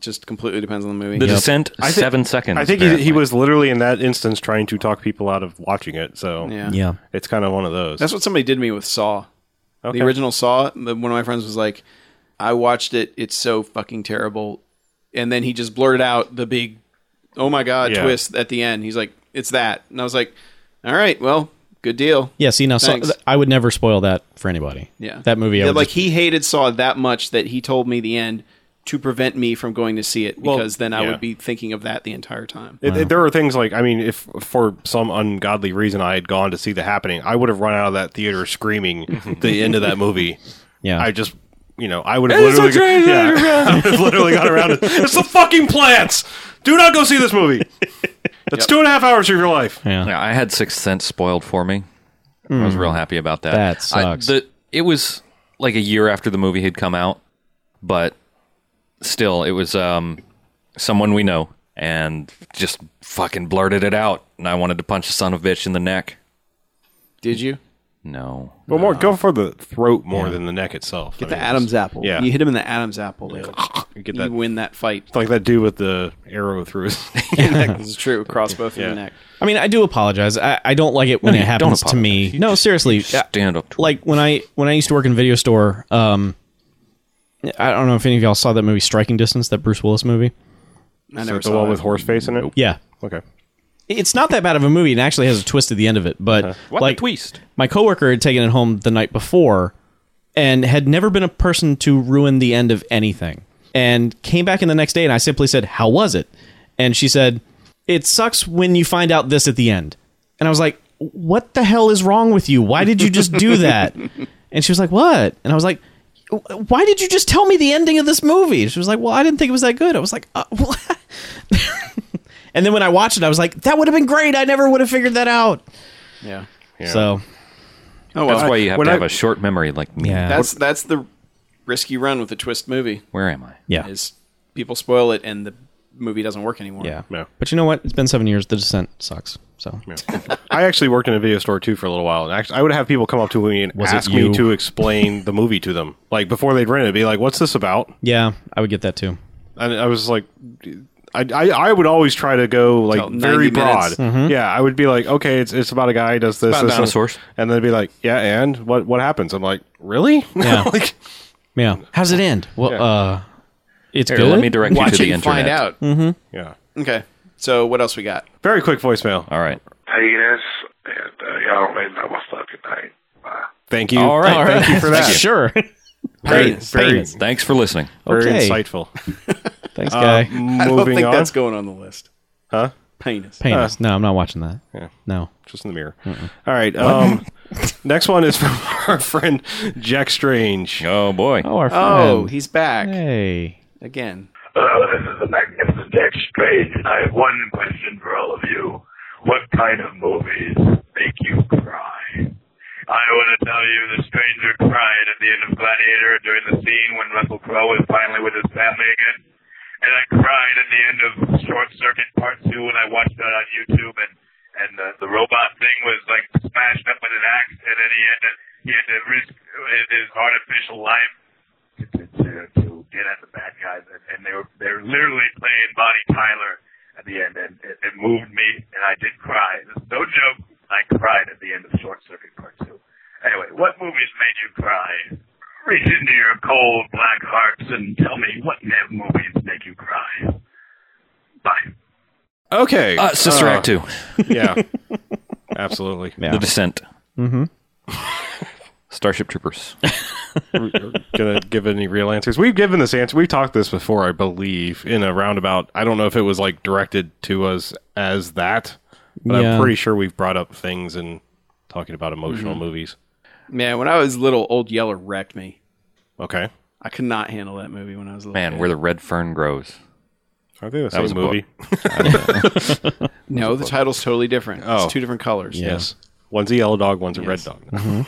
S3: Just completely depends on the movie.
S1: the descent
S2: I thi-
S1: seven seconds.
S2: I think he,
S1: apparently.
S2: he was literally in that instance trying to talk people out of watching it. So
S3: Yeah.
S4: Yeah.
S2: it's kind of one of those.
S3: That's what somebody did to me with Saw.
S2: Okay.
S3: The original Saw. the- One of my friends was like, "I watched it. It's so fucking terrible." And then he just blurted out the big, "Oh my god!"
S2: Yeah.
S3: twist at the end. He's like, "It's that," and I was like, "All right, well, good deal."
S4: Yeah. See now, so-
S3: Thanks.
S4: I would never spoil that for anybody.
S3: Yeah.
S4: That movie. I
S3: Yeah,
S4: would
S3: like
S4: just-
S3: he hated Saw that much that he told me the end to prevent me from going to see it because then I
S2: yeah.
S3: would be thinking of that the entire time.
S2: It- it- there are things like I mean, if for some ungodly reason I had gone to see the happening, I would have run out of that theater screaming the end of that movie.
S4: Yeah.
S2: I just you know I would have literally, go- yeah, I would have literally got around it. It's the fucking plants. Do not go see this movie. That's two and a half hours of your life.
S1: Yeah, I had Sixth Sense spoiled for me. I was real happy about that.
S4: That
S1: I-
S4: sucks.
S1: the, it was like a year after the movie had come out, but still, it was um, someone we know and just fucking blurted it out, and I wanted to punch the son of a bitch in the neck.
S3: Did you?
S1: No,
S2: Well, more go for the throat more than the neck itself.
S3: Get the Adam's apple.
S2: yeah.
S3: You hit him in the Adam's apple. dude.
S2: Get
S3: You
S2: that
S3: win that fight.
S2: like that dude with the arrow through his.
S3: This is true. Crossbow through
S2: Yeah.
S3: the neck.
S4: I mean, I do apologize. I, I don't like it when
S1: No,
S4: it
S1: you don't
S4: happens to me.
S1: apologize. You
S4: no, seriously. Uh,
S1: stand up. To
S4: like when I when I used to work in video store, um, I don't know if any of y'all saw that movie Striking Distance, that Bruce Willis movie.
S3: I
S2: Is
S3: never
S2: that the
S3: saw
S2: one
S3: it.
S2: with horse face in it.
S4: Yeah,
S2: Okay.
S4: it's not that bad of a movie. It actually has a twist at the end of it, but
S1: Uh-huh. what
S4: like
S1: a twist!
S4: my coworker had taken it home the night before and had never been a person to ruin the end of anything. And came back in the next day and I simply said, "How was it?" And she said, "It sucks when you find out this at the end." And I was like, "What the hell is wrong with you? Why did you just do that?" and she was like, "What?" And I was like, "Why did you just tell me the ending of this movie?" She was like, "Well, I didn't think it was that good." I was like, uh, "What?" and then when I watched it, I was like, "That would have been great. I never would have figured that out."
S3: Yeah.
S4: So,
S3: Oh well.
S1: That's why you have
S2: when
S1: to
S2: I-
S1: have a short memory like me.
S4: Yeah.
S3: That's that's the risky run with the twist movie.
S1: Where am I?
S4: yeah.
S3: Is people spoil it and the movie doesn't work anymore.
S4: Yeah.
S2: No.
S4: But you know what? It's been seven years. The descent sucks. So
S2: I actually worked in a video store too for a little while, and actually, I would have people come up to me and
S4: Was it
S2: ask me
S4: you?
S2: to explain the movie to them, like before they'd rent it, be like, "What's this about?"
S4: yeah, I would get that too.
S2: And I was like, I, I, I would always try to go like
S3: Tell 90
S2: very broad.
S3: minutes.
S2: Yeah, I would be like, "Okay, it's it's about a guy who does this,
S1: about
S2: this, and-"
S1: dinosaurs.
S2: and then be like, "Yeah, and what what happens?" I'm like, "Really?"
S4: Yeah.
S2: like,
S4: Yeah. How does it end? Well,
S2: Yeah.
S4: uh, it's
S1: Here,
S4: good.
S1: let me direct you
S3: Watch
S1: to
S3: it
S1: the
S3: and
S1: internet. Mm-hmm.
S3: find out.
S2: yeah.
S3: Okay. So what else we got?
S2: Very quick voicemail.
S1: All right.
S10: Hey, yes, and uh, y'all don't really know what's up tonight. Bye.
S2: Thank you.
S1: All right.
S2: Thank
S1: All
S2: you for that.
S4: sure.
S2: Very,
S3: Penis.
S2: very,
S4: Penis.
S1: Thanks for listening.
S2: very
S4: Okay.
S2: insightful. Um,
S4: Thanks, guy.
S2: Moving
S3: I don't think
S2: on.
S3: that's going on the list.
S2: Huh?
S3: Penis.
S4: Penis. no, I'm not watching that.
S2: Yeah.
S4: No.
S2: just in the mirror. All right. Um, next one is from our friend Jack Strange.
S1: Oh boy.
S4: Oh, our
S3: Oh,
S4: friend.
S3: he's back
S4: hey.
S3: again.
S10: Uh, this is the Magnificent Jack Strange, and I have one question for all of you. What kind of movies make you cry? I want to tell you the stranger cried at the end of Gladiator during the scene when Russell Crowe was finally with his family again. And I cried at the end of Short Circuit Part 2 when I watched that on YouTube, and, and uh, the robot thing was like smashed up with an axe, and then he had to, he had to risk his artificial life to, to, to, to get at the bad guys, and, and they were they were literally playing Bonnie Tyler at the end, and it, it moved me, and I did cry. This is no joke. I cried at the end of Short Circuit Part Two. Anyway, what movies made you cry? Reach into your cold black hearts and tell me what nav movies make you cry. Bye.
S2: Okay.
S1: Uh, Sister Act two,
S2: Yeah. Absolutely.
S1: The Descent. Mm-hmm. Starship Troopers.
S2: gonna give any real answers. We've given this answer. We've talked this before, I believe, in a roundabout. I don't know if it was like directed to us as that, but
S3: Yeah.
S2: I'm pretty sure we've brought up things and talking about emotional movies.
S3: Man, when I was little, Old Yeller wrecked me.
S2: Okay.
S3: I could not handle that movie when I was a little.
S1: Man,
S3: kid.
S1: where the red fern grows.
S2: Are they the
S1: That
S2: same
S1: was a
S2: movie?
S1: book. I don't know.
S3: no, the title's totally different.
S2: Oh.
S3: It's two different colors.
S2: Yes. One's a yellow dog, one's a red dog.
S8: and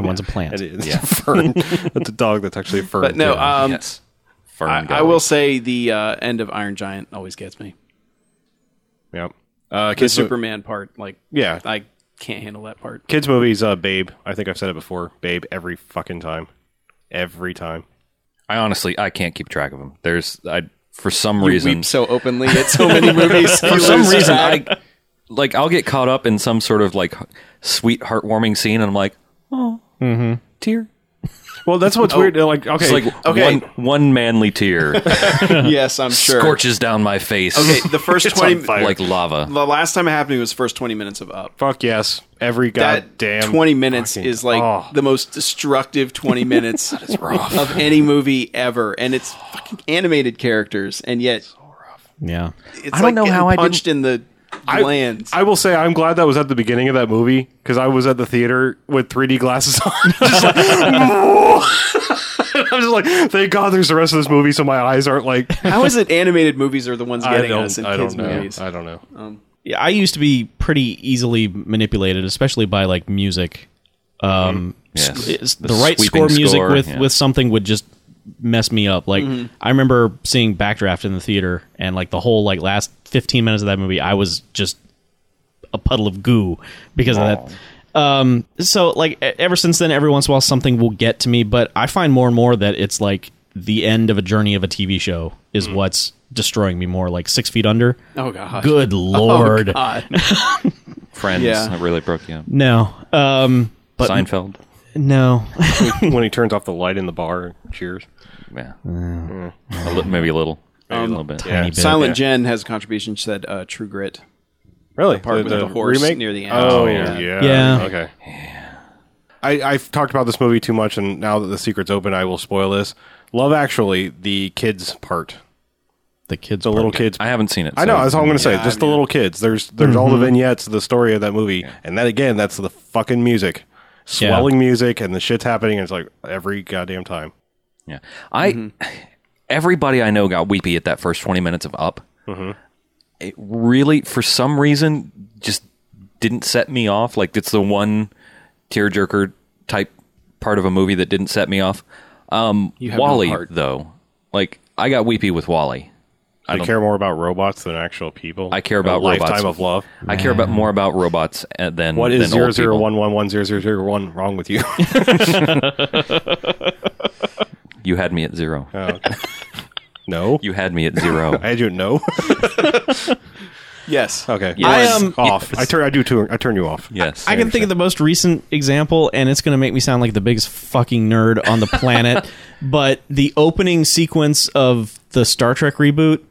S8: one's a plant.
S2: It is
S1: Yeah.
S2: a fern. That's a dog that's actually a fern.
S3: But no,
S2: too.
S3: um,
S1: Yes. Fern
S3: I, I
S1: Gully.
S3: will say the uh, end of Iron Giant always gets me.
S2: Yep. Uh,
S3: The
S2: kids, mo-
S3: Superman part, like,
S2: Yeah.
S3: I can't handle that part.
S2: kids movies, uh, Babe. I think I've said it before. Babe, every fucking time. Every time.
S1: I honestly I can't keep track of them. There's I for some
S3: You
S1: reason
S3: weep so openly at so many movies.
S1: for some reason I like I'll get caught up in some sort of like sweet heartwarming scene and I'm like, "Oh,
S2: Mm-hmm.
S1: tear."
S2: Well, that's what's weird. Oh. Like, okay.
S1: It's like
S3: uh, okay.
S1: one one manly tear
S3: yes, I'm sure.
S1: scorches down my face.
S3: Okay, the first twenty.
S1: like lava.
S3: The last time it happened was first twenty minutes of Up.
S2: Fuck yes. Every
S3: that
S2: goddamn
S3: 20 minutes
S2: fucking-
S3: is like
S2: oh.
S3: the most destructive 20 minutes of any movie ever and it's fucking animated characters and yet
S8: Yeah.
S3: it's
S1: don't
S3: like
S1: know
S3: getting
S1: how I
S3: punched in the
S2: I-
S3: glands
S2: I will say I'm glad that was at the beginning of that movie because I was at the theater with 3D glasses on. just like, I'm just like, thank God there's the rest of this movie, so my eyes aren't like.
S3: how is it animated movies are the ones
S2: I
S3: getting
S2: don't.
S3: us in
S2: I
S3: kids
S2: don't know.
S3: movies
S2: I don't know.
S4: Yeah, I used to be pretty easily manipulated, especially by like music. Um,
S1: Yes.
S4: s- it's-
S1: The
S4: the, right
S1: sweeping
S4: score music
S1: score,
S4: with
S1: yeah.
S4: with something would just mess me up. Like I remember seeing Backdraft in the theater, and like the whole like last fifteen minutes of that movie, I was just a puddle of goo because of that. Um, so like e- ever since then, every once in a while something will get to me, but I find more and more that it's like the end of a journey of a TV show is what's destroying me more. Like Six Feet Under.
S3: oh god
S4: Good lord.
S3: oh god
S1: Friends,
S3: Yeah.
S1: I really broke you. up.
S4: No. Um but
S1: Seinfeld.
S4: no.
S2: when he turns off the light in the bar, cheers.
S1: Yeah. A li- maybe a little. a little bit.
S2: Yeah.
S4: bit.
S3: silent jen has a contribution she said uh, true grit
S2: Really?
S3: Apartment of the Horse near the end.
S2: Oh,
S3: Oh,
S2: yeah.
S3: yeah.
S2: yeah.
S4: Yeah.
S2: Okay. I, I've talked about this movie too much, and now that the secret's open, I will spoil this. Love Actually, the kids part,
S8: The kids.
S2: the little kids.
S1: I haven't seen it.
S2: I know.
S1: so-
S2: That's all I'm going to say. Just the little kids. There's there's all
S4: Mm-hmm.
S2: the vignettes of the story of that movie, and then again, that's the fucking music,
S4: Yeah.
S2: swelling music, and the shit's happening. And it's like every goddamn time.
S1: Yeah. I everybody I know got weepy at that first 20 minutes of up. It really for some reason just didn't set me off. Like it's the one tearjerker type part of a movie that didn't set me off. Um
S3: no
S1: Wally
S3: heart.
S1: though. Like I got weepy with Wally.
S2: I
S1: don't-
S2: care more about robots than actual people.
S1: I care
S2: A
S1: about robots.
S2: lifetime of love.
S1: I care about more about robots uh, than
S2: What is
S1: than
S2: zero
S1: old
S2: zero
S1: people.
S2: one one one zero zero zero one wrong with you?
S1: You had me at 0.
S2: no,
S1: You had me at 0.
S2: I do no.
S3: yes
S2: okay,
S4: I
S2: You're
S4: um
S2: off. I turn. I do. Turn, I turn you off.
S1: yes.
S4: I can think of the most recent example and it's going to make me sound like the biggest fucking nerd on the planet, but the opening sequence of the Star Trek reboot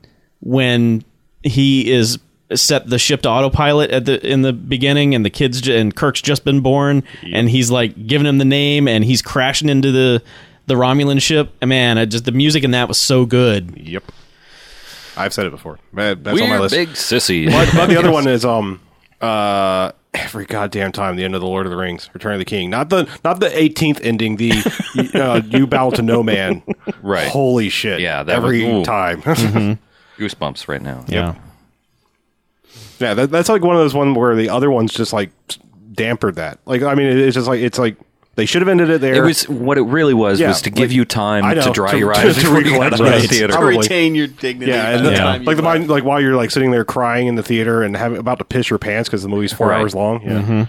S4: when he is set the ship to autopilot at the in the beginning and the kids ju- and Kirk's just been born and he's like giving him the name and he's crashing into the the Romulan ship. And man, I just the music in that was so good.
S2: Yep. I've said it before. That- That's on my
S1: We're
S2: list.
S1: big sissies.
S2: But, but the other one is um uh every goddamn time the end of the Lord of the Rings, Return of the King. Not the not the eighteenth ending. The uh, you bow to no man.
S1: Right.
S2: Holy shit.
S1: Yeah, that
S2: every
S1: was- ooh. Mm-hmm.
S2: time.
S1: Goosebumps right now.
S4: Yeah.
S2: yeah, that, that's like one of those one where the other ones just like dampered that. Like I mean, it, it's just like it's like they should have ended it there.
S1: It was what it really was
S2: Yeah,
S1: was to
S2: like-
S1: give you time
S2: I know,
S1: to dry
S2: to-
S1: your eyes
S2: to
S1: before you
S2: recollect,
S1: got out of the
S2: right.
S1: theater.
S3: to
S2: Probably.
S3: retain your dignity
S2: yeah,
S3: by
S2: and
S3: the
S2: the-
S3: time you
S2: like the
S3: left.
S2: mind, like while you're like sitting there crying in the theater and having about to piss your pants because the movie's four
S1: Right.
S2: hours long. Yeah,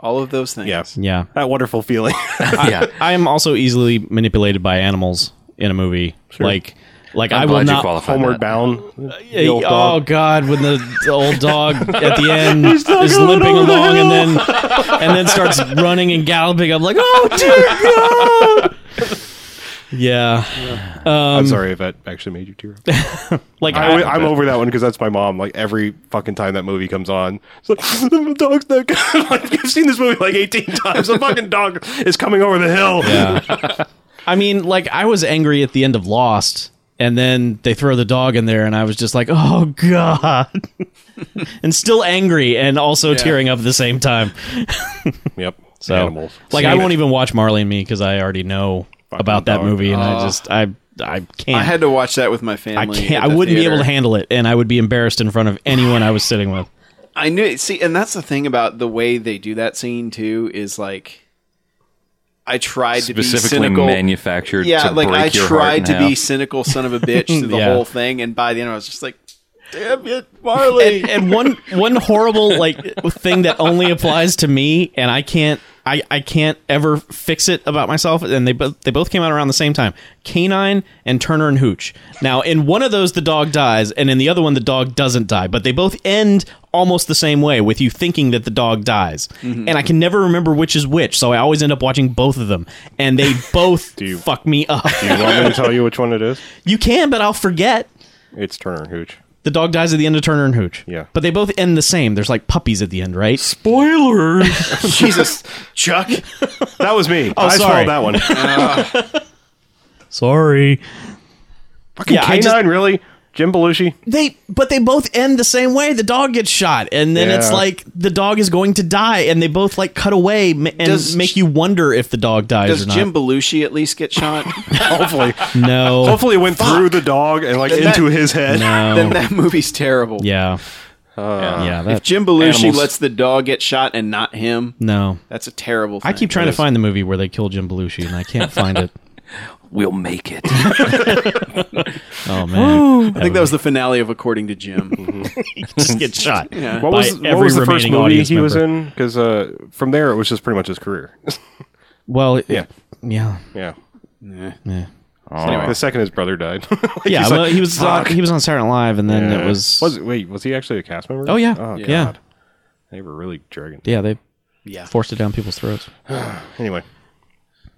S3: all of those things
S2: yeah,
S4: Yeah.
S2: That wonderful feeling.
S1: yeah.
S4: I am also easily manipulated by animals in a movie. Like, like i
S1: I'm
S4: will
S1: glad you
S4: not.
S1: qualified
S2: Homeward
S1: that.
S2: bound.
S4: Hey,
S2: the old
S4: oh
S2: dog.
S4: God, when the the old dog at the end is limping along and then and then starts running and galloping, I'm like, oh dear God. Yeah.
S2: I'm
S4: Um,
S2: sorry if that actually made you tear up.
S4: Like
S2: I,
S4: I,
S2: am over that one because that's my mom. Like every fucking time that movie comes on, it's like the dog's not good. like, I've seen this movie like 18 times. The fucking dog is coming over the hill.
S4: I mean, like I was angry at the end of Lost, and then they throw the dog in there, and I was just like, "Oh God," and still angry and also tearing up at the same time.
S2: Yep.
S4: So,
S2: Animals.
S4: like, I won't even watch Marley and Me because I already know about that
S2: dog.
S4: movie, and I
S3: Oh.
S4: just I I can't.
S3: I had to watch that with my
S4: I
S3: family. at
S4: can't. I
S3: the
S4: wouldn't be
S3: theater.
S4: able to handle it, and I would be embarrassed in front of anyone I was sitting with.
S3: I knew. See, and that's the thing about the way they do that scene too is like, I tried to be
S1: specifically
S3: cynical.
S1: manufactured
S3: yeah,
S1: to
S3: like
S1: break
S3: I
S1: your heart in
S3: tried to be
S1: half.
S3: cynical son of a bitch through the
S4: Yeah.
S3: whole thing, and by the end I was just like, damn it, Marley.
S4: and, and one one horrible like thing that only applies to me and i can't I, I can't ever fix it about myself and they both they both came out around the same time canine and turner and hooch now in one of those the dog dies and in the other one the dog doesn't die but they both end almost the same way with you thinking that the dog dies and i can never remember which is which so i always end up watching both of them and they both
S2: you-
S4: fuck me up
S2: Do you want me to tell you which one it is?
S4: you can but i'll forget
S2: It's Turner and Hooch.
S4: the dog dies at the end of Turner and Hooch.
S2: Yeah.
S4: But they both end the same. There's like puppies at the end, right?
S3: Jesus, Chuck.
S2: That was me. I
S4: Oh, sorry.
S2: swallowed that one.
S4: Sorry.
S2: Fucking
S4: Yeah, I
S2: canine,
S4: just-
S2: really? Jim Belushi?
S4: They but they both end the same way. The dog gets shot and then it's
S2: Yeah.
S4: like the dog is going to die and they both like cut away ma- and
S3: Does-
S4: make you wonder if the dog dies
S3: Does
S4: or not.
S3: Jim Belushi at least get shot?
S2: Hopefully.
S4: no.
S2: Hopefully it went through the dog and like
S3: Then
S2: into
S3: that-
S2: his head.
S4: No.
S3: then that movie's terrible.
S4: yeah.
S2: Uh,
S4: yeah, that,
S3: If Jim Belushi
S1: Animals.
S3: lets the dog get shot and not him,
S4: no.
S3: that's a terrible thing.
S4: I keep trying to find the movie where they kill Jim Belushi and I can't find it.
S1: We'll make it.
S4: Oh man.
S3: I think that was the finale of According to Jim.
S1: Mm-hmm.
S4: just get shot.
S2: What was,
S4: by
S2: what was
S4: every
S2: the first
S4: remaining
S2: movie
S4: audience
S2: he was
S4: member.
S2: in? Because uh, from there, it was just pretty much his career.
S4: Well,
S2: Yeah.
S4: yeah. Yeah.
S2: yeah.
S4: Yeah.
S2: The second his brother died. Like,
S4: Yeah,
S2: he's
S4: well,
S2: like,
S4: he was on,
S2: "Fuck."
S4: he was on Saturday Night Live and then
S2: Yeah.
S4: it was,
S2: was. Wait, was he actually a cast member?
S4: Oh yeah.
S2: Oh, God.
S4: yeah.
S2: They were really dragging.
S4: Yeah, they
S3: Yeah.
S4: forced it down people's throats.
S2: Anyway.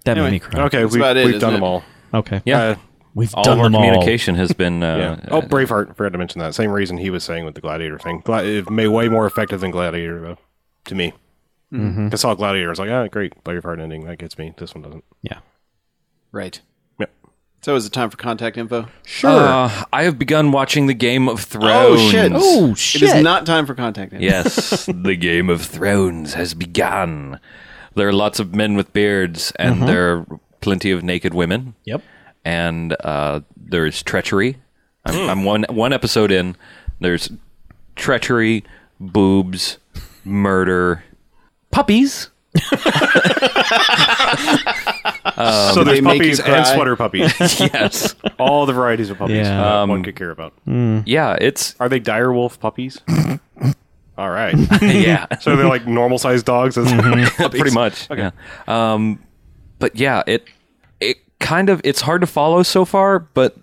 S4: That
S3: Anyway,
S4: made me cry.
S2: Okay, we've,
S3: about it,
S2: we've
S3: isn't
S2: done them
S3: it?
S2: all.
S4: Okay.
S1: Yeah.
S2: Uh,
S4: We've
S1: all
S4: done
S1: of our
S4: them all.
S1: communication has been.
S2: yeah.
S1: Uh,
S2: oh, Braveheart. Forgot to mention that. Same reason he was saying with the Gladiator thing. Gla- it made way more effective than Gladiator, though, to me. I saw Gladiator. I was like, ah, great. Braveheart ending. That gets me. This one doesn't.
S4: Yeah.
S3: Right.
S2: Yep.
S3: So is it time for contact info?
S1: Sure. Uh, I have begun watching the Game of
S3: Oh,
S1: Thrones.
S3: shit.
S4: Oh
S3: It is not time for contact info.
S1: Yes, the Game of Thrones has begun. There are lots of men with beards, and there are plenty of naked women.
S4: Yep.
S1: And uh, there is treachery. I'm, I'm one one episode in. There's treachery, boobs, murder, puppies.
S2: so there's
S3: they make you
S2: puppies
S3: cry?
S2: and sweater puppies.
S1: Yes.
S2: all the varieties of puppies
S4: Yeah.
S2: that one could care about.
S1: yeah, it's
S2: Are they direwolf puppies? all right.
S1: yeah.
S2: So they're like normal sized dogs. as-
S1: pretty much. Yeah. Um, but yeah, it it kind of it's hard to follow so far, but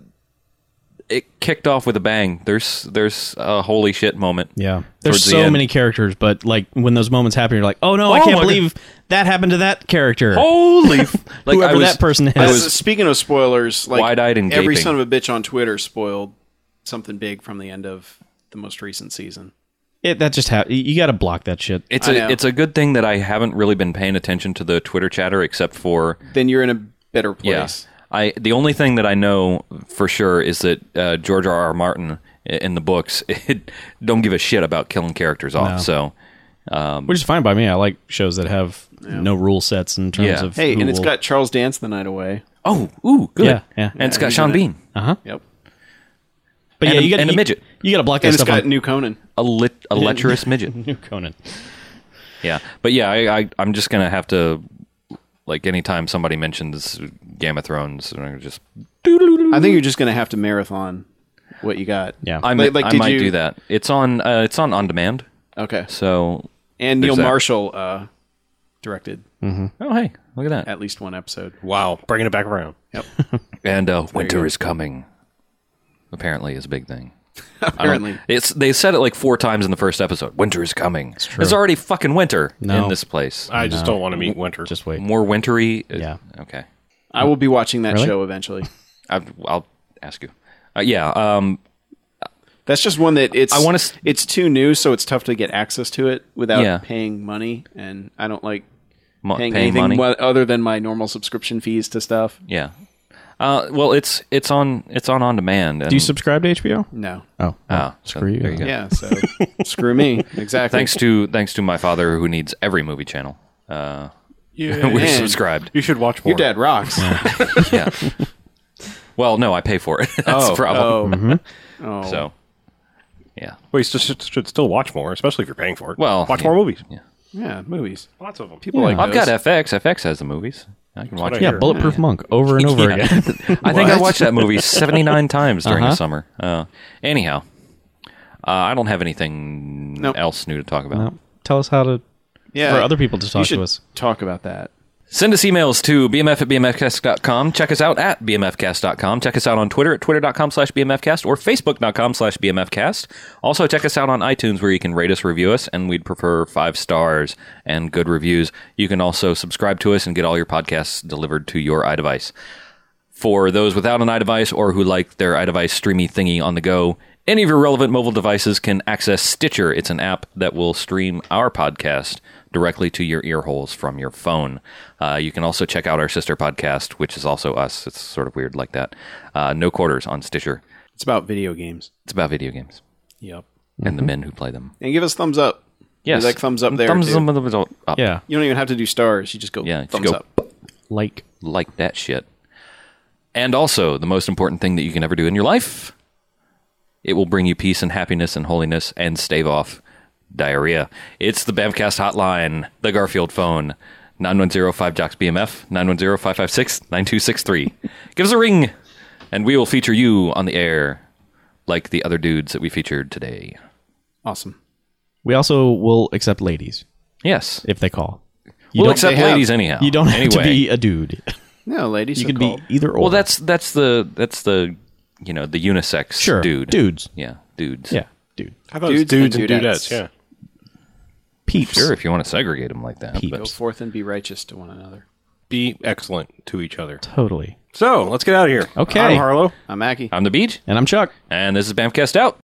S1: it kicked off with a bang. There's there's a holy shit moment.
S4: Yeah. There's
S1: Towards the
S4: so
S1: end.
S4: many characters, but like when those moments happen, you're like, oh no, I
S1: Oh,
S4: can't
S1: my Oh.
S4: believe that happened to that character.
S1: Holy, f- like
S4: Whoever
S1: I was,
S4: that person
S1: I
S4: is.
S1: was
S3: Speaking of spoilers, like
S1: Wide-eyed and
S3: every
S1: gaping.
S3: son of a bitch on Twitter spoiled something big from the end of the most recent season.
S4: It, that just happened. You got to block that shit.
S1: It's
S3: I
S1: a
S3: know.
S1: it's a good thing that I haven't really been paying attention to the Twitter chatter except for
S3: Then you're in a better place.
S1: yeah. I the only thing that I know for sure is that uh, George R. R. Martin i- in the books it, don't give a shit about killing characters off. So
S4: Which is fine by me. I like shows that have no rule sets in terms
S1: Yeah.
S4: of.
S3: Hey,
S4: who
S3: and it's
S4: will-
S3: got Charles Dance the night away.
S1: oh ooh good
S4: Yeah, yeah.
S1: and it's got Sean Bean.
S3: Yep.
S4: But yeah,
S1: and a-
S4: you got
S1: and a midget.
S4: You, got to block that
S3: And it's
S4: stuff.
S3: got
S4: on-
S3: new Conan.
S1: a, lit, a lecherous midget.
S4: new Conan.
S1: Yeah, but yeah, I, I I'm just gonna have to like anytime somebody mentions Game of Thrones, I'm gonna just
S3: I think you're just gonna have to marathon what you got.
S4: Yeah.
S1: I, like,
S3: Like- like,
S1: I
S3: did
S1: might
S3: you-
S1: do that. It's on uh, it's on on demand.
S3: Okay.
S1: So
S3: And
S1: There's
S3: Neil
S1: that.
S3: Marshall uh, directed
S1: oh hey, look at that.
S3: at least one episode.
S2: wow. Bringing it back around.
S1: And uh, winter is coming. Apparently, is a big thing.
S3: Apparently.
S1: It's they said it like four times in the first episode. Winter is coming. It's, already fucking winter
S4: No.
S1: in this place.
S2: I just don't want to meet Winter.
S4: Just wait.
S1: More wintry.
S4: Yeah.
S1: Okay.
S3: I will be watching that
S4: Really?
S3: show eventually.
S1: I've, I'll ask you. Uh, yeah, um,
S3: That's just one that it's.
S1: I wanna s-
S3: It's too new, so it's tough to get access to it without
S1: Yeah.
S3: paying money, and I don't like
S1: mo-
S3: paying,
S1: paying,
S3: anything
S1: money.
S3: mo- other than my normal subscription fees to stuff.
S1: Yeah. Uh, well, it's it's on it's on on demand. And,
S8: Do you subscribe to HBO?
S3: No.
S8: Oh,
S1: Ah, so
S8: screw you.
S1: there you go.
S3: Yeah. so screw me. Exactly.
S1: Thanks to thanks to my father who needs every movie channel. Uh, we're
S3: Man.
S1: subscribed.
S2: You should watch more.
S3: Your dad rocks.
S1: Yeah. well, no, I pay for it. That's the problem. Mm-hmm.
S3: Oh. Oh.
S1: So, yeah.
S2: Well, you s- should, should still watch more, especially if you're paying for it.
S1: Well,
S2: watch
S1: yeah.
S2: more movies.
S1: Yeah.
S3: Yeah, movies.
S2: Lots of them.
S3: People like
S1: I've
S3: those.
S1: got FX. FX has the movies. I can watch.
S2: what
S1: it.
S2: I
S8: Yeah,
S2: Sure.
S8: Bulletproof Monk over and over
S1: Yeah.
S8: again.
S1: I think I watched that movie 79 times during the summer. Uh, anyhow, uh, I don't have anything
S3: Nope.
S1: else new to talk about.
S8: No. Tell us how to
S3: yeah,
S8: for other people to
S3: you
S8: talk to
S3: should
S8: us.
S3: Talk about that.
S1: Send us emails to bmf at bmfcast.com. Check us out at bmfcast.com. Check us out on Twitter at twitter.com slash bmfcast or facebook.com slash bmfcast. Also, check us out on iTunes where you can rate us, review us, and we'd prefer five stars and good reviews. You can also subscribe to us and get all your podcasts delivered to your iDevice. For those without an iDevice or who like their iDevice streamy thingy on the go, any of your relevant mobile devices can access Stitcher. It's an app that will stream our podcast directly to your ear holes from your phone. Uh, you can also check out our sister podcast, which is also us. It's sort of weird like that. Uh, no quarters on Stitcher.
S3: It's about video games.
S1: It's about video games
S3: Yep.
S1: and the men who play them.
S3: And give us thumbs up.
S1: Yes,
S3: like thumbs up there,
S1: Thumbs
S3: too.
S1: up. thumbs up.
S8: Yeah,
S3: You don't even have to do stars. You just go
S1: Yeah, just
S3: thumbs
S1: go
S3: up.
S8: like
S1: like that shit. And also, the most important thing that you can ever do in your life, it will bring you peace and happiness and holiness and stave off diarrhea. It's the Bamcast hotline, the Garfield phone, 9105-JOCKS-BMF, 910556-9263. Give us a ring, and we will feature you on the air like the other dudes that we featured today.
S3: Awesome.
S8: we also will accept ladies
S1: Yes.
S8: if they call. You
S1: we'll
S8: don't-
S1: accept
S3: they have-
S1: ladies anyhow.
S8: You don't have
S1: anyway.
S8: to be a dude.
S3: No, ladies,
S8: You can be either or.
S1: Well, that's that's the that's the you know, the unisex
S8: sure,
S1: dude.
S8: dudes.
S1: Yeah, dudes.
S8: Yeah, dude.
S2: I thought it was dudes
S3: Dudes and
S2: and
S3: dudettes.
S2: dudettes. Yeah.
S8: Peeps.
S1: Sure, if you want to segregate them like that.
S3: go
S1: But
S3: forth and be righteous to one another.
S2: Be excellent to each other.
S8: Totally.
S2: So let's get out of here.
S8: Okay.
S2: I'm Harlow.
S3: I'm Mackie.
S1: I'm the Beach,
S8: And I'm Chuck.
S1: and this is Bamcast out.